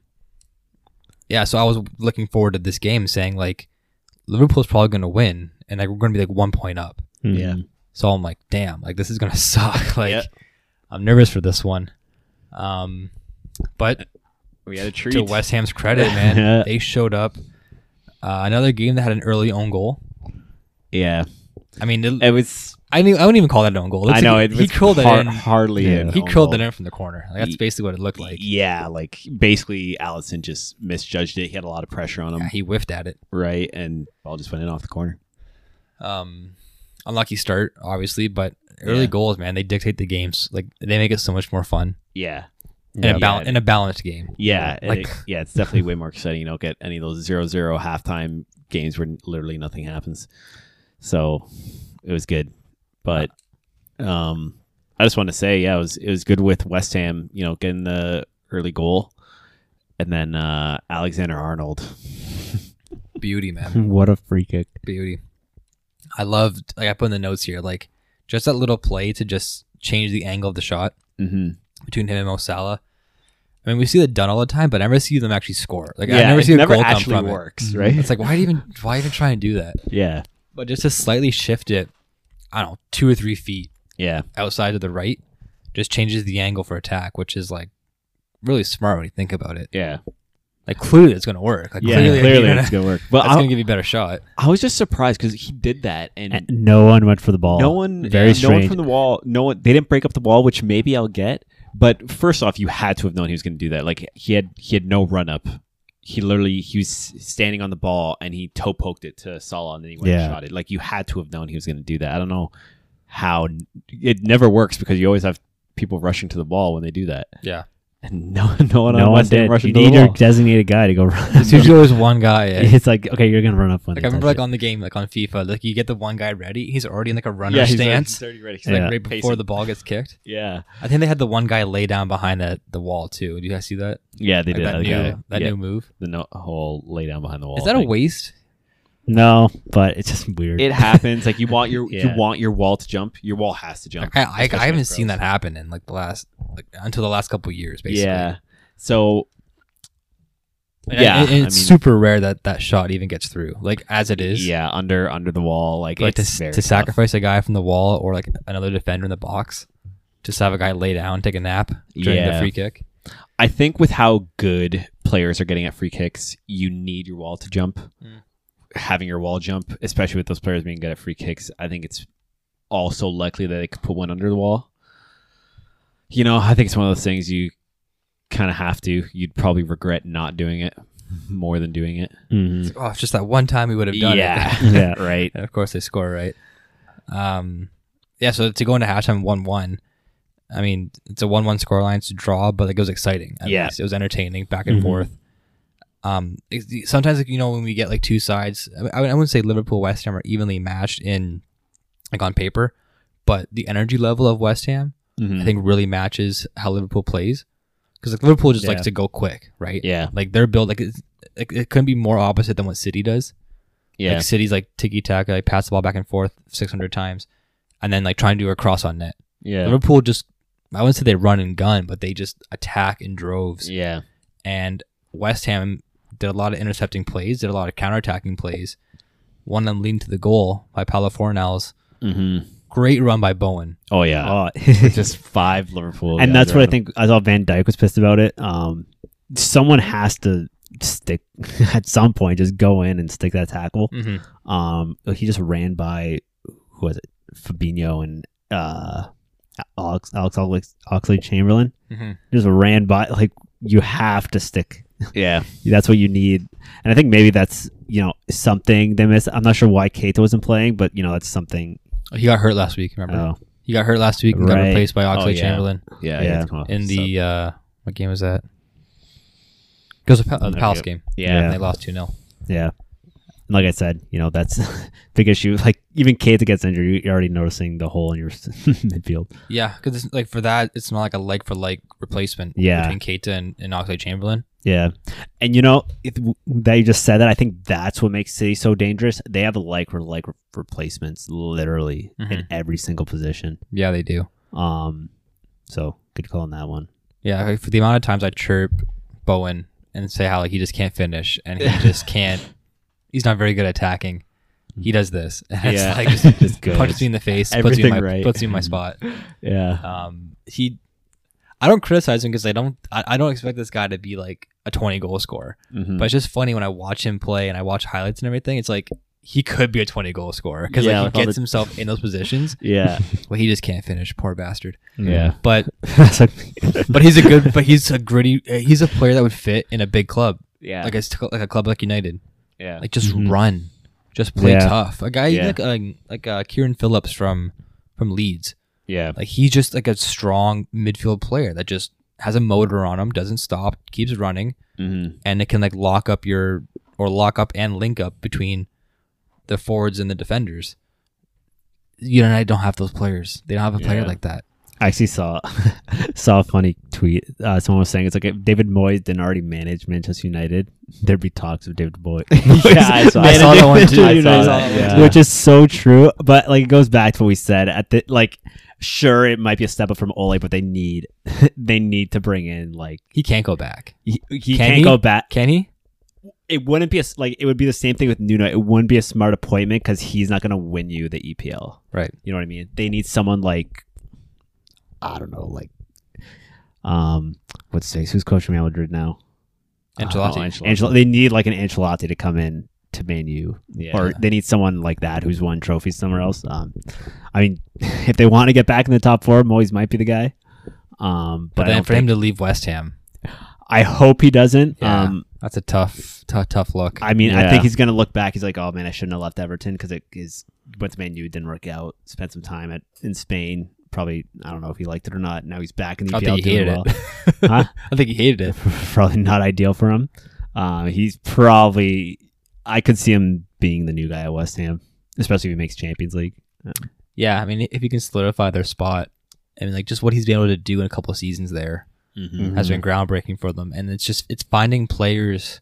Speaker 3: yeah, so I was looking forward to this game, saying like Liverpool's probably going to win, and like we're going to be like one point up.
Speaker 5: Yeah.
Speaker 3: So I'm like, damn, like this is gonna suck. like
Speaker 5: Yeah.
Speaker 3: I'm nervous for this one. Um, but
Speaker 5: We had a treat.
Speaker 3: to West Ham's credit, man, they showed up. Uh, another game that had an early own goal.
Speaker 5: Yeah.
Speaker 3: I mean, it,
Speaker 5: It was.
Speaker 3: I knew I wouldn't even call that an own goal. It
Speaker 5: I
Speaker 3: looks
Speaker 5: know
Speaker 3: like
Speaker 5: it.
Speaker 3: he,
Speaker 5: was
Speaker 3: curled
Speaker 5: har-
Speaker 3: it in.
Speaker 5: Hardly.
Speaker 4: Yeah.
Speaker 5: an
Speaker 3: he
Speaker 5: own
Speaker 3: curled
Speaker 5: goal.
Speaker 3: it in from the corner. Like, that's
Speaker 5: Ye-
Speaker 3: basically what it looked like.
Speaker 5: yeah, like basically Allison just misjudged it. He had a lot of pressure on him,
Speaker 3: Yeah, he whiffed at it.
Speaker 5: right? And ball just went in off the corner.
Speaker 3: Um, unlucky start, obviously, but early
Speaker 5: Yeah.
Speaker 3: goals, man, they dictate the games. Like they make it so much more fun
Speaker 5: Yeah.
Speaker 3: and a bal- in a balanced game.
Speaker 5: Yeah, and
Speaker 3: Like-
Speaker 5: it- yeah, it's definitely way more exciting. You don't get any of those zero zero halftime games where literally nothing happens. So it was good, but um, I just want to say, yeah, it was it was good with West Ham. You know, getting the early goal, and then uh, Alexander Arnold.
Speaker 3: Beauty, man.
Speaker 4: What a free kick.
Speaker 3: beauty. I loved like I put in the notes here, like just that little play to just change the angle of the shot
Speaker 5: Mm-hmm.
Speaker 3: between him and Mo Salah. I mean, we see that done all the time, but I never see them actually score. Like I
Speaker 5: Yeah,
Speaker 3: never
Speaker 5: it
Speaker 3: see a
Speaker 5: never
Speaker 3: goal come
Speaker 5: actually
Speaker 3: from
Speaker 5: works,
Speaker 4: Mm-hmm.
Speaker 3: it.
Speaker 5: right?
Speaker 3: It's like why do you even why even try and do that?
Speaker 5: Yeah,
Speaker 3: But just to slightly shift it, I don't know, two or three feet
Speaker 5: yeah,
Speaker 3: outside to the right, just changes the angle for attack, which is like really smart when you think about it.
Speaker 5: yeah,
Speaker 3: Like clearly it's gonna work. Like
Speaker 5: yeah.
Speaker 3: clearly,
Speaker 5: Clearly,
Speaker 3: clearly
Speaker 5: it's gonna work. But
Speaker 3: that's
Speaker 5: I,
Speaker 3: gonna give you a better shot.
Speaker 5: I was just surprised because he did that, and
Speaker 4: And no one went for the ball.
Speaker 5: No one,
Speaker 4: Very
Speaker 5: yeah, no one
Speaker 4: strange.
Speaker 5: from the wall. No one. They didn't break up the wall, which maybe I'll get. But first off, you had to have known he was going to do that. Like he had, he had no run up. He literally he was standing on the ball and he toe poked it to Salah and then he went
Speaker 4: Yeah.
Speaker 5: and shot it. Like you had to have known he was going to do that. I don't know how it never works because you always have people rushing to the ball when they do that.
Speaker 3: Yeah.
Speaker 5: And no, no one
Speaker 4: no
Speaker 5: on
Speaker 4: one
Speaker 5: West Ham
Speaker 4: did. You
Speaker 5: rushing to
Speaker 4: need
Speaker 5: the
Speaker 4: your
Speaker 5: ball.
Speaker 4: designated guy to go run.
Speaker 3: There's usually always one guy. eh?
Speaker 4: it's like okay, you're gonna run up one.
Speaker 3: Like I remember, like on the game, like on FIFA, like you get the one guy ready, he's already in like a runner
Speaker 5: yeah, he's already-
Speaker 3: stance,
Speaker 5: he's already ready. He's
Speaker 3: like
Speaker 5: like
Speaker 3: right
Speaker 5: pacing.
Speaker 3: before the ball gets kicked.
Speaker 5: yeah,
Speaker 3: I think they had the one guy lay down behind that the wall too. Do you guys see that?
Speaker 5: yeah, they
Speaker 3: Like
Speaker 5: did
Speaker 3: that new
Speaker 5: yeah,
Speaker 3: that
Speaker 5: yeah,
Speaker 3: new move.
Speaker 5: the no- whole lay down behind the wall.
Speaker 3: Is that a
Speaker 5: thing.
Speaker 3: waste?
Speaker 4: no, but it's just weird.
Speaker 5: it happens. Like you want your
Speaker 4: Yeah.
Speaker 5: you want your wall to jump. Your wall has to jump.
Speaker 3: Like, I I, I
Speaker 5: Especially
Speaker 3: haven't
Speaker 5: with
Speaker 3: seen
Speaker 5: pros.
Speaker 3: that happen in like the last like until the last couple of years. Basically,
Speaker 5: Yeah. So
Speaker 3: Like,
Speaker 5: yeah,
Speaker 3: and- and
Speaker 5: I
Speaker 3: it's
Speaker 5: mean-
Speaker 3: super rare that that shot even gets through. Like as it is,
Speaker 5: yeah, under under the wall, like
Speaker 3: Like to,
Speaker 5: it's
Speaker 3: s-
Speaker 5: very
Speaker 3: to
Speaker 5: tough.
Speaker 3: sacrifice a guy from the wall or like another defender in the box, just have a guy lay down, take a nap during the
Speaker 5: Yeah.
Speaker 3: free kick.
Speaker 5: I think with how good players are getting at free kicks, you need your wall to jump.
Speaker 3: Mm.
Speaker 5: Having your wall jump, especially with those players being good at free kicks, I think it's also likely that they could put one under the wall. You know, I think it's one of those things you kind of have to. You'd probably regret not doing it more than doing it.
Speaker 4: Mhm.
Speaker 3: Oh, it's just that one time we would have done it.
Speaker 5: yeah,
Speaker 4: Yeah.
Speaker 5: right.
Speaker 3: And of course, they score right. Um, yeah, so to go into halftime one-one, I mean, it's a one-one scoreline. It's a draw, but like, it was exciting. at
Speaker 5: Yeah.
Speaker 3: least. it was entertaining, back and
Speaker 4: Mhm.
Speaker 3: forth. Um, it's- sometimes like you know when we get like two sides, I, mean, I wouldn't say Liverpool West Ham are evenly matched in like on paper, but the energy level of West Ham
Speaker 5: Mhm.
Speaker 3: I think really matches how Liverpool plays because like Liverpool just
Speaker 5: Yeah.
Speaker 3: likes to go quick, right?
Speaker 5: Yeah,
Speaker 3: Like they're built like it's, like it couldn't be more opposite than what City does.
Speaker 5: yeah,
Speaker 3: Like cities like tiki taka, like pass the ball back and forth 600 times, and then like try and do a cross on net.
Speaker 5: yeah,
Speaker 3: Liverpool just, I wouldn't say they run and gun, but they just attack in droves.
Speaker 5: yeah,
Speaker 3: And West Ham did a lot of intercepting plays, did a lot of counterattacking plays. One of them leading to the goal by Paulo Fornals.
Speaker 5: hmm
Speaker 3: Great run by Bowen.
Speaker 5: Oh yeah,
Speaker 4: Oh.
Speaker 5: just five Liverpool,
Speaker 4: and
Speaker 5: guys
Speaker 4: that's what I
Speaker 5: around him.
Speaker 4: think. I thought Van Dyke was pissed about it. Um, someone has to stick at some point. Just go in and stick that tackle.
Speaker 3: Mm-hmm.
Speaker 4: Um, he just ran by who was it? Fabinho and uh, Alex Alex, Alex Oxley Chamberlain.
Speaker 3: Mm-hmm.
Speaker 4: Just ran by. Like you have to stick.
Speaker 5: Yeah,
Speaker 4: That's what you need. And I think maybe that's you know something they missed. I'm not sure why Keita wasn't playing, but you know that's something.
Speaker 3: He got hurt last week, remember?
Speaker 4: Oh,
Speaker 3: He got hurt last week and got
Speaker 4: Right.
Speaker 3: replaced by Oxley
Speaker 5: Oh, yeah.
Speaker 3: Chamberlain
Speaker 5: yeah,
Speaker 4: Yeah.
Speaker 5: it's come off
Speaker 3: in
Speaker 5: the sub.
Speaker 3: the, uh, what game was that? It was a, pa- uh, the
Speaker 5: Okay.
Speaker 3: Palace game.
Speaker 5: yeah,
Speaker 4: Yeah.
Speaker 3: And they lost 2 0.
Speaker 4: yeah. And like I said, you know that's big issue. Like even Keita gets injured, you're already noticing the hole in your midfield.
Speaker 3: Yeah, because like for that, it's not like a like for like replacement
Speaker 4: Yeah.
Speaker 3: between Keita and, and Oxley Chamberlain.
Speaker 4: Yeah, and you know it, that you just said that. I think that's what makes City so dangerous. They have like for like re- replacements literally in
Speaker 5: Mm-hmm.
Speaker 3: Mhm.
Speaker 4: every single position.
Speaker 3: Yeah, they do.
Speaker 4: Um, so good call on that one.
Speaker 3: Yeah, like, for the amount of times I chirp Bowen and say how like he just can't finish and he just can't. He's not very good at attacking. He does this. And
Speaker 4: Yeah.
Speaker 3: it's like
Speaker 4: Just
Speaker 3: just
Speaker 4: good.
Speaker 3: punches me in the face, puts me in
Speaker 4: Everything
Speaker 3: my
Speaker 4: right.
Speaker 3: puts me in my spot.
Speaker 4: Yeah,
Speaker 3: Um, he, I don't criticize him because I don't I, I don't expect this guy to be like a twenty goal scorer.
Speaker 4: Mm-hmm.
Speaker 5: Mhm.
Speaker 3: But it's just funny when I watch him play and I watch highlights and everything. It's like he could be a twenty goal scorer because
Speaker 4: Yeah,
Speaker 3: like
Speaker 4: with
Speaker 3: he
Speaker 4: all
Speaker 3: gets
Speaker 4: the-
Speaker 3: himself in those positions,
Speaker 4: yeah,
Speaker 3: but he just can't finish. Poor bastard.
Speaker 4: yeah.
Speaker 3: But
Speaker 4: That's like-
Speaker 3: but he's a good but he's a gritty uh, he's a player that would fit in a big club
Speaker 5: yeah,
Speaker 3: like a s- like a club like United
Speaker 5: yeah,
Speaker 3: like just
Speaker 4: Mhm.
Speaker 3: run just play
Speaker 4: Yeah.
Speaker 3: tough a guy
Speaker 4: Yeah.
Speaker 3: like um, like uh, Kieran Phillips from from Leeds
Speaker 5: yeah,
Speaker 3: like he's just like a strong midfield player that just has a motor on him doesn't stop keeps running
Speaker 5: Mhm.
Speaker 3: and it can like lock up your or lock up and link up between the forwards and the defenders you know I don't have those players they don't have a player
Speaker 5: Yeah.
Speaker 3: like that
Speaker 4: I actually saw saw a funny tweet. Uh, someone was saying it's like if David Moyes didn't already manage Manchester United, there'd be talks of David Moyes.
Speaker 5: Yeah, I saw
Speaker 3: I
Speaker 5: that.
Speaker 3: saw that one too.
Speaker 5: I saw
Speaker 3: Managing
Speaker 5: that,
Speaker 3: Manchester
Speaker 5: yeah.
Speaker 3: United.
Speaker 4: which is so true. But like it goes back to what we said at the like. Sure, it might be a step up from Ole, but they need they need to bring in like
Speaker 3: he can't go back
Speaker 4: he, he
Speaker 3: Can
Speaker 4: can't
Speaker 3: he?
Speaker 4: go back.
Speaker 3: can he
Speaker 4: It wouldn't be a s- like it would be the same thing with Nuno. It wouldn't be a smart appointment because he's not going to win you the EPL.
Speaker 3: right
Speaker 4: You know what I mean? They need someone like I don't know, like um what's this? Who's coaching Real Madrid now? Uh,
Speaker 3: Ancelotti
Speaker 5: Oh, Ancelotti.
Speaker 4: Angel they need like an Ancelotti to come in to Man U.
Speaker 5: Yeah.
Speaker 4: Or they need someone like that who's won trophies somewhere else. Um I mean, if they want to get back in the top four, Moyes might be the guy. Um
Speaker 3: But
Speaker 4: but, I,
Speaker 3: then
Speaker 4: don't
Speaker 3: for
Speaker 4: think,
Speaker 3: him to leave West Ham,
Speaker 4: I hope he doesn't.
Speaker 3: yeah,
Speaker 4: Um
Speaker 3: that's a tough, tough, tough look.
Speaker 4: I mean, I
Speaker 5: Yeah.
Speaker 4: think he's gonna look back. He's like, "Oh man, I shouldn't have left Everton because it is went to Man U, didn't work out. Spent some time at in Spain. Probably, I don't know if he liked it or not. Now he's back in the
Speaker 3: I
Speaker 4: EPL
Speaker 3: think he
Speaker 4: doing
Speaker 3: hated
Speaker 4: well.
Speaker 3: it.
Speaker 4: Huh?
Speaker 3: I think he hated it.
Speaker 4: probably not ideal for him. Uh, he's probably. I could see him being the new guy at West Ham, especially if he makes Champions League.
Speaker 3: Yeah, I mean, if he can solidify their spot, I mean, like just what he's been able to do in a couple of seasons there
Speaker 4: Mm-hmm.
Speaker 3: has been groundbreaking for them. And it's just it's finding players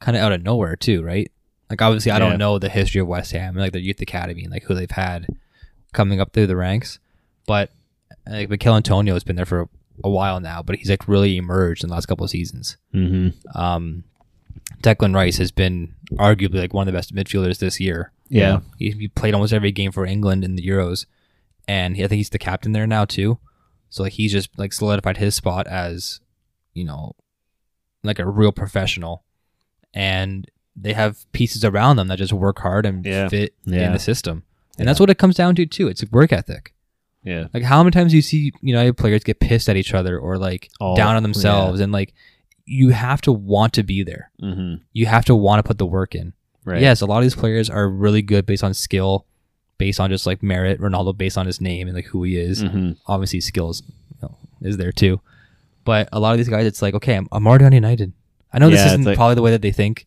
Speaker 3: kind of out of nowhere too, right? Like obviously, I
Speaker 4: Yeah.
Speaker 3: don't know the history of West Ham, like their youth academy, and like who they've had coming up through the ranks, but like Mikel Antonio has been there for a while now, but he's like really emerged in the last couple of seasons.
Speaker 4: Mm-hmm.
Speaker 3: Um, Declan Rice has been arguably like one of the best midfielders this year.
Speaker 4: Yeah.
Speaker 3: he, he played almost every game for England in the Euros, and he, I think he's the captain there now too. So like he's just like solidified his spot as, you know, like a real professional, and they have pieces around them that just work hard and
Speaker 5: Yeah.
Speaker 3: fit
Speaker 4: Yeah.
Speaker 3: in the system, and that's what it comes down to too. It's work ethic.
Speaker 5: yeah.
Speaker 3: Like how many times do you see United players get pissed at each other or like
Speaker 4: Oh,
Speaker 3: down on themselves, and like you have to want to be there
Speaker 5: Mm-hmm.
Speaker 3: you have to want to put the work in.
Speaker 5: Right.
Speaker 3: Yes, a lot of these players are really good based on skill, based on just like merit. Ronaldo based on his name and like who he is.
Speaker 5: Mm-hmm.
Speaker 3: Obviously, skills you know, is there too. But a lot of these guys, it's like, okay, I'm, I'm already on United. I know
Speaker 5: Yeah,
Speaker 3: this
Speaker 5: it's
Speaker 3: isn't
Speaker 5: like-
Speaker 3: probably the way that they think,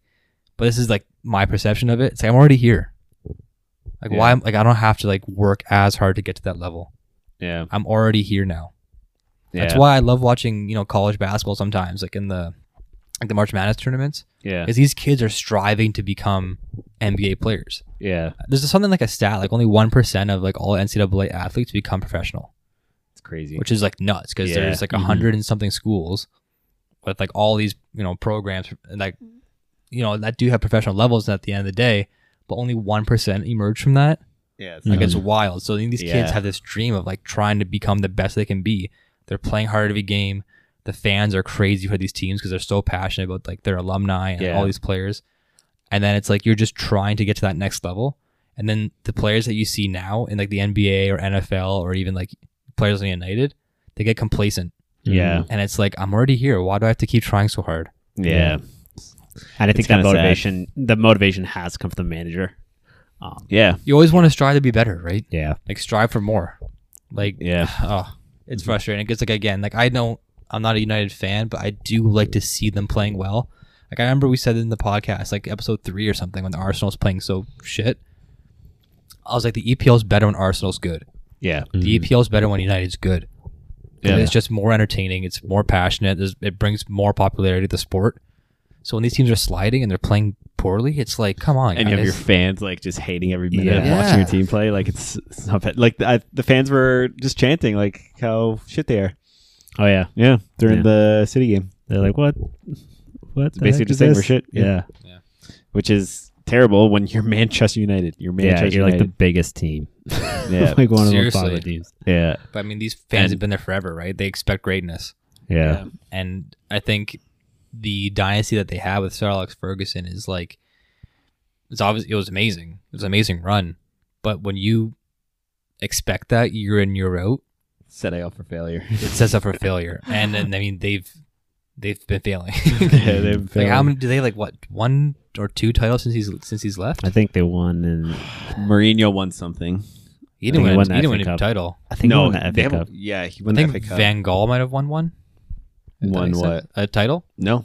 Speaker 3: but this is like my perception of it. It's like I'm already here. Like
Speaker 5: Yeah.
Speaker 3: why? am- Like I don't have to like work as hard to get to that level.
Speaker 5: Yeah.
Speaker 3: I'm already here now. That's
Speaker 5: Yeah.
Speaker 3: why I love watching you know college basketball sometimes, like in the like the March Madness tournaments
Speaker 5: Yeah.
Speaker 3: is these kids are striving to become NBA players.
Speaker 5: Yeah.
Speaker 3: There's something like a stat, like only one percent of like all NCAA athletes become professional,
Speaker 5: It's crazy.
Speaker 3: which is like nuts because
Speaker 5: Yeah. Mm-hmm.
Speaker 3: there's like a
Speaker 4: Mhm.
Speaker 3: 100 and something schools with like all these you know programs and like you know that do have professional levels at the end of the day, but only one percent emerge from that.
Speaker 5: yeah. It's
Speaker 3: Like
Speaker 5: nuts.
Speaker 3: it's wild. So these kids
Speaker 5: Mm-hmm. Yeah.
Speaker 3: have this dream of like trying to become the best they can be. They're playing hard every game. The fans are crazy for these teams because they're so passionate about like their alumni and
Speaker 5: Yeah.
Speaker 3: all these players. And then it's like you're just trying to get to that next level. And then the players that you see now in like the NBA or NFL or even like players on United, they get complacent.
Speaker 5: Mm-hmm.
Speaker 4: Yeah.
Speaker 3: And it's like I'm already here. Why do I have to keep trying so hard?
Speaker 5: yeah.
Speaker 4: And I think that
Speaker 5: kinda sad.
Speaker 4: motivation, the motivation has come from the manager.
Speaker 5: Yeah.
Speaker 3: You always want to strive to be better, right?
Speaker 4: Yeah,
Speaker 3: Like strive for more. Like
Speaker 5: Yeah.
Speaker 3: oh, it's frustrating because like again, like I know I'm not a United fan, but I do like to see them playing well. Like I remember we said it in the podcast, like episode three or something, when the Arsenal's playing so shit. I was like, the E EPL's better when Arsenal's good.
Speaker 4: Yeah.
Speaker 5: Mm.
Speaker 3: The E EPL's better when United's good.
Speaker 4: Yeah.
Speaker 3: It's just more entertaining. It's more passionate. There's, it brings more popularity to the sport. So when these teams are sliding and they're playing poorly, it's like, come on,
Speaker 5: and you have
Speaker 3: guys.
Speaker 5: your fans like just hating every minute of
Speaker 3: Yeah.
Speaker 5: watching your
Speaker 3: Yeah.
Speaker 5: team play. Like it's, it's not bad. like I, the fans were just chanting like how shit they are.
Speaker 4: Oh yeah.
Speaker 5: Yeah, during
Speaker 4: Yeah.
Speaker 5: the city game,
Speaker 4: They're like, what? What? the
Speaker 5: basically
Speaker 4: heck
Speaker 5: just
Speaker 4: is
Speaker 5: saying
Speaker 4: this?
Speaker 5: we're shit.
Speaker 4: Yeah. Yeah.
Speaker 5: which is terrible when you're Manchester United. You're Manchester
Speaker 4: you're like the
Speaker 5: United.
Speaker 4: biggest team.
Speaker 5: yeah.
Speaker 4: like one
Speaker 3: Seriously.
Speaker 4: of the five teams. Yeah.
Speaker 3: But I mean, these fans
Speaker 4: And-
Speaker 3: have been there forever, right? They expect greatness,
Speaker 4: Yeah.
Speaker 3: and I think the dynasty that they have with Sir Alex Ferguson is like, it's obvious. It was amazing. It was an amazing run, but when you expect that year in year out,
Speaker 5: Setting up for failure.
Speaker 3: it sets up for failure. And and I mean, they've they've been failing.
Speaker 5: yeah, they've
Speaker 3: like
Speaker 5: failed.
Speaker 3: how many do they like? What one or two titles since he's since he's left?
Speaker 4: I think they won and
Speaker 5: Mourinho won something.
Speaker 3: He didn't win. a-
Speaker 4: think he won
Speaker 3: He
Speaker 4: the
Speaker 3: didn't win
Speaker 4: FA
Speaker 3: a
Speaker 4: Cup.
Speaker 3: title.
Speaker 4: I think
Speaker 5: no,
Speaker 4: they won
Speaker 5: they
Speaker 4: the FA
Speaker 5: haven't-
Speaker 4: Cup.
Speaker 5: yeah, he
Speaker 3: I
Speaker 5: won the
Speaker 3: think
Speaker 5: FA Cup.
Speaker 3: Van Gaal might have won one. If that
Speaker 5: Won
Speaker 3: makes sense. A title?
Speaker 5: no,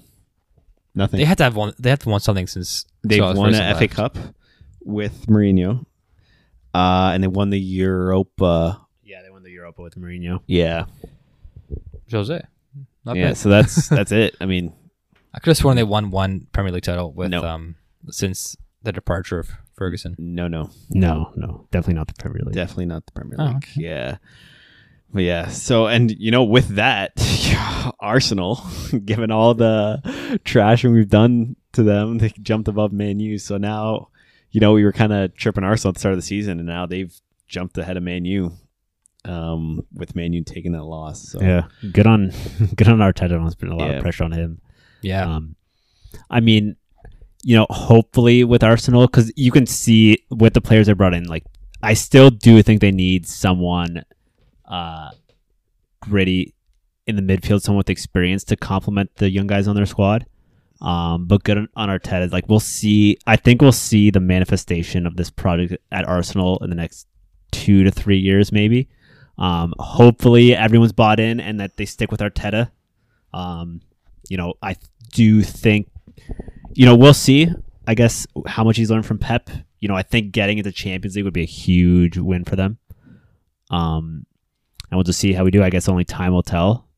Speaker 5: nothing.
Speaker 3: They had to have won. They had to won something since
Speaker 5: They've
Speaker 3: Suarez
Speaker 5: won
Speaker 3: first
Speaker 5: an
Speaker 3: left.
Speaker 5: FA Cup with Mourinho, uh, and they won the Europa.
Speaker 4: Yeah, they won the Europa with Mourinho.
Speaker 5: Yeah,
Speaker 3: Jose. Not
Speaker 5: yeah.
Speaker 3: bad.
Speaker 5: So that's that's it. I mean,
Speaker 3: I could have sworn they won one Premier League title with
Speaker 5: No.
Speaker 3: um since the departure of Ferguson.
Speaker 5: no, no,
Speaker 4: No, no, definitely not the Premier League.
Speaker 5: definitely not the Premier
Speaker 3: Oh,
Speaker 5: League. Yeah, but yeah. So and you know, with that, Arsenal, given all the trashing we've done to them, they jumped above Man U. So now, you know, we were kind of tripping Arsenal at the start of the season, and now they've jumped ahead of Man U. Um, with Man U taking that loss, so
Speaker 4: Yeah, good on, good on Arteta. It's been a lot
Speaker 5: Yeah.
Speaker 4: of pressure on him.
Speaker 3: Yeah.
Speaker 4: Um, I mean, you know, hopefully with Arsenal, because you can see with the players they brought in, like, I still do think they need someone uh, gritty in the midfield, someone with experience to complement the young guys on their squad. Um, but good on- on Arteta. Like, we'll see. I think we'll see the manifestation of this project at Arsenal in the next two to three years, maybe. Um, hopefully, everyone's bought in and that they stick with Arteta. Um, you know, I do think, you know, we'll see. I guess how much he's learned from Pep. You know, I think getting into Champions League would be a huge win for them. Um, and we'll just see how we do. I guess only time will tell.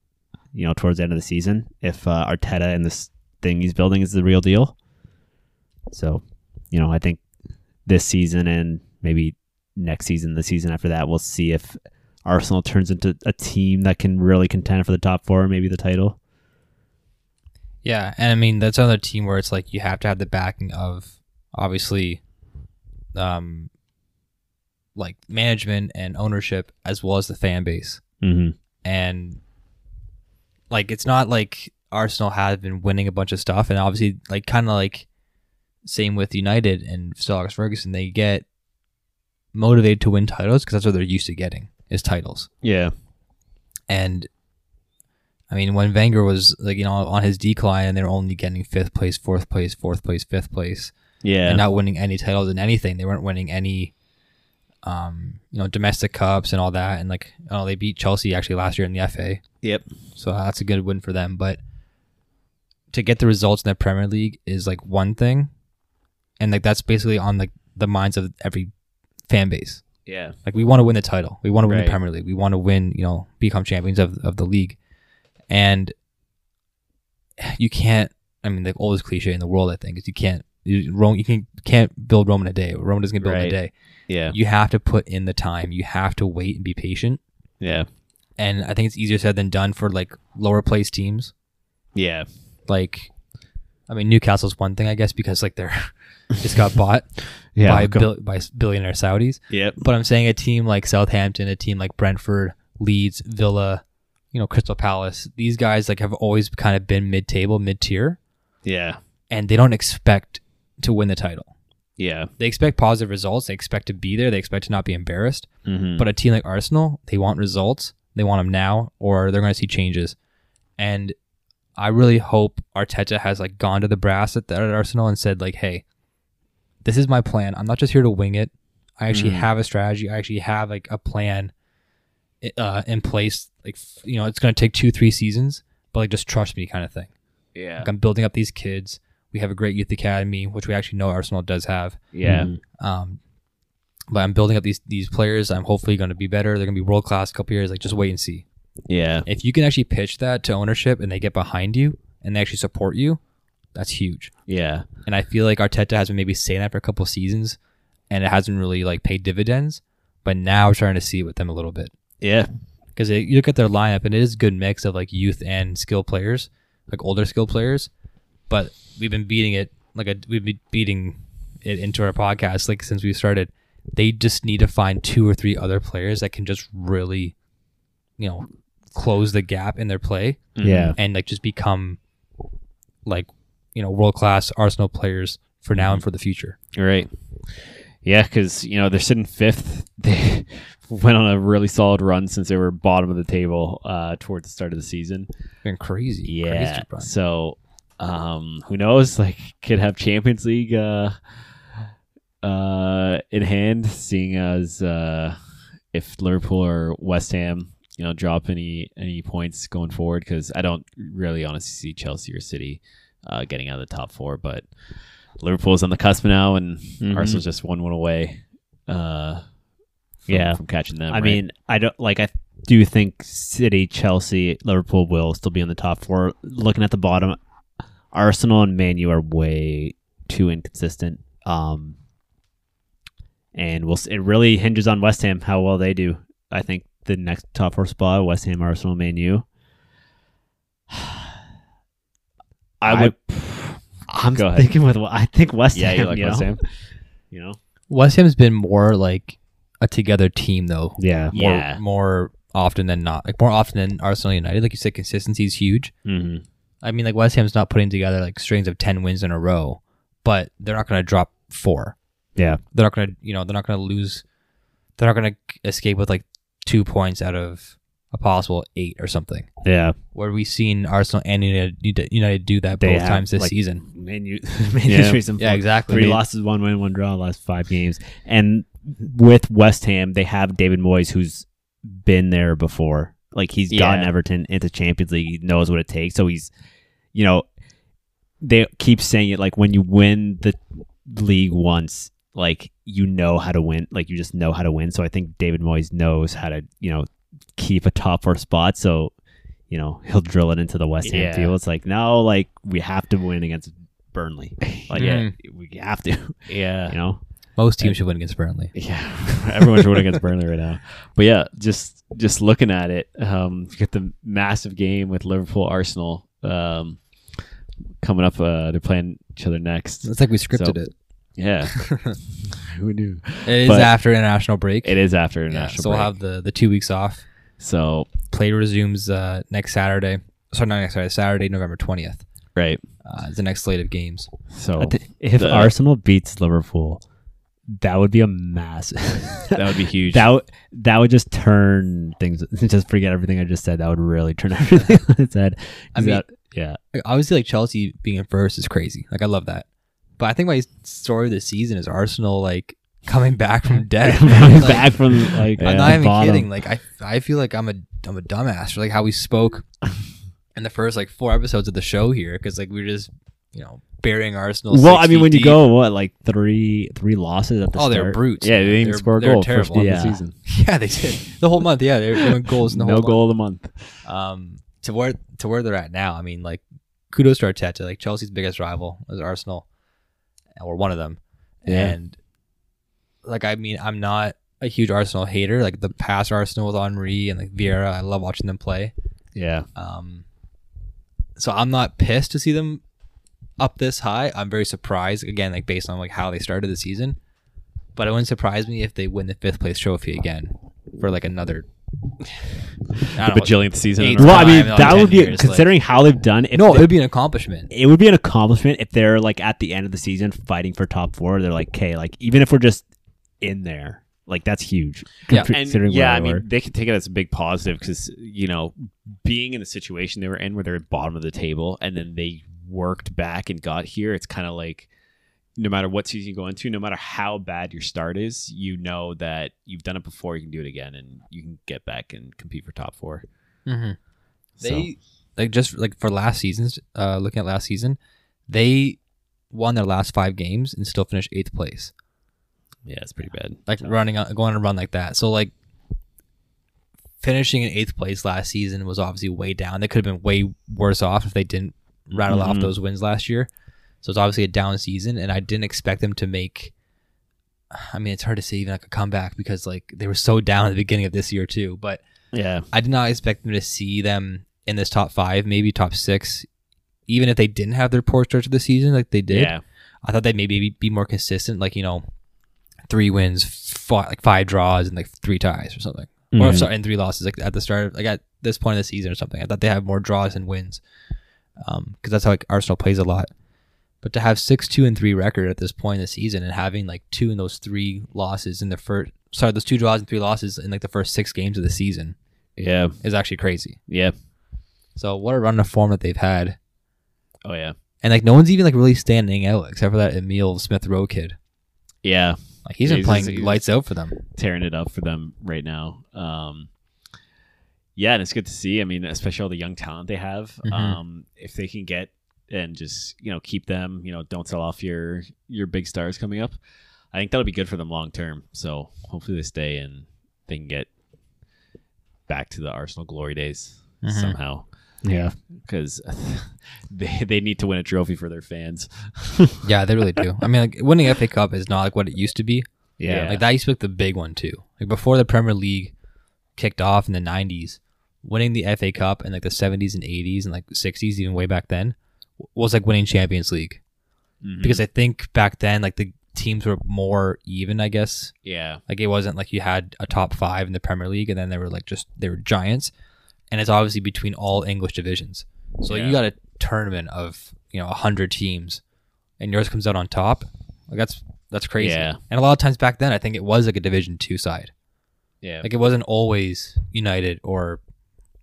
Speaker 4: You know, towards the end of the season, if uh, Arteta and this thing he's building is the real deal. So, you know, I think this season and maybe next season, the season after that, we'll see if Arsenal turns into a team that can really contend for the top four, maybe the title.
Speaker 3: Yeah, and I mean that's another team where it's like you have to have the backing of obviously, um, like management and ownership as well as the fan base,
Speaker 4: Mm-hmm.
Speaker 3: and like it's not like Arsenal have been winning a bunch of stuff, and obviously like kind of like same with United and Sir Alex Ferguson, they get motivated to win titles because that's what they're used to getting is titles.
Speaker 5: yeah,
Speaker 3: And I mean, when Wenger was like you know on his decline, and they were only getting fifth place, fourth place, fourth place, fifth place,
Speaker 5: yeah.
Speaker 3: and not winning any titles and anything. They weren't winning any, um, you know, domestic cups and all that. And like, oh, they beat Chelsea actually last year in the FA,
Speaker 5: Yep.
Speaker 3: so that's a good win for them. But to get the results in the Premier League is like one thing, and like that's basically on like the minds of every fan base.
Speaker 5: Yeah.
Speaker 3: Like we want to win the title. We want to win
Speaker 5: Right.
Speaker 3: the Premier League. We want to win, you know, become champions of, of the league. And you can't I mean the oldest cliche in the world I think is you can't you, Rome you can can't build Rome in a day. Rome doesn't get built in
Speaker 5: Right.
Speaker 3: a day.
Speaker 5: Yeah.
Speaker 3: You have to put in the time. You have to wait and be patient.
Speaker 5: Yeah.
Speaker 3: And I think it's easier said than done for like lower placed teams.
Speaker 5: Yeah.
Speaker 3: Like I mean Newcastle's one thing I guess because like they're just got bought
Speaker 4: Yeah,
Speaker 3: by
Speaker 4: go-
Speaker 3: bil- by billionaire Saudis.
Speaker 5: Yep.
Speaker 3: But I'm saying a team like Southampton, a team like Brentford, Leeds, Villa, you know, Crystal Palace, these guys like have always kind of been mid table, mid tier,
Speaker 5: Yeah.
Speaker 3: and they don't expect to win the title.
Speaker 5: Yeah.
Speaker 3: They expect positive results, they expect to be there, they expect to not be embarrassed.
Speaker 5: Mm-hmm.
Speaker 3: But a team like Arsenal, they want results, they want them now, or they're going to see changes. And I really hope Arteta has like gone to the brass at, at Arsenal and said like, "Hey, this is my plan. I'm not just here to wing it. I actually
Speaker 5: Mm-hmm.
Speaker 3: have a strategy. I actually have like a plan i- uh, in place. Like, f- you know, it's going to take two, three seasons, but like, just trust me, kind of thing.
Speaker 5: Yeah.
Speaker 3: Like, I'm building up these kids. We have a great youth academy, which we actually know Arsenal does have.
Speaker 5: Yeah.
Speaker 4: Mhm.
Speaker 3: Um, But I'm building up these these players. I'm hopefully going to be better. They're going to be world class. Couple years, like just wait and see.
Speaker 5: Yeah.
Speaker 3: If you can actually pitch that to ownership and they get behind you and they actually support you, that's huge.
Speaker 5: Yeah.
Speaker 3: And I feel like Arteta has been maybe saying that for a couple seasons, and it hasn't really like paid dividends. But now we're starting to see it with them a little bit
Speaker 5: Yeah.
Speaker 3: because you look at their lineup and it is a good mix of like youth and skill players, like older skill players. But we've been beating it like a, we've been beating it into our podcast like since we started. They just need to find two or three other players that can just really, you know, close the gap in their play
Speaker 4: Yeah.
Speaker 3: and like just become like you know world class Arsenal players for now and for the future.
Speaker 5: You're right. Yeah, because you know they're sitting fifth. They went on a really solid run since they were bottom of the table uh, towards the start of the season.
Speaker 3: Been crazy, crazy run.
Speaker 5: so, um, who knows? Like, could have Champions League uh, uh, in hand, seeing as uh, if Liverpool or West Ham, you know, drop any any points going forward. Because I don't really honestly see Chelsea or City uh, getting out of the top four, but Liverpool's on the cusp now, and
Speaker 4: Mm-hmm.
Speaker 5: Arsenal's just one one away. Uh, from,
Speaker 4: Yeah.
Speaker 5: from catching them.
Speaker 4: I
Speaker 5: right?
Speaker 4: mean, I don't like. I do think City, Chelsea, Liverpool will still be in the top four. Looking at the bottom, Arsenal and Man U are way too inconsistent. Um, and we'll. s- It really hinges on West Ham how well they do. I think the next top four spot: West Ham, Arsenal, Man U.
Speaker 5: I would.
Speaker 4: I'm
Speaker 5: Go ahead.
Speaker 4: thinking with. I think West
Speaker 5: yeah,
Speaker 4: Ham.
Speaker 5: you like
Speaker 4: know?
Speaker 5: West Ham?
Speaker 4: You know.
Speaker 3: West Ham's been more like a together team though.
Speaker 4: Yeah.
Speaker 3: more,
Speaker 5: Yeah.
Speaker 3: more often than not. Like more often than Arsenal United. Like you said, consistency is huge.
Speaker 5: Mm-hmm.
Speaker 3: I mean, like West Ham's not putting together like strings of ten wins in a row, but they're not going to drop four.
Speaker 4: Yeah.
Speaker 3: They're not going to, you know, they're not going to lose. They're not going to escape with like two points out of a possible eight or something.
Speaker 4: Yeah.
Speaker 3: Where we've seen Arsenal and United, United do that
Speaker 4: They
Speaker 3: both
Speaker 4: have,
Speaker 3: times this
Speaker 4: like,
Speaker 3: season.
Speaker 4: Man U. Man U's
Speaker 5: Yeah.
Speaker 4: recent
Speaker 3: Yeah,
Speaker 4: form.
Speaker 3: exactly.
Speaker 4: Three
Speaker 3: I mean,
Speaker 4: losses, one win, one draw, last five games. And with West Ham, they have David Moyes, who's been there before. Like he's gotten
Speaker 5: Yeah.
Speaker 4: Everton into Champions League. He knows what it takes. So he's, you know, they keep saying it like when you win the league once, like you know how to win. Like you just know how to win. So I think David Moyes knows how to, you know, keep a top four spot. So, you know, he'll drill it into the West Ham
Speaker 5: Yeah.
Speaker 4: field. It's like, no, like we have to win against Burnley. Like
Speaker 3: Mm.
Speaker 4: we have to, you
Speaker 5: Yeah.
Speaker 4: know.
Speaker 3: Most teams should win against Burnley.
Speaker 5: Yeah, everyone's rooting against Burnley right now. But yeah, just just looking at it, um, you get the massive game with Liverpool Arsenal um, coming up. Uh, they're playing each other next.
Speaker 3: It's like we scripted
Speaker 5: So-
Speaker 3: it.
Speaker 5: Yeah, who knew?
Speaker 3: It is
Speaker 5: But-
Speaker 3: after international break.
Speaker 5: It is after
Speaker 3: Yeah,
Speaker 5: international.
Speaker 3: so we'll
Speaker 5: break.
Speaker 3: have the the two weeks off.
Speaker 5: so
Speaker 3: play resumes uh, next Saturday. Sorry, not next Saturday. Saturday, November twentieth.
Speaker 5: right.
Speaker 3: Uh, is the next slate of games.
Speaker 5: So
Speaker 4: I thi- if
Speaker 5: the-
Speaker 4: Arsenal beats Liverpool, that would be a massive.
Speaker 5: that would be huge.
Speaker 4: that would that would just turn things. Just forget everything I just said. That would really turn everything on its head. 'Cause uh,
Speaker 3: I mean-
Speaker 4: that- yeah,
Speaker 3: Like, Obviously, like Chelsea being in first is crazy. Like I love that, but I think my story of the season is Arsenal like coming back from death.
Speaker 4: Coming
Speaker 3: Like,
Speaker 4: back from like
Speaker 3: I'm
Speaker 4: the
Speaker 3: not even
Speaker 4: bottom.
Speaker 3: kidding. Like I, I feel like I'm a I'm a dumbass for like how we spoke in the first like four episodes of the show here because like we were just you know burying Arsenal.
Speaker 4: Well,
Speaker 3: six
Speaker 4: I mean,
Speaker 3: feet
Speaker 4: when you
Speaker 3: deep.
Speaker 4: go what like three three losses at the
Speaker 3: oh, they're
Speaker 4: start?
Speaker 3: brutes.
Speaker 5: yeah, they didn't even
Speaker 3: They're-
Speaker 5: score a
Speaker 3: they're
Speaker 5: goal first
Speaker 3: terrible.
Speaker 5: month
Speaker 4: Yeah.
Speaker 5: of the season.
Speaker 3: Yeah, they did the whole month. Yeah, they they went goals in the
Speaker 5: No
Speaker 3: whole month.
Speaker 5: goal of the month.
Speaker 3: um, to where to where they're at now. I mean, like kudos to Arteta. Like Chelsea's biggest rival is Arsenal, or one of them.
Speaker 5: Yeah.
Speaker 3: And like, I mean, I'm not a huge Arsenal hater. Like the past Arsenal with Henri and like Vieira, I love watching them play.
Speaker 5: Yeah,
Speaker 3: Um, so I'm not pissed to see them up this high. I'm very surprised again, like based on like how they started the season. But it wouldn't surprise me if they win the fifth place trophy again for like another. I
Speaker 5: the
Speaker 3: don't know,
Speaker 5: bajillionth season. in
Speaker 3: Eight-
Speaker 5: a row.
Speaker 4: Well, I mean,
Speaker 3: Time on
Speaker 4: that
Speaker 3: 10
Speaker 4: would be
Speaker 3: years, like-
Speaker 4: considering how they've done. If
Speaker 3: No,
Speaker 4: they-
Speaker 3: it would be an accomplishment.
Speaker 4: it would be an accomplishment if they're like at the end of the season fighting for top four. They're like, okay, like even if we're just in there, like that's huge.
Speaker 3: Yeah.
Speaker 4: con-
Speaker 5: and
Speaker 4: considering
Speaker 5: yeah,
Speaker 4: where
Speaker 5: I
Speaker 4: they
Speaker 5: mean,
Speaker 4: were.
Speaker 5: they can take it as a big positive because you know, being in the situation they were in, where they're at bottom of the table, and then they worked back and got here. It's kind of like no matter what season you go into, no matter how bad your start is, you know that you've done it before. You can do it again, and you can get back and compete for top four.
Speaker 3: Mm-hmm.
Speaker 5: So-
Speaker 3: They like just like for last season's uh, looking at last season, they won their last five games and still finished eighth place.
Speaker 5: Yeah, it's pretty bad.
Speaker 3: like running on, going on a run like that. So like finishing in eighth place last season was obviously way down. They could have been way worse off if they didn't rattle
Speaker 5: Mm-hmm.
Speaker 3: off those wins last year. So it's obviously a down season, and I didn't expect them to make. I mean, it's hard to say even like a comeback because like they were so down at the beginning of this year too. But
Speaker 5: Yeah.
Speaker 3: I did not expect them to see them in this top five, maybe top six, even if they didn't have their poor start to the season like they did.
Speaker 5: Yeah.
Speaker 3: I thought they'd maybe be more consistent, like you know, three wins, five, like five draws, and like three ties or something, or if, sorry, and three losses, like at the start, of, like at this point of the season or something. I thought they have more draws and wins, because that's how like Arsenal plays a lot. But to have six, two, and three record at this point in the season, and having like two in those three losses in the first, sorry, those two draws and three losses in like the first six games of the season
Speaker 5: Yeah.
Speaker 3: is actually crazy.
Speaker 5: Yeah.
Speaker 3: So what a run of form that they've had,
Speaker 5: Oh yeah.
Speaker 3: and like no one's even like really standing out except for that Emil Smith Rowe kid.
Speaker 5: Yeah.
Speaker 3: Like he's
Speaker 5: Yeah,
Speaker 3: been
Speaker 5: he's-
Speaker 3: playing
Speaker 5: he's-
Speaker 3: lights out for them.
Speaker 5: Tearing it up for them right now. Um yeah, and it's good to see. I mean, especially all the young talent they have.
Speaker 3: Mhm.
Speaker 5: Um, if they can get and just you know keep them, you know, don't sell off your your big stars coming up. I think that'll be good for them long term. So hopefully they stay and they can get back to the Arsenal glory days
Speaker 3: Mhm.
Speaker 5: somehow
Speaker 4: Yeah.
Speaker 5: because they they need to win a trophy for their fans.
Speaker 3: Yeah, they really do. I mean, like winning FA Cup is not like what it used to be.
Speaker 5: Yeah.
Speaker 3: like that used to be like, the big one too. Like before the Premier League kicked off in the '90s, winning the FA Cup in like the '70s and '80s and like '60s, even way back then, w- was like winning Champions League
Speaker 5: Mhm.
Speaker 3: because I think back then like the teams were more even. I guess
Speaker 5: yeah,
Speaker 3: like it wasn't like you had a top five in the Premier League and then they were like just they were giants, and it's obviously between all English divisions. So
Speaker 5: Yeah.
Speaker 3: you got a tournament of you know hundred teams, and yours comes out on top. Like that's that's crazy.
Speaker 5: Yeah.
Speaker 3: And a lot of times back then, I think it was like a Division Two side.
Speaker 5: yeah,
Speaker 3: Like it wasn't always United or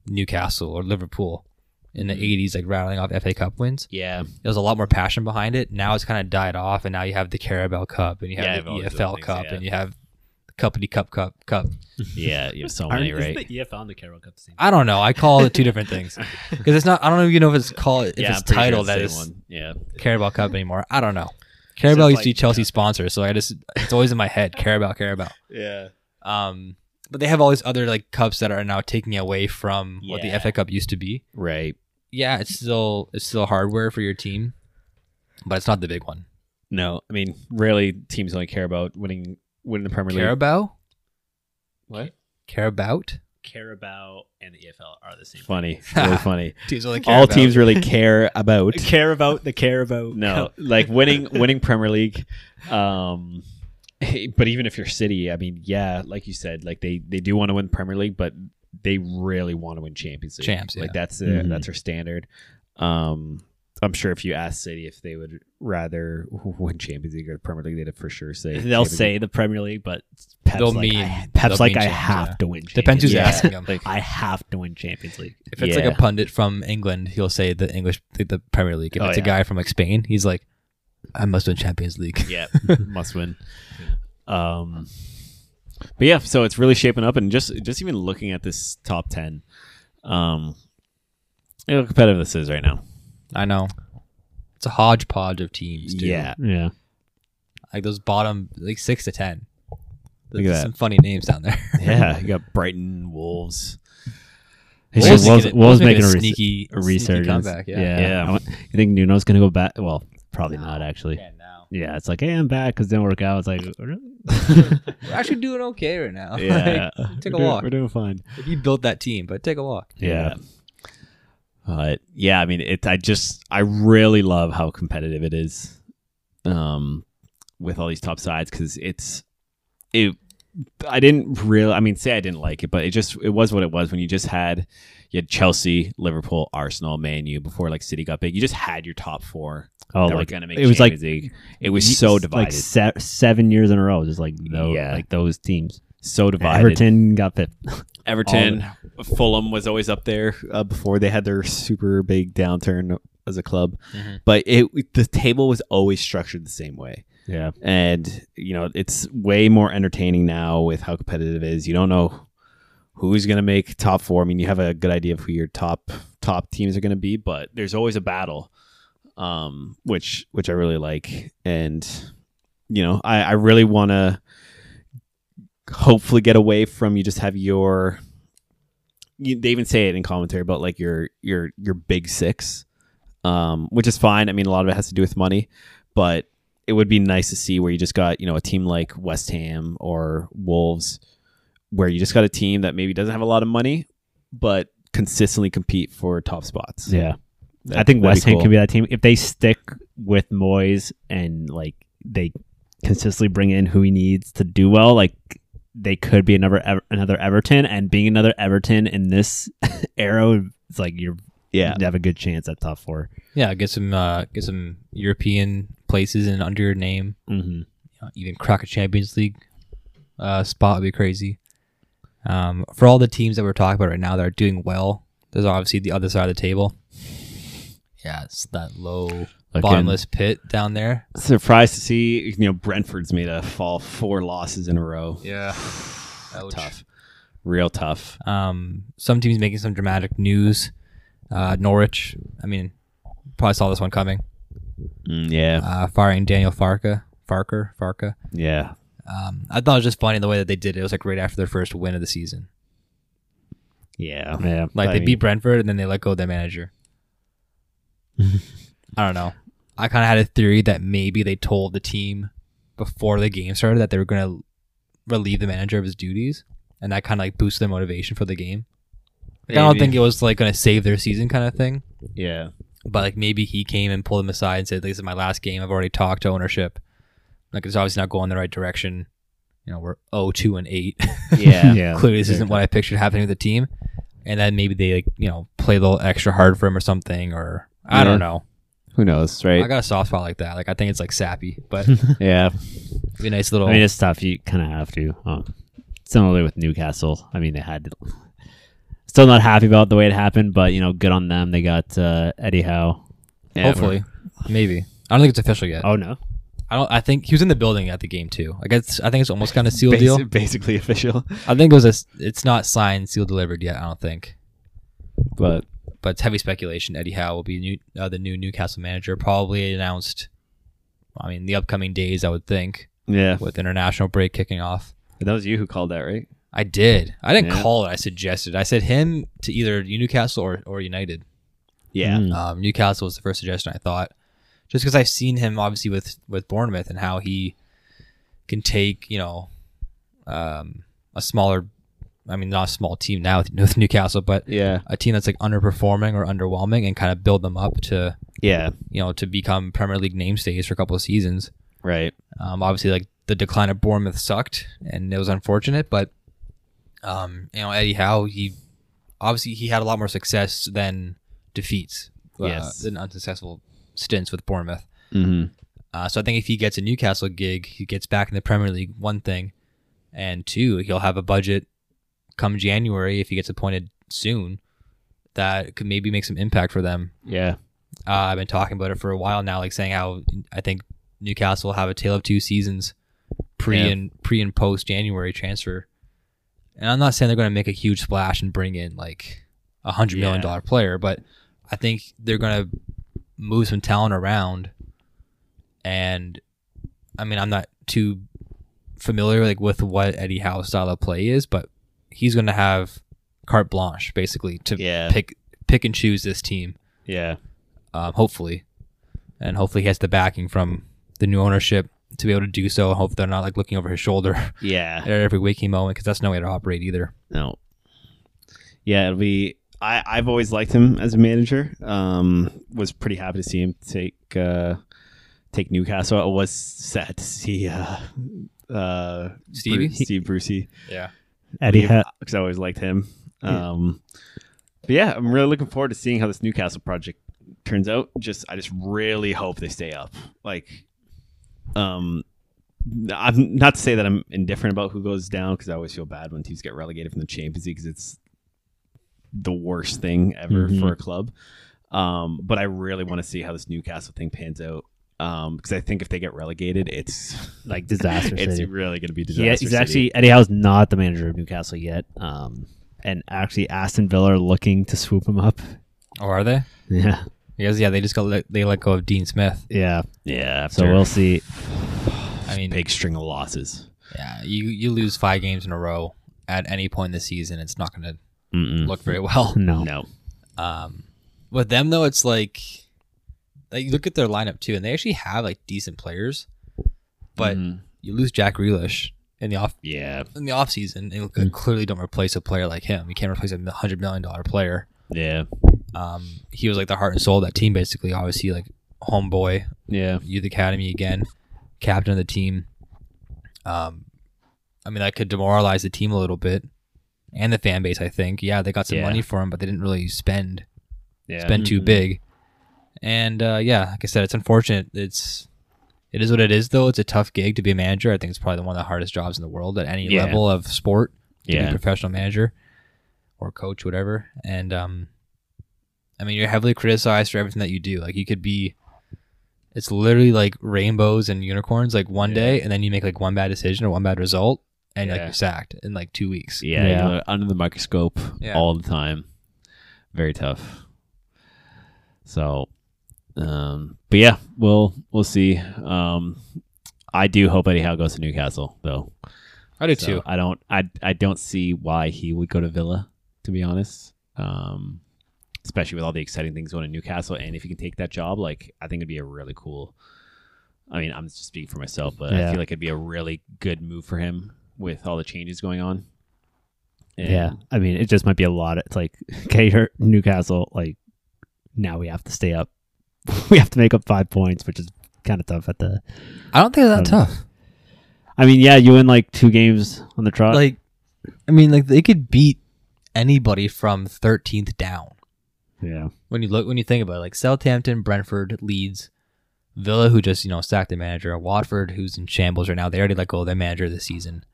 Speaker 3: Newcastle or Liverpool in the '80s, like rattling off FA Cup wins.
Speaker 5: Mm-hmm. yeah.
Speaker 3: There was a lot more passion behind it. Now it's kind of died off, and now you have the Carabao Cup, and you
Speaker 5: Yeah,
Speaker 3: have the
Speaker 5: all those
Speaker 3: EFL
Speaker 5: things,
Speaker 3: Cup,
Speaker 5: yeah.
Speaker 3: and you have the Cuppity Cup Cup Cup.
Speaker 5: Yeah, you have so many, right?
Speaker 4: the EFL and the Carroll Cup the same?
Speaker 3: I don't know. I call it two different things because it's not. I don't even know if it's called if
Speaker 5: yeah,
Speaker 3: it's
Speaker 5: I'm pretty sure
Speaker 3: titled
Speaker 5: the
Speaker 3: that
Speaker 5: same
Speaker 3: is
Speaker 5: one. Yeah,
Speaker 3: Carabao Cup anymore. I don't know. Carabao used to be
Speaker 5: like-
Speaker 3: Chelsea's sponsor, so I just it's always in my head. Carabao, Carabao.
Speaker 5: yeah,
Speaker 3: Um, but they have all these other like cups that are now taking away from what the
Speaker 5: Yeah.
Speaker 3: FA Cup used to be.
Speaker 5: right.
Speaker 3: Yeah, it's still it's still hardware for your team, but it's not the big one.
Speaker 5: No, I mean, rarely teams only care about winning winning the Premier League.
Speaker 3: Carabao,
Speaker 5: What?
Speaker 3: Carabao.
Speaker 4: Carabao and the EFL are the same.
Speaker 5: Funny, really funny.
Speaker 3: Teams only
Speaker 5: All teams really care about.
Speaker 4: Carabao, the Carabao.
Speaker 5: No, like winning winning Premier League. Um, but even if you're City, I mean, yeah, like you said, like they they do want to win Premier League, but they really want to win Champions League.
Speaker 3: Champs, yeah.
Speaker 5: like that's their
Speaker 3: Mm-hmm.
Speaker 4: Mhm.
Speaker 5: that's their standard. Um, I'm sure if you ask City if they would rather win Champions League or Premier League, they'd for sure say
Speaker 4: They'll
Speaker 5: Champions
Speaker 4: say the Premier League, but Pep's
Speaker 3: They'll
Speaker 4: like,
Speaker 3: mean-
Speaker 4: I,
Speaker 3: they'll
Speaker 4: Pep's like
Speaker 3: mean
Speaker 4: I
Speaker 3: Champions,
Speaker 4: have
Speaker 3: yeah.
Speaker 4: to win. Champions.
Speaker 3: Depends who's
Speaker 4: League.
Speaker 3: asking them.
Speaker 5: Like,
Speaker 4: I have to win Champions League.
Speaker 3: if it's
Speaker 5: Yeah.
Speaker 3: like a pundit from England, he'll say the English, the, the Premier League. If
Speaker 5: Oh,
Speaker 3: it's
Speaker 5: yeah.
Speaker 3: a guy from like Spain, he's like, I must win Champions League.
Speaker 5: yeah, must win. Um, but yeah, so it's really shaping up, and just just even looking at this top ten, um, you know how competitive this is right now.
Speaker 3: I know. It's a hodgepodge of teams. Too.
Speaker 5: Yeah,
Speaker 4: Yeah.
Speaker 3: like those bottom like six to ten.
Speaker 5: Look
Speaker 3: There's
Speaker 5: at that.
Speaker 3: some funny names down there.
Speaker 5: yeah. You got Brighton Wolves.
Speaker 3: Wolves
Speaker 4: Wolves Wolves-
Speaker 3: making it-
Speaker 4: Wolves
Speaker 3: Wolves making
Speaker 4: making
Speaker 3: a
Speaker 4: a rese-
Speaker 3: sneaky,
Speaker 4: A
Speaker 3: sneaky
Speaker 4: resurgence.
Speaker 3: comeback. Yeah.
Speaker 5: Yeah.
Speaker 4: I want- you think Nuno's going to go back? Well, probably not actually. Yeah.
Speaker 3: now
Speaker 4: it's like hey, I'm back because didn't work out. It's like really?
Speaker 3: we're actually doing okay right now.
Speaker 5: yeah,
Speaker 3: Like, take a
Speaker 5: We're doing-
Speaker 3: walk.
Speaker 5: We're doing fine.
Speaker 3: Like, he built that team, but take a walk.
Speaker 5: Yeah. But yeah, I mean, it. I just, I really love how competitive it is, um, with all these top sides because it's, it. I didn't really. I mean, say I didn't like it, but it just, it was what it was when you just had, you had Chelsea, Liverpool, Arsenal, Man U before like City got big. You just had your top four.
Speaker 4: oh,
Speaker 5: that were
Speaker 4: like
Speaker 5: gonna make
Speaker 4: it was like
Speaker 5: Champions League. It was so divided,
Speaker 4: Like se- seven years in a row, just like those,
Speaker 5: Yeah.
Speaker 4: like those teams.
Speaker 5: so divided.
Speaker 4: Everton got fifth.
Speaker 5: Everton, Fulham was always up there uh, before they had their super big downturn as a club.
Speaker 3: Mhm.
Speaker 5: But it the table was always structured the same way.
Speaker 4: Yeah,
Speaker 5: And you know, it's way more entertaining now with how competitive it is. You don't know who's going to make top 4. I mean, you have a good idea of who your top top teams are going to be, but there's always a battle. Um which which I really like and you know, I I really want to hopefully get away from you just have your you, they even say it in commentary about like your your your big six um which is fine i mean a lot of it has to do with money but it would be nice to see where you just got you know a team like west ham or wolves where you just got a team that maybe doesn't have a lot of money but consistently compete for top spots
Speaker 4: Yeah.
Speaker 5: That-
Speaker 4: I think
Speaker 5: that'd
Speaker 4: West Ham
Speaker 5: cool.
Speaker 4: can be that team if they stick with Moyes and like they consistently bring in who he needs to do well. Like they could be another Ever- another Everton, and being another Everton in this era, it's like you're
Speaker 5: yeah
Speaker 4: you have a good chance at top four.
Speaker 3: Yeah, get some uh, get some European places and under your name.
Speaker 4: Mm-hmm.
Speaker 3: uh, even crack a Champions League uh, spot would be crazy. Um, for all the teams that we're talking about right now that are doing well, there's obviously the other side of the table. Yeah, it's that low bottomless pit down there.
Speaker 5: surprised to see you know Brentford's made a fall four losses in a row.
Speaker 3: Yeah,
Speaker 5: Tough, real tough.
Speaker 3: Um, some teams making some dramatic news. Uh, Norwich, I mean, probably saw this one coming.
Speaker 4: Mm,
Speaker 5: yeah,
Speaker 3: Uh, firing Daniel Farka, Farker, Farka.
Speaker 5: yeah.
Speaker 3: Um, I thought it was just funny the way that they did it. It was like right after their first win of the season.
Speaker 5: Yeah,
Speaker 4: Yeah,
Speaker 3: Like
Speaker 5: I
Speaker 3: they
Speaker 5: mean-
Speaker 3: beat Brentford and then they let go of their manager. I don't know. I kind of had a theory that maybe they told the team before the game started that they were going to relieve the manager of his duties, and that kind of like boosted their motivation for the game. Like, I don't
Speaker 5: Maybe.
Speaker 3: think it was like going to save their season kind of thing,
Speaker 5: yeah.
Speaker 3: but like maybe he came and pulled them aside and said, "This is my last game. I've already talked to ownership. Like it's obviously not going the right direction. You know, we're 0-2 and eight.
Speaker 5: Yeah.
Speaker 4: yeah.
Speaker 3: clearly this isn't what I pictured happening with the team. And then maybe they like, you know, play a little extra hard for him or something, or I don't
Speaker 5: Yeah.
Speaker 3: know.
Speaker 5: Who knows,
Speaker 3: I
Speaker 5: right?
Speaker 3: got a soft spot like that. Like I think it's like sappy, but it'd
Speaker 5: yeah,
Speaker 3: be a nice little
Speaker 4: I mean, it's tough. You kind of have to. Um, similarly with Newcastle, I mean, they had to. Still not happy about the way it happened, but you know, good on them. They got uh, Eddie Howe.
Speaker 3: hopefully. Maybe. I don't think it's official yet.
Speaker 4: Oh no,
Speaker 3: I don't I think he was in the building at the game too. Like it's I think it's almost kind of sealed deal.
Speaker 5: basically official.
Speaker 3: I think it was a s- it's not signed, sealed, delivered yet, I don't think.
Speaker 5: But
Speaker 3: But it's heavy speculation. Eddie Howe will be new, uh, the new Newcastle manager, probably announced. I mean, the upcoming days, I would think,
Speaker 5: yeah,
Speaker 3: with international break kicking off.
Speaker 5: that was you who called that, right?
Speaker 3: I did. I didn't
Speaker 5: Yeah.
Speaker 3: call it. I suggested. I said him to either Newcastle or, or United.
Speaker 5: Yeah,
Speaker 4: Mm.
Speaker 3: Um, Newcastle was the first suggestion I thought, just because I've seen him obviously with with Bournemouth and how he can take you know um, a smaller, I mean not a small team now with, with Newcastle, but
Speaker 5: yeah,
Speaker 3: a team that's like underperforming or underwhelming and kind of build them up to
Speaker 5: yeah.
Speaker 3: you know to become Premier League namestays for a couple of seasons.
Speaker 5: Right.
Speaker 3: Um, obviously, like the decline of Bournemouth sucked, and it was unfortunate. But um, you know, Eddie Howe, he obviously he had a lot more success than defeats, uh,
Speaker 5: Yes.
Speaker 3: than unsuccessful stints with Bournemouth.
Speaker 5: Mm-hmm.
Speaker 3: Uh, so I think if he gets a Newcastle gig, he gets back in the Premier League. One thing, and two, he'll have a budget come January if he gets appointed soon that could maybe make some impact for them
Speaker 5: Yeah.
Speaker 3: uh, I've been talking about it for a while now, like saying how I think Newcastle will have a tale of two seasons, pre
Speaker 5: Yeah.
Speaker 3: and pre and post January transfer. And I'm not saying they're going to make a huge splash and bring in like a hundred million dollar player, but I think they're going to move some talent around. And I mean, I'm not too familiar like with what Eddie Howe's style of play is, but he's going to have carte blanche basically to
Speaker 5: Yeah.
Speaker 3: pick pick and choose this team
Speaker 5: Yeah.
Speaker 3: um, hopefully, and hopefully he has the backing from the new ownership to be able to do so. I hope they're not like looking over his shoulder
Speaker 5: Yeah.
Speaker 3: at every waking moment because that's no way to operate either.
Speaker 5: No. Yeah, it'll be. I I've always liked him as a manager. Um, was pretty happy to see him take uh, take Newcastle. I was sad to see uh, uh,
Speaker 3: Stevie?
Speaker 5: Bru- Steve Brucey
Speaker 3: Yeah,
Speaker 4: Eddie Howe.
Speaker 5: because I always liked him. Um, but yeah, I'm really looking forward to seeing how this Newcastle project turns out. Just I just really hope they stay up. Like, um, I'm not to say that I'm indifferent about who goes down because I always feel bad when teams get relegated from the Champions League because it's the worst thing ever
Speaker 4: Mhm.
Speaker 5: for a club. Um, but I really want to see how this Newcastle thing pans out. Um, because I think if they get relegated, it's
Speaker 4: like disaster
Speaker 5: it's
Speaker 4: city.
Speaker 5: really going to be disaster.
Speaker 4: Yeah, he's
Speaker 5: city.
Speaker 4: actually Eddie Howe's not the manager of Newcastle yet. Um, and actually Aston Villa are looking to swoop him up.
Speaker 3: or are they?
Speaker 4: Yeah,
Speaker 3: Because yeah, they just got let, they let go of Dean Smith.
Speaker 4: yeah.
Speaker 5: yeah.
Speaker 4: So
Speaker 5: after-
Speaker 4: we'll see.
Speaker 3: I mean,
Speaker 5: big string of losses.
Speaker 3: Yeah, you you lose five games in a row at any point in the season, it's not going to
Speaker 5: Mm-hmm.
Speaker 4: Mm-mm.
Speaker 3: look very well.
Speaker 4: No.
Speaker 5: No.
Speaker 3: Um, with them though, it's like like you look at their lineup too, and they actually have like decent players, but
Speaker 5: Mhm.
Speaker 3: you lose Jack Grealish in the off
Speaker 5: yeah,
Speaker 3: in the off season, and you clearly don't replace a player like him. You can't replace a hundred million dollar player.
Speaker 5: yeah,
Speaker 3: Um, he was like the heart and soul of that team, basically. Obviously, like homeboy,
Speaker 5: yeah.
Speaker 3: youth academy again, captain of the team. Um, I mean, that could demoralize the team a little bit and the fan base. I think, yeah, they got some
Speaker 5: Yeah.
Speaker 3: money for him, but they didn't really spend.
Speaker 5: yeah.
Speaker 3: It's been too big. And uh, yeah, like I said, it's unfortunate. It's it is what it is, though. It's a tough gig to be a manager. I think it's probably one of the hardest jobs in the world at any
Speaker 5: Yeah.
Speaker 3: level of sport to be
Speaker 5: Yeah.
Speaker 3: a professional manager or coach, whatever. And um, I mean, you're heavily criticized for everything that you do. Like you could be, it's literally like rainbows and unicorns. Like one day, and then you make like one bad decision or one bad result, and like
Speaker 5: Yeah.
Speaker 3: you're sacked in like two weeks.
Speaker 5: Yeah, you
Speaker 4: Yeah.
Speaker 5: know, under the microscope
Speaker 3: Yeah.
Speaker 5: all the time. Very tough. So, um, but yeah, we'll we'll see. Um, I do hope Eddie Howe goes to Newcastle though.
Speaker 3: I do
Speaker 5: So
Speaker 3: too.
Speaker 5: I don't I I don't see why he would go to Villa to be honest. Um, especially with all the exciting things going in Newcastle, and if he can take that job, like I think it'd be a really cool. I mean, I'm just speaking for myself, but I
Speaker 4: Yeah.
Speaker 5: feel like it'd be a really good move for him with all the changes going on. And-
Speaker 4: Yeah. I mean, it just might be a lot. It's like, okay, you're Newcastle. Like, now we have to stay up. we have to make up five points, which is kind of tough at the.
Speaker 3: I don't think it's that
Speaker 4: I
Speaker 5: Um,
Speaker 4: don't
Speaker 3: tough.
Speaker 4: I mean, yeah, you win like two games on the
Speaker 5: uh,
Speaker 4: trot.
Speaker 3: like I mean like they could beat anybody from 13th down.
Speaker 4: yeah.
Speaker 3: When you look when you think about it, like Southampton, Brentford, Leeds, Villa who just, you know, sacked their manager, Watford who's in shambles right now. They already let go of their manager this season.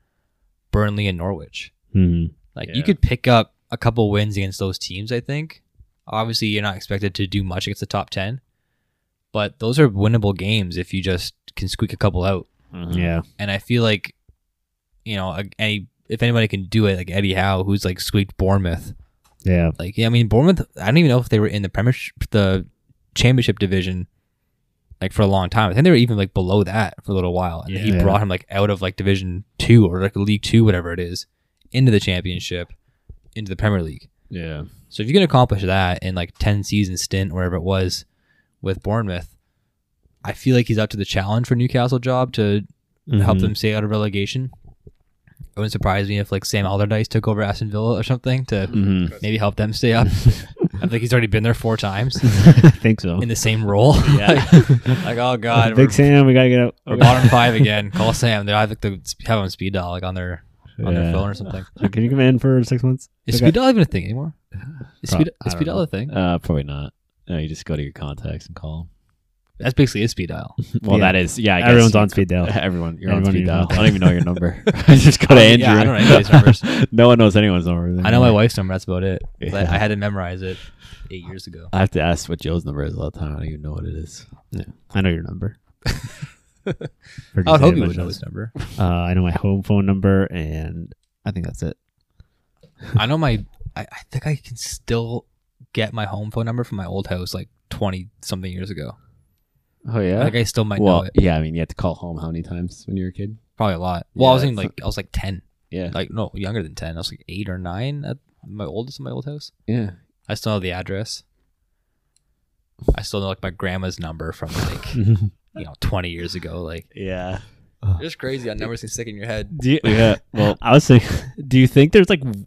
Speaker 3: Burnley and Norwich.
Speaker 4: hmm
Speaker 3: Like
Speaker 5: Yeah.
Speaker 3: you could pick up a couple wins against those teams, I think. Obviously, you're not expected to do much against the top 10, but those are winnable games if you just can squeak a couple out
Speaker 5: Mhm.
Speaker 4: Yeah.
Speaker 3: and I feel like, you know, a- any if anybody can do it, like Eddie Howe, who's like squeaked Bournemouth.
Speaker 4: Yeah.
Speaker 3: Like, yeah, I mean, Bournemouth. I don't even know if they were in the Premiership, the Championship division, like for a long time. I think they were even like below that for a little while, and he
Speaker 4: Yeah.
Speaker 3: brought him like out of like Division Two or like League Two, whatever it is, into the Championship, into the Premier League.
Speaker 5: Yeah.
Speaker 3: So if you can accomplish that in like ten season stint, wherever it was, with Bournemouth, I feel like he's up to the challenge for Newcastle job to help
Speaker 5: Mm-hmm.
Speaker 4: Mhm.
Speaker 3: them stay out of relegation. It wouldn't surprise me if like Sam Allardyce took over Aston Villa or something to
Speaker 5: hmm
Speaker 3: maybe help them stay up. I think he's already been there four times
Speaker 4: I think so.
Speaker 3: in the same role.
Speaker 5: Yeah.
Speaker 3: like, like, oh god, we're,
Speaker 4: Big Sam, we gotta get out.
Speaker 3: we're bottom five again. Call Sam. They I think they have him on speed dial like on their on their
Speaker 4: Yeah.
Speaker 3: phone or something.
Speaker 4: Can you come in for six months?
Speaker 3: Is
Speaker 4: Okay.
Speaker 3: speed dial even a thing anymore? Is
Speaker 5: Pro-
Speaker 3: speed,
Speaker 5: I
Speaker 3: is
Speaker 5: don't
Speaker 3: speed dial
Speaker 5: know.
Speaker 3: a thing?
Speaker 5: Uh, probably not. No, you just go to your contacts and call.
Speaker 3: That's basically a speed dial.
Speaker 5: Them. Well,
Speaker 4: Yeah.
Speaker 5: that is yeah. I guess
Speaker 4: Everyone's
Speaker 5: you-
Speaker 4: on speed dial.
Speaker 5: Everyone, you're
Speaker 4: Everyone
Speaker 5: on speed
Speaker 4: you
Speaker 5: dial. I
Speaker 4: know.
Speaker 5: don't even know Oh, your number. just go to
Speaker 3: I
Speaker 5: Andrew.
Speaker 3: mean, yeah, I don't know anybody's numbers.
Speaker 5: no one knows anyone's number.
Speaker 3: I know my wife's number. That's about it. But
Speaker 5: Yeah.
Speaker 3: I had to memorize it eight years ago.
Speaker 5: I have to ask what Joe's number is all the time. I don't even know what it is.
Speaker 4: I know your number.
Speaker 3: I would hope you would know his number.
Speaker 4: Uh, I know my home phone number, and I think that's it.
Speaker 3: I know my. I, I think I can still get my home phone number from my old house, like twenty something years ago.
Speaker 5: Oh yeah.
Speaker 3: Like I still might
Speaker 5: well,
Speaker 3: know it,
Speaker 5: yeah. I mean, you had to call home how many times when you were a kid?
Speaker 3: probably a lot. Well, I was
Speaker 5: Yeah,
Speaker 3: in
Speaker 5: it's
Speaker 3: like I was like ten,
Speaker 5: Yeah.
Speaker 3: like no younger than ten. I was like eight or nine at my oldest in my old house.
Speaker 5: yeah.
Speaker 3: I still know the address. I still know like my grandma's number from like you know twenty years ago. Like
Speaker 5: Yeah.
Speaker 3: it's crazy how numbers can stick in your head.
Speaker 4: Do you,
Speaker 5: Yeah.
Speaker 4: well, I was thinking, do you think there's like w-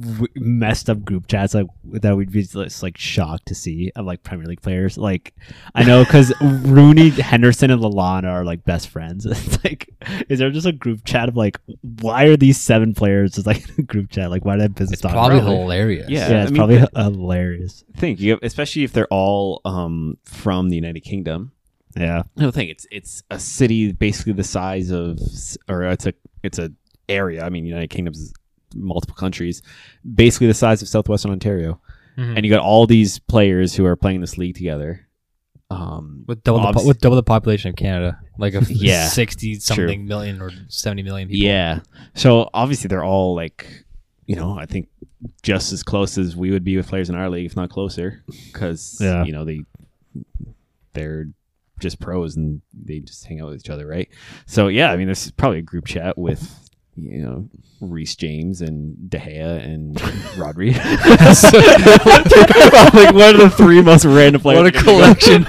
Speaker 4: w- messed up group chats like that we'd be just like shocked to see of like Premier League players? Like, I know because Rooney, Henderson, and Lalana are like best friends. It's like, is there just a group chat of like, why are these seven players just like in a group chat? Like, why did business
Speaker 3: It's
Speaker 4: talk?
Speaker 3: probably
Speaker 5: probably.
Speaker 3: hilarious.
Speaker 5: Yeah.
Speaker 4: yeah,
Speaker 5: I
Speaker 4: it's
Speaker 5: mean,
Speaker 4: probably
Speaker 5: the-
Speaker 4: hilarious.
Speaker 5: Think you, have, especially if they're all um, from the United Kingdom.
Speaker 4: Yeah,
Speaker 5: No thing. It's it's a city basically the size of, or it's a it's a area. I mean, United Kingdom's multiple countries, basically the size of southwestern Ontario,
Speaker 3: Mhm.
Speaker 5: and you got all these players who are playing this league together. Um,
Speaker 3: With double the po-
Speaker 5: Obviously-
Speaker 3: with double the population of Canada, like a
Speaker 5: Yeah,
Speaker 3: sixty something million or seventy million people.
Speaker 5: yeah. So obviously they're all like, you know, I think just as close as we would be with players in our league, if not closer, because
Speaker 4: Yeah.
Speaker 5: you know they they're just pros and they just hang out with each other, right? So yeah, I mean, this is probably a group chat with you know Reese James and De Gea and Rodri. like one of the three most random players.
Speaker 3: What a collection!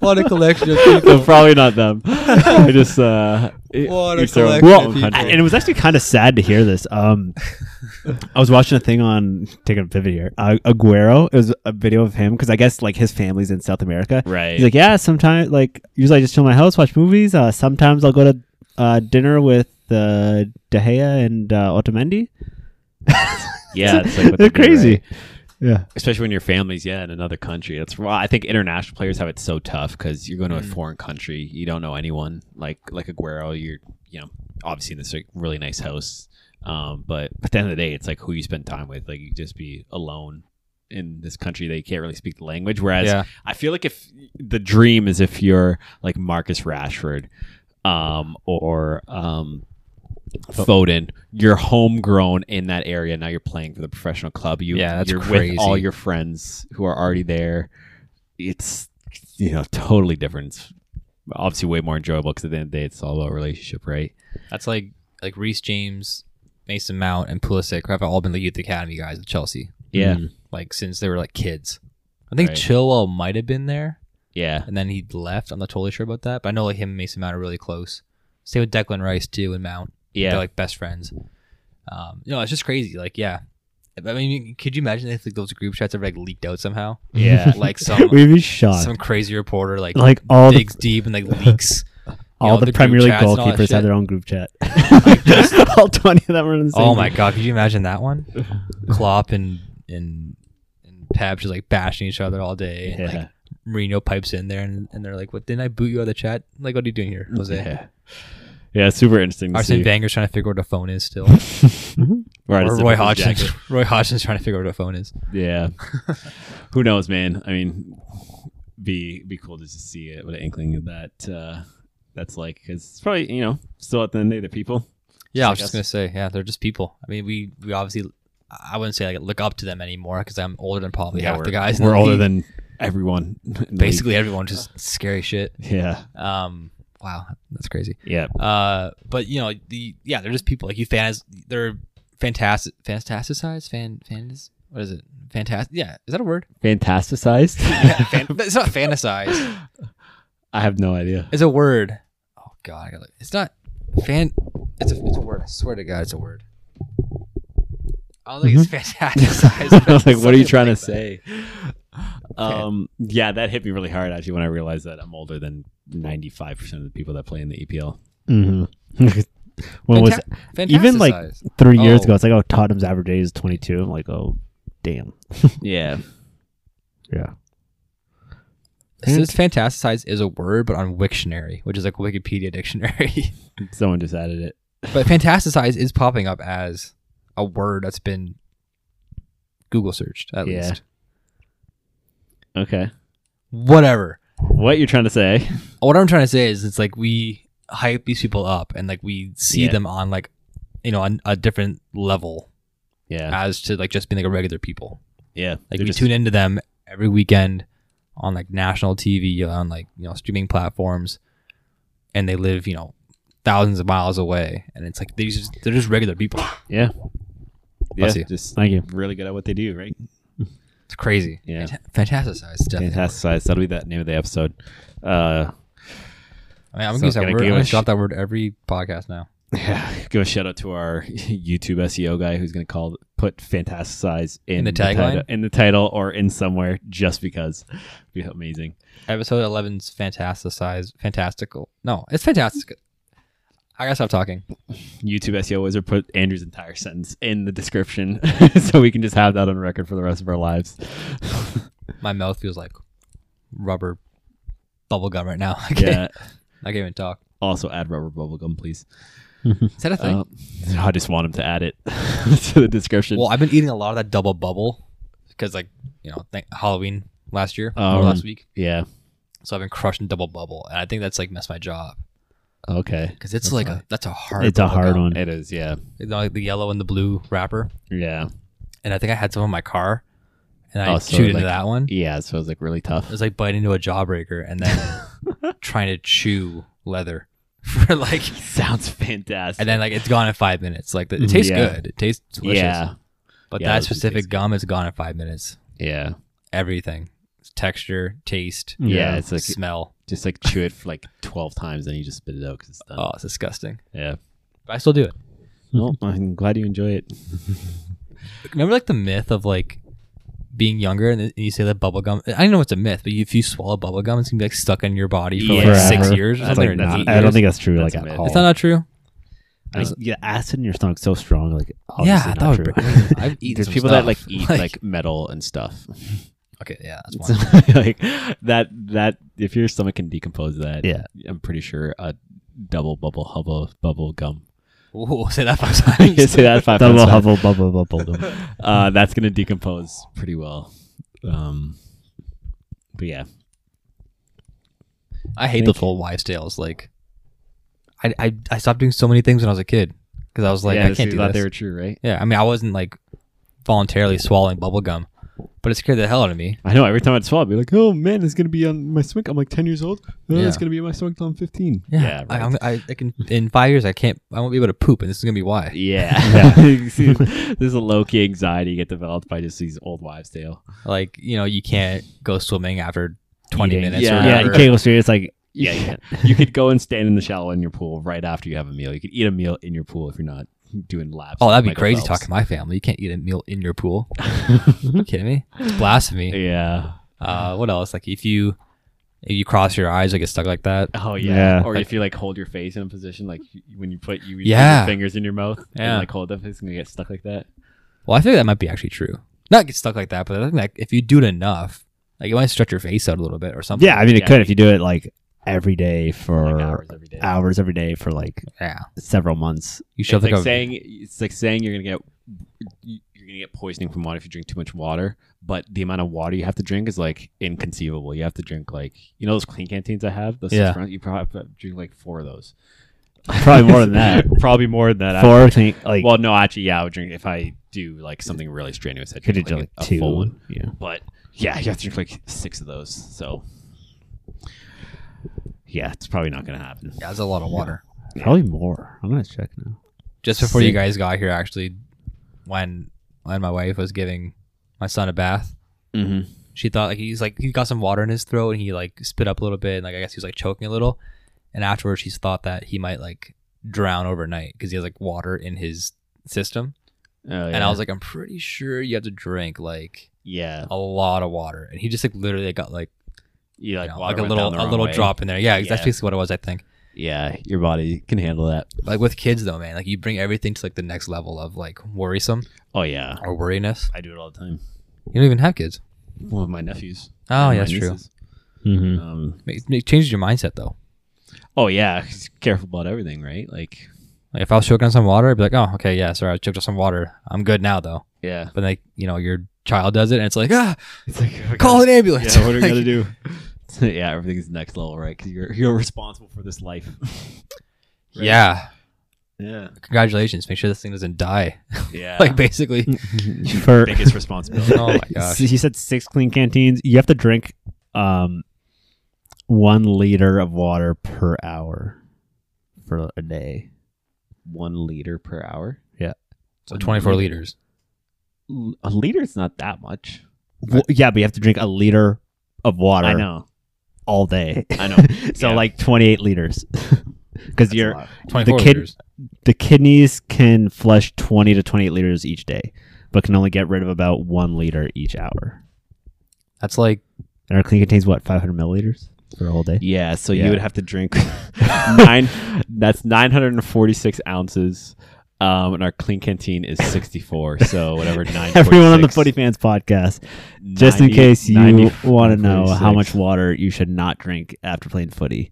Speaker 3: what a collection of people.
Speaker 5: So probably not them. I just uh, it-
Speaker 3: What a
Speaker 5: you throw-
Speaker 3: collection of people.
Speaker 4: and it was actually kind of sad to hear this. Um, I was watching a thing on taking a pivot here. Uh, Aguero it was a video of him because I guess like his family's in South America.
Speaker 5: Right.
Speaker 4: He's like, yeah, sometimes like usually I just chill in my house, watch movies. Uh, sometimes I'll go to uh, dinner with uh, De Gea and uh, Otamendi.
Speaker 5: yeah, it's like
Speaker 4: They're
Speaker 5: what they do, right?
Speaker 4: crazy. Yeah.
Speaker 5: especially when your family's yeah in another country. That's why I think international players have it so tough because you're going to a foreign country, you don't know anyone. Like like Aguero, you're you know obviously in this like really nice house, um, but at the end of the day, it's like who you spend time with. Like you just be alone in this country that you can't really speak the language. Whereas
Speaker 3: Yeah.
Speaker 5: I feel like if the dream is if you're like Marcus Rashford, um, or um.
Speaker 3: Oh.
Speaker 5: Foden, you're homegrown in that area. Now you're playing for the professional club. You,
Speaker 3: Yeah, that's
Speaker 5: you're
Speaker 3: crazy.
Speaker 5: with all your friends who are already there. It's you know totally different. It's obviously way more enjoyable because at the end of the day, it's all about relationship, right?
Speaker 3: That's like like Reese James, Mason Mount, and Pulisic have all been the youth academy guys at Chelsea.
Speaker 5: Yeah.
Speaker 3: like since they were like kids. I think
Speaker 5: Right.
Speaker 3: Chilwell might have been there,
Speaker 5: Yeah,
Speaker 3: and then he left. I'm not totally sure about that, but I know like him and Mason Mount are really close. Same with Declan Rice too, and Mount.
Speaker 5: yeah.
Speaker 3: They're like best friends. Um, you know, it's just crazy. Like, yeah. I mean, could you imagine if like, those group chats ever like leaked out somehow?
Speaker 5: Yeah.
Speaker 3: like some
Speaker 4: We'd be shocked.
Speaker 3: some crazy reporter like,
Speaker 4: like all the
Speaker 3: digs deep and like leaks. you
Speaker 4: all
Speaker 3: know,
Speaker 4: the,
Speaker 3: group
Speaker 4: Premier League
Speaker 3: chats and all that
Speaker 4: goalkeepers
Speaker 3: shit.
Speaker 4: have their own group chat. all twenty of them are in the same.
Speaker 3: Oh my god, could you imagine that one? Klopp and and and Pep just like bashing each other all day. And,
Speaker 5: Yeah.
Speaker 3: Like Mourinho pipes in there and, and they're like, "What didn't I boot you out of the chat? Like, what are you doing here, Jose?"
Speaker 5: yeah, yeah. it's Super interesting. To
Speaker 3: Arsene
Speaker 5: see.
Speaker 3: Wenger's trying to figure out what a phone is still.
Speaker 5: Or
Speaker 3: or
Speaker 5: it's
Speaker 3: Roy
Speaker 5: a-
Speaker 3: Hodgson.
Speaker 5: jacket.
Speaker 3: Roy Hodgson's trying to figure out what a phone is.
Speaker 5: Yeah, who knows, man? I mean, be be cool just to see it. What an inkling of that. Uh, that's like 'cause it's probably you know still at the end of the day, the people.
Speaker 3: Yeah, I was
Speaker 5: I
Speaker 3: just gonna say, yeah, they're just people. I mean, we we obviously, I wouldn't say like look up to them anymore because I'm older than probably half
Speaker 5: we're,
Speaker 3: the guys. in
Speaker 5: we're
Speaker 3: the
Speaker 5: older
Speaker 3: league.
Speaker 5: than everyone. in the league.
Speaker 3: basically everyone. Just scary shit.
Speaker 5: Yeah.
Speaker 3: Um, wow, that's crazy.
Speaker 5: Yeah.
Speaker 3: Uh, but you know the yeah, they're just people. Like you fans, they're fantastic, fantasticized, fan, fans. What is it? Fantastic. Yeah, is that a word?
Speaker 5: Fantasticized?
Speaker 3: Yeah, fan- it's not fantasized.
Speaker 5: I have no idea.
Speaker 3: It's a word. Oh god, I gotta, it's not fan. It's a it's a word. I swear to God, it's a word. I don't think it's fantasticized.
Speaker 5: Mm-hmm. I
Speaker 3: but
Speaker 5: was like, what are you
Speaker 3: something
Speaker 5: trying
Speaker 3: like
Speaker 5: to
Speaker 3: that.
Speaker 5: say? Um, yeah, that hit me really hard actually when I realized that I'm older than 95% of the people that play in the E EPL.
Speaker 4: Mm-hmm. when was
Speaker 3: Fanta-
Speaker 4: even like
Speaker 3: fantasticized.
Speaker 4: three years
Speaker 3: Oh.
Speaker 4: ago? It's like oh, Tottenham's average age is twenty two. I'm like oh, damn.
Speaker 5: Yeah.
Speaker 4: Yeah.
Speaker 3: It says fantasticized is a word, but on Wiktionary, which is like Wikipedia dictionary.
Speaker 5: Someone just added it.
Speaker 3: but fantasticized is popping up as a word that's been Google searched at
Speaker 5: Yeah.
Speaker 3: least.
Speaker 5: Okay.
Speaker 3: Whatever.
Speaker 5: What you're trying to say?
Speaker 3: What I'm trying to say is, it's like we hype these people up, and like we see
Speaker 5: Yeah.
Speaker 3: them on like, you know, on a different level
Speaker 5: Yeah.
Speaker 3: as to like just being like a regular people.
Speaker 5: Yeah.
Speaker 3: Like
Speaker 5: They're
Speaker 3: we
Speaker 5: just-
Speaker 3: tune into them every weekend on like national TV, on like you know streaming platforms, and they live you know thousands of miles away, and it's like they just they're just regular people.
Speaker 5: Yeah. Yeah.
Speaker 3: Bless you.
Speaker 5: Just
Speaker 4: Thank you.
Speaker 5: really good at what they do, right?
Speaker 3: It's crazy.
Speaker 5: Yeah.
Speaker 3: Fant- fantasticized stuff.
Speaker 5: Fantasticized. That'll be that name of the episode. Uh,
Speaker 3: I mean, I'm
Speaker 5: So
Speaker 3: gonna use that
Speaker 5: gonna
Speaker 3: word. I'm
Speaker 5: give
Speaker 3: gonna
Speaker 5: a sh-
Speaker 3: drop that word every podcast now.
Speaker 5: Yeah, give a shout out to our YouTube SEO guy who's going to call put fantasticize in,
Speaker 3: In the
Speaker 5: title,
Speaker 3: tagline?
Speaker 5: in the title or in somewhere just because. Be amazing.
Speaker 3: Episode 11's fantasticized, fantastical. No, it's fantastic. I gotta stop talking.
Speaker 5: YouTube SEO wizard put Andrew's entire sentence in the description so we can just have that on record for the rest of our lives.
Speaker 3: My mouth feels like rubber bubble gum right now. I can't,
Speaker 5: Yeah.
Speaker 3: I can't even talk.
Speaker 5: also add rubber bubblegum, please.
Speaker 3: Is that a thing?
Speaker 5: Uh, I just want him to add it to the description.
Speaker 3: Well, I've been eating a lot of that double bubble because, like, you know, thank Halloween last year or
Speaker 5: Um,
Speaker 3: last week.
Speaker 5: yeah.
Speaker 3: So I've been crushing double bubble, and I think that's like messed my jaw up
Speaker 5: Okay.
Speaker 3: because it's like a that's a hard.
Speaker 4: It's a
Speaker 3: bubble
Speaker 4: hard
Speaker 3: gum.
Speaker 4: one.
Speaker 5: It is. Yeah.
Speaker 3: You know, like the yellow and the blue wrapper,
Speaker 5: Yeah.
Speaker 3: and I think I had some in my car, and I
Speaker 5: Oh,
Speaker 3: chewed
Speaker 5: so,
Speaker 3: into
Speaker 5: like-
Speaker 3: that one.
Speaker 5: Yeah, so it was like really tough.
Speaker 3: It was like biting into a jawbreaker and then trying to chew leather for like,
Speaker 5: Sounds fantastic.
Speaker 3: and then like it's gone in five minutes. Like it tastes
Speaker 5: Yeah.
Speaker 3: good. It tastes delicious.
Speaker 5: yeah,
Speaker 3: But
Speaker 5: Yeah, it
Speaker 3: that
Speaker 5: doesn't
Speaker 3: specific
Speaker 5: taste
Speaker 3: gum is gone in five minutes.
Speaker 5: yeah,
Speaker 3: Everything, texture, taste,
Speaker 5: Yeah, it's like-
Speaker 3: smell.
Speaker 5: just like chew it for like twelve times, and you just spit it out because it's done.
Speaker 3: Oh, it's disgusting.
Speaker 5: Yeah.
Speaker 3: But I still do it.
Speaker 5: Well, I'm glad you enjoy it.
Speaker 3: Remember like the myth of like being younger and then you say that bubble gum. I know it's a myth, but if you swallow bubble gum, it's gonna be like stuck in your body for like
Speaker 5: Yeah.
Speaker 3: six
Speaker 4: Forever.
Speaker 3: years or
Speaker 4: That's
Speaker 3: something.
Speaker 4: like
Speaker 3: or
Speaker 4: not-
Speaker 3: eight
Speaker 4: I don't
Speaker 3: years.
Speaker 4: think that's true.
Speaker 5: That's
Speaker 4: like
Speaker 5: a
Speaker 4: at
Speaker 5: myth. It's
Speaker 4: all.
Speaker 3: it's not, not true.
Speaker 4: I mean, yeah, acid in your stomach is so strong. Like, obviously
Speaker 3: yeah,
Speaker 4: not
Speaker 3: that was
Speaker 4: true.
Speaker 3: br- I've eaten
Speaker 5: There's
Speaker 3: some
Speaker 5: people
Speaker 3: stuff.
Speaker 5: that like eat like, metal and stuff.
Speaker 3: okay, yeah, that's
Speaker 5: So,
Speaker 3: one.
Speaker 5: like that that if your stomach can decompose that,
Speaker 4: Yeah.
Speaker 5: I'm pretty sure a double bubble hubble bubble gum.
Speaker 3: Ooh, say that five
Speaker 5: You
Speaker 3: times.
Speaker 5: say that five times
Speaker 4: Double
Speaker 5: fast.
Speaker 4: hubble, bubble, bubble. bubble.
Speaker 5: Uh, that's gonna decompose pretty well. Um, but yeah,
Speaker 3: I hate the full wives' tales. Like, I, I I stopped doing so many things when I was a kid because I was like,
Speaker 5: yeah,
Speaker 3: I
Speaker 5: so you
Speaker 3: can't do
Speaker 5: thought
Speaker 3: that.
Speaker 5: They were true, right?
Speaker 3: yeah, I mean, I wasn't like voluntarily swallowing bubble gum, but it scared the hell out of me.
Speaker 5: I know. Every time I'd swallow, I'd be like, "Oh man, it's gonna be on my stomach." I'm like ten years old. Oh,
Speaker 3: Yeah.
Speaker 5: It's gonna be on my stomach till I'm fifteen.
Speaker 3: Yeah, I, I'm- I, I can in five years I can't I won't be able to poop, and this is gonna be why.
Speaker 5: Yeah. You see, There's a low key anxiety you get developed by just these old wives' tale.
Speaker 3: Like you know, you can't go swimming after twenty
Speaker 5: Eating.
Speaker 3: minutes.
Speaker 5: Yeah.
Speaker 3: or
Speaker 4: yeah, you
Speaker 3: whatever.
Speaker 4: can't go straight. It's like
Speaker 5: Yeah, yeah. you could go and stand in the shallow in your pool right after you have a meal. You could eat a meal in your pool if you're not doing laps.
Speaker 3: Oh,
Speaker 5: like
Speaker 3: that'd be
Speaker 5: Michael
Speaker 3: crazy
Speaker 5: Phelps.
Speaker 3: talking to my family. You can't eat a meal in your pool. you kidding me? It's blasphemy.
Speaker 5: Yeah.
Speaker 3: Uh, what else? Like if you if you cross your eyes, I get stuck like that.
Speaker 5: Oh
Speaker 4: yeah.
Speaker 5: yeah. Or
Speaker 3: Like-
Speaker 5: if you like hold your face in a position, like you, when you put you
Speaker 3: Yeah.
Speaker 5: your fingers in your mouth
Speaker 3: Yeah.
Speaker 5: and like hold up, it's gonna get stuck like that.
Speaker 3: Well, I think that might be actually true. Not get stuck like that, but I think like if you do it enough, like you might stretch your face out a little bit or something.
Speaker 4: yeah. I mean, it
Speaker 5: Yeah,
Speaker 4: could if you do it like every day for
Speaker 5: Like hours every day.
Speaker 4: hours every day for like
Speaker 3: yeah.
Speaker 4: several months.
Speaker 3: You
Speaker 5: It's
Speaker 3: shove
Speaker 5: like,
Speaker 3: like, a
Speaker 5: saying it's like saying you're gonna get you're gonna get poisoning from water if you drink too much water, but the amount of water you have to drink is like inconceivable. You have to drink like you know those clean canteens I have. Those six
Speaker 3: Yeah.
Speaker 5: rounds? you probably have to drink like four of those.
Speaker 4: Probably more than that.
Speaker 5: probably more than that. I-
Speaker 4: Four, think, like,
Speaker 5: well, no, actually, yeah, I would drink if I do like something really strenuous. I
Speaker 4: could you do like two?
Speaker 5: a full one,
Speaker 4: Yeah.
Speaker 5: but yeah, you have to drink like six of those. So yeah, it's probably not gonna happen.
Speaker 3: yeah, that's a lot of water.
Speaker 4: Probably more. I'm gonna check now.
Speaker 3: Just before you
Speaker 5: Sick.
Speaker 3: guys got here, actually, when when my wife was giving my son a bath,
Speaker 5: Mm-hmm.
Speaker 3: she thought like he's like he got some water in his throat and he like spit up a little bit and like I guess he was like choking a little, and afterwards she's thought that he might like drown overnight because he has like water in his system.
Speaker 5: Oh,
Speaker 3: And I was like, I'm pretty sure you have to drink like
Speaker 5: yeah,
Speaker 3: a lot of water, and he just like literally got like
Speaker 5: yeah, like,
Speaker 3: you know,
Speaker 5: water
Speaker 3: like a
Speaker 5: went
Speaker 3: little
Speaker 5: down the
Speaker 3: a
Speaker 5: wrong
Speaker 3: little
Speaker 5: way.
Speaker 3: drop in there. Yeah,
Speaker 5: Yeah.
Speaker 3: that's basically what it was, I think.
Speaker 5: Yeah, your body can handle that.
Speaker 3: Like with kids though, man, like you bring everything to like the next level of like worrisome
Speaker 5: Oh yeah,
Speaker 3: or worriness.
Speaker 5: I do it all the time.
Speaker 3: You don't even have kids.
Speaker 5: Well, with my nephews.
Speaker 3: Oh, yeah,
Speaker 5: and my
Speaker 3: that's true.
Speaker 5: nieces.
Speaker 4: Mm-hmm.
Speaker 5: Um,
Speaker 3: It, it changes your mindset though.
Speaker 5: oh yeah, he's careful about everything, right? Like
Speaker 3: Like if I was choking on some water, I'd be like, oh, okay, yeah, sorry, I choked on some water. I'm good now though.
Speaker 5: yeah,
Speaker 3: But like you know, your child does it, and it's like, ah,
Speaker 5: it's like
Speaker 3: call an ambulance.
Speaker 5: Yeah, what are we
Speaker 3: Like,
Speaker 5: gonna do? yeah, everything's next level, right? Because you're you're responsible for this life.
Speaker 3: Yeah,
Speaker 5: Yeah,
Speaker 3: congratulations. Make sure this thing doesn't die.
Speaker 5: yeah.
Speaker 3: like basically.
Speaker 4: For
Speaker 5: biggest responsibility.
Speaker 3: oh my gosh.
Speaker 4: he said six clean canteens. You have to drink um one liter of water per hour for a day.
Speaker 5: One liter per hour.
Speaker 3: So 24 liters.
Speaker 5: L- A liter is not that much.
Speaker 4: Well, yeah, but you have to drink a liter of water.
Speaker 5: I know.
Speaker 4: all day.
Speaker 5: I know.
Speaker 4: so
Speaker 5: Yeah.
Speaker 4: like 28 liters, because
Speaker 5: That's a
Speaker 4: your
Speaker 5: lot.
Speaker 3: 24
Speaker 4: kid-
Speaker 3: liters.
Speaker 4: the kidneys can flush 20 to 28 liters each day, but can only get rid of about one liter each hour.
Speaker 3: That's like
Speaker 4: And our clean contains what 500 milliliters for a whole day.
Speaker 5: Yeah, so
Speaker 4: Yeah.
Speaker 5: you would have to drink nine. That's nine hundred and forty-six ounces, um, and our clean canteen is sixty-four. So whatever nine.
Speaker 4: Everyone on the Footy Fans podcast, just in case you want to know how much water you should not drink after playing footy,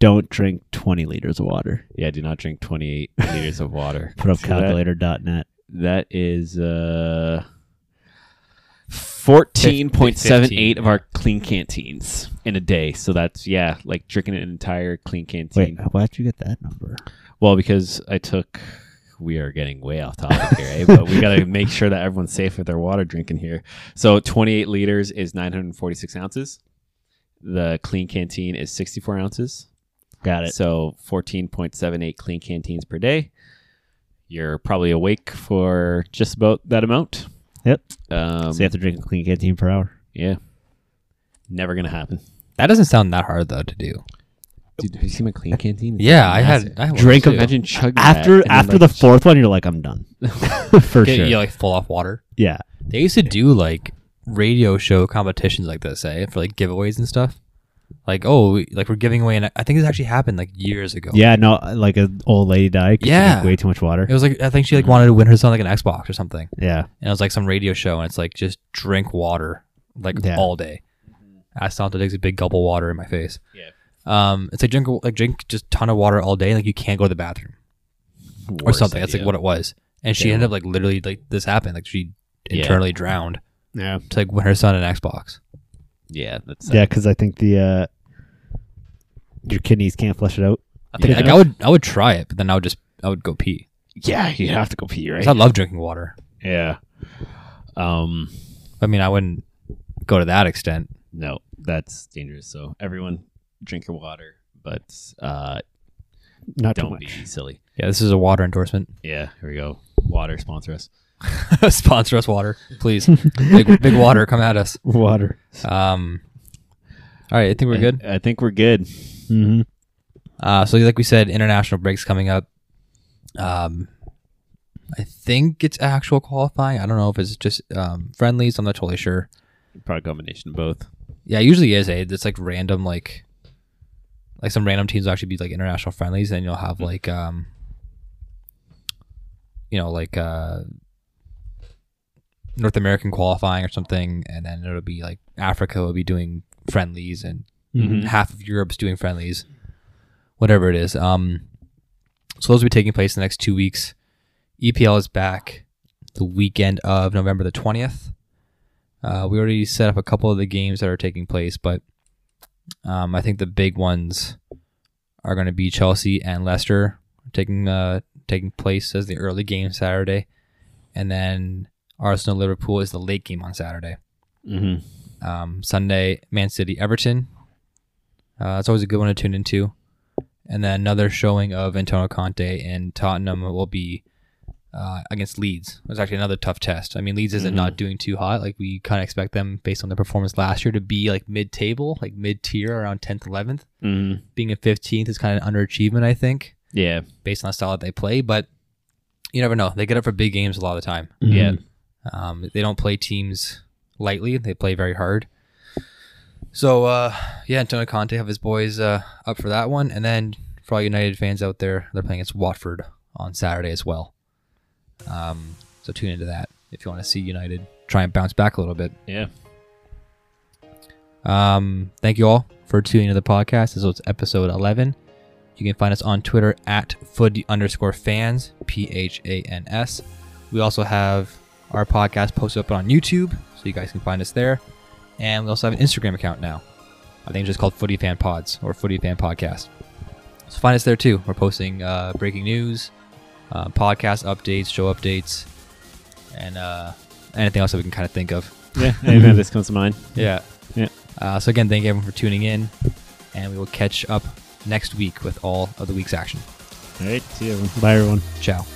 Speaker 4: don't drink 20 liters of water.
Speaker 5: Yeah, do not drink twenty-eight liters of water.
Speaker 4: Put up
Speaker 5: So that-
Speaker 4: calculator.net.
Speaker 5: That is uh, fourteen point seven eight of our clean canteens in a day. So that's yeah, like drinking an entire clean
Speaker 4: Wait,
Speaker 5: canteen.
Speaker 4: why'd you get that number?
Speaker 5: Well, because I took we are getting way off topic here, eh? but we got to make sure that everyone's safe with their water drinking here. So 28 liters is 946 ounces. The clean canteen is 64 ounces.
Speaker 4: Got it.
Speaker 5: So 14.78 clean canteens per day. You're probably awake for just about that amount.
Speaker 4: Yep.
Speaker 5: Um,
Speaker 4: so you have to drink a clean canteen per hour.
Speaker 5: yeah. Never going to happen.
Speaker 3: That doesn't sound that hard though to do.
Speaker 5: Dude, have you seen my clean canteen?
Speaker 3: Yeah, I had I had one
Speaker 4: Drink
Speaker 3: too.
Speaker 4: a-
Speaker 5: Imagine chugging
Speaker 4: After after the fourth one, you're like, I'm done. for
Speaker 3: Yeah,
Speaker 4: sure.
Speaker 3: You like full off water.
Speaker 4: yeah.
Speaker 3: They used to do like radio show competitions like this, eh, for like giveaways and stuff. Like oh, we, like we're giving away, and I think this actually happened like years ago.
Speaker 4: Yeah, no, like an old lady died. 'cause she
Speaker 3: Yeah.
Speaker 4: drank way too much water.
Speaker 3: it was like I think she like wanted to win herself like an Xbox or something,
Speaker 4: yeah,
Speaker 3: and it was like some radio show, and it's like just drink water like
Speaker 4: Yeah.
Speaker 3: all day. I saw it takes a big gulp of water in my face.
Speaker 5: Yeah.
Speaker 3: Um, it's like drink like drink just ton of water all day, like you can't go to the bathroom. or something. That's like what it was. And she ended up like literally like this happened. Like she
Speaker 5: Yeah.
Speaker 3: internally drowned
Speaker 4: yeah,
Speaker 3: to like win her son an Xbox.
Speaker 5: Yeah, that's
Speaker 4: yeah. Because I think the uh your kidneys can't flush it out.
Speaker 3: I think
Speaker 5: Yeah.
Speaker 3: like I would I would try it, but then I would just I would go pee.
Speaker 5: yeah. You have to go pee,
Speaker 3: 'Cause
Speaker 5: right?
Speaker 3: I love drinking water.
Speaker 5: Yeah. Um.
Speaker 3: I mean, I wouldn't go to that extent.
Speaker 5: No, that's dangerous. So everyone, drink your water, but uh,
Speaker 4: Not too
Speaker 5: don't
Speaker 4: much.
Speaker 5: be silly.
Speaker 3: Yeah, this is a water endorsement.
Speaker 5: Yeah. Here we go. Water sponsor us.
Speaker 3: Sponsor us, water, please. big big water, come at us.
Speaker 4: Water.
Speaker 3: Um, all right, I think we're good.
Speaker 5: I, I think we're good.
Speaker 4: Mm-hmm.
Speaker 3: Uh, so like we said, international breaks coming up. Um, I think it's actual qualifying. I don't know if it's just um, friendlies. I'm not totally sure.
Speaker 5: Probably combination of both.
Speaker 3: Yeah, it usually is. Eh? It's like random, like like some random teams will actually be like international friendlies, and you'll have like um, you know, like uh, North American qualifying or something, and then it'll be like Africa will be doing friendlies, and half of Europe's doing friendlies, whatever it is. Um, so those will be taking place in the next two weeks. EPL is back the weekend of November the twentieth. Uh, we already set up a couple of the games that are taking place, but um, I think the big ones are going to be Chelsea and Leicester taking uh, taking place as the early game Saturday, and then Arsenal Liverpool is the late game on Saturday.
Speaker 5: Mm-hmm.
Speaker 3: Um, Sunday, Man City, Everton. Uh, it's always a good one to tune into. And then another showing of Antonio Conte and Tottenham will be uh, against Leeds. It was actually another tough test. I mean, Leeds isn't not doing too hot. Like we kind of expect them based on their performance last year to be like mid-table, like mid-tier, around 10th, 11th.
Speaker 5: Mm-hmm.
Speaker 3: Being a 15th is kind of an underachievement, I think,
Speaker 5: Yeah.
Speaker 3: based on the style that they play. But you never know. They get up for big games a lot of the time.
Speaker 5: Yeah.
Speaker 3: Um, they don't play teams lightly. They play very hard. So uh, yeah, Antonio Conte have his boys uh, up for that one, and then for all United fans out there, they're playing against Watford on Saturday as well. Um, so tune into that if you want to see United try and bounce back a little bit.
Speaker 5: Yeah.
Speaker 3: Um, thank you all for tuning into the podcast. This was episode 11. You can find us on Twitter at food underscore fans, P H A N S. We also have our podcast posted up on YouTube, so you guys can find us there. And we also have an Instagram account now. I think it's just called Footy Fan Pods or Footy Fan Podcast. So find us there too. We're posting uh, breaking news, uh, podcast updates, show updates, and uh, anything else that we can kind of think of.
Speaker 5: Yeah. Anything this comes to mind.
Speaker 3: Yeah.
Speaker 5: Yeah.
Speaker 3: Uh, so again, thank everyone for tuning in, and we will catch up next week with all of the week's action.
Speaker 4: All right. See you. Everyone. Bye, everyone.
Speaker 3: Ciao.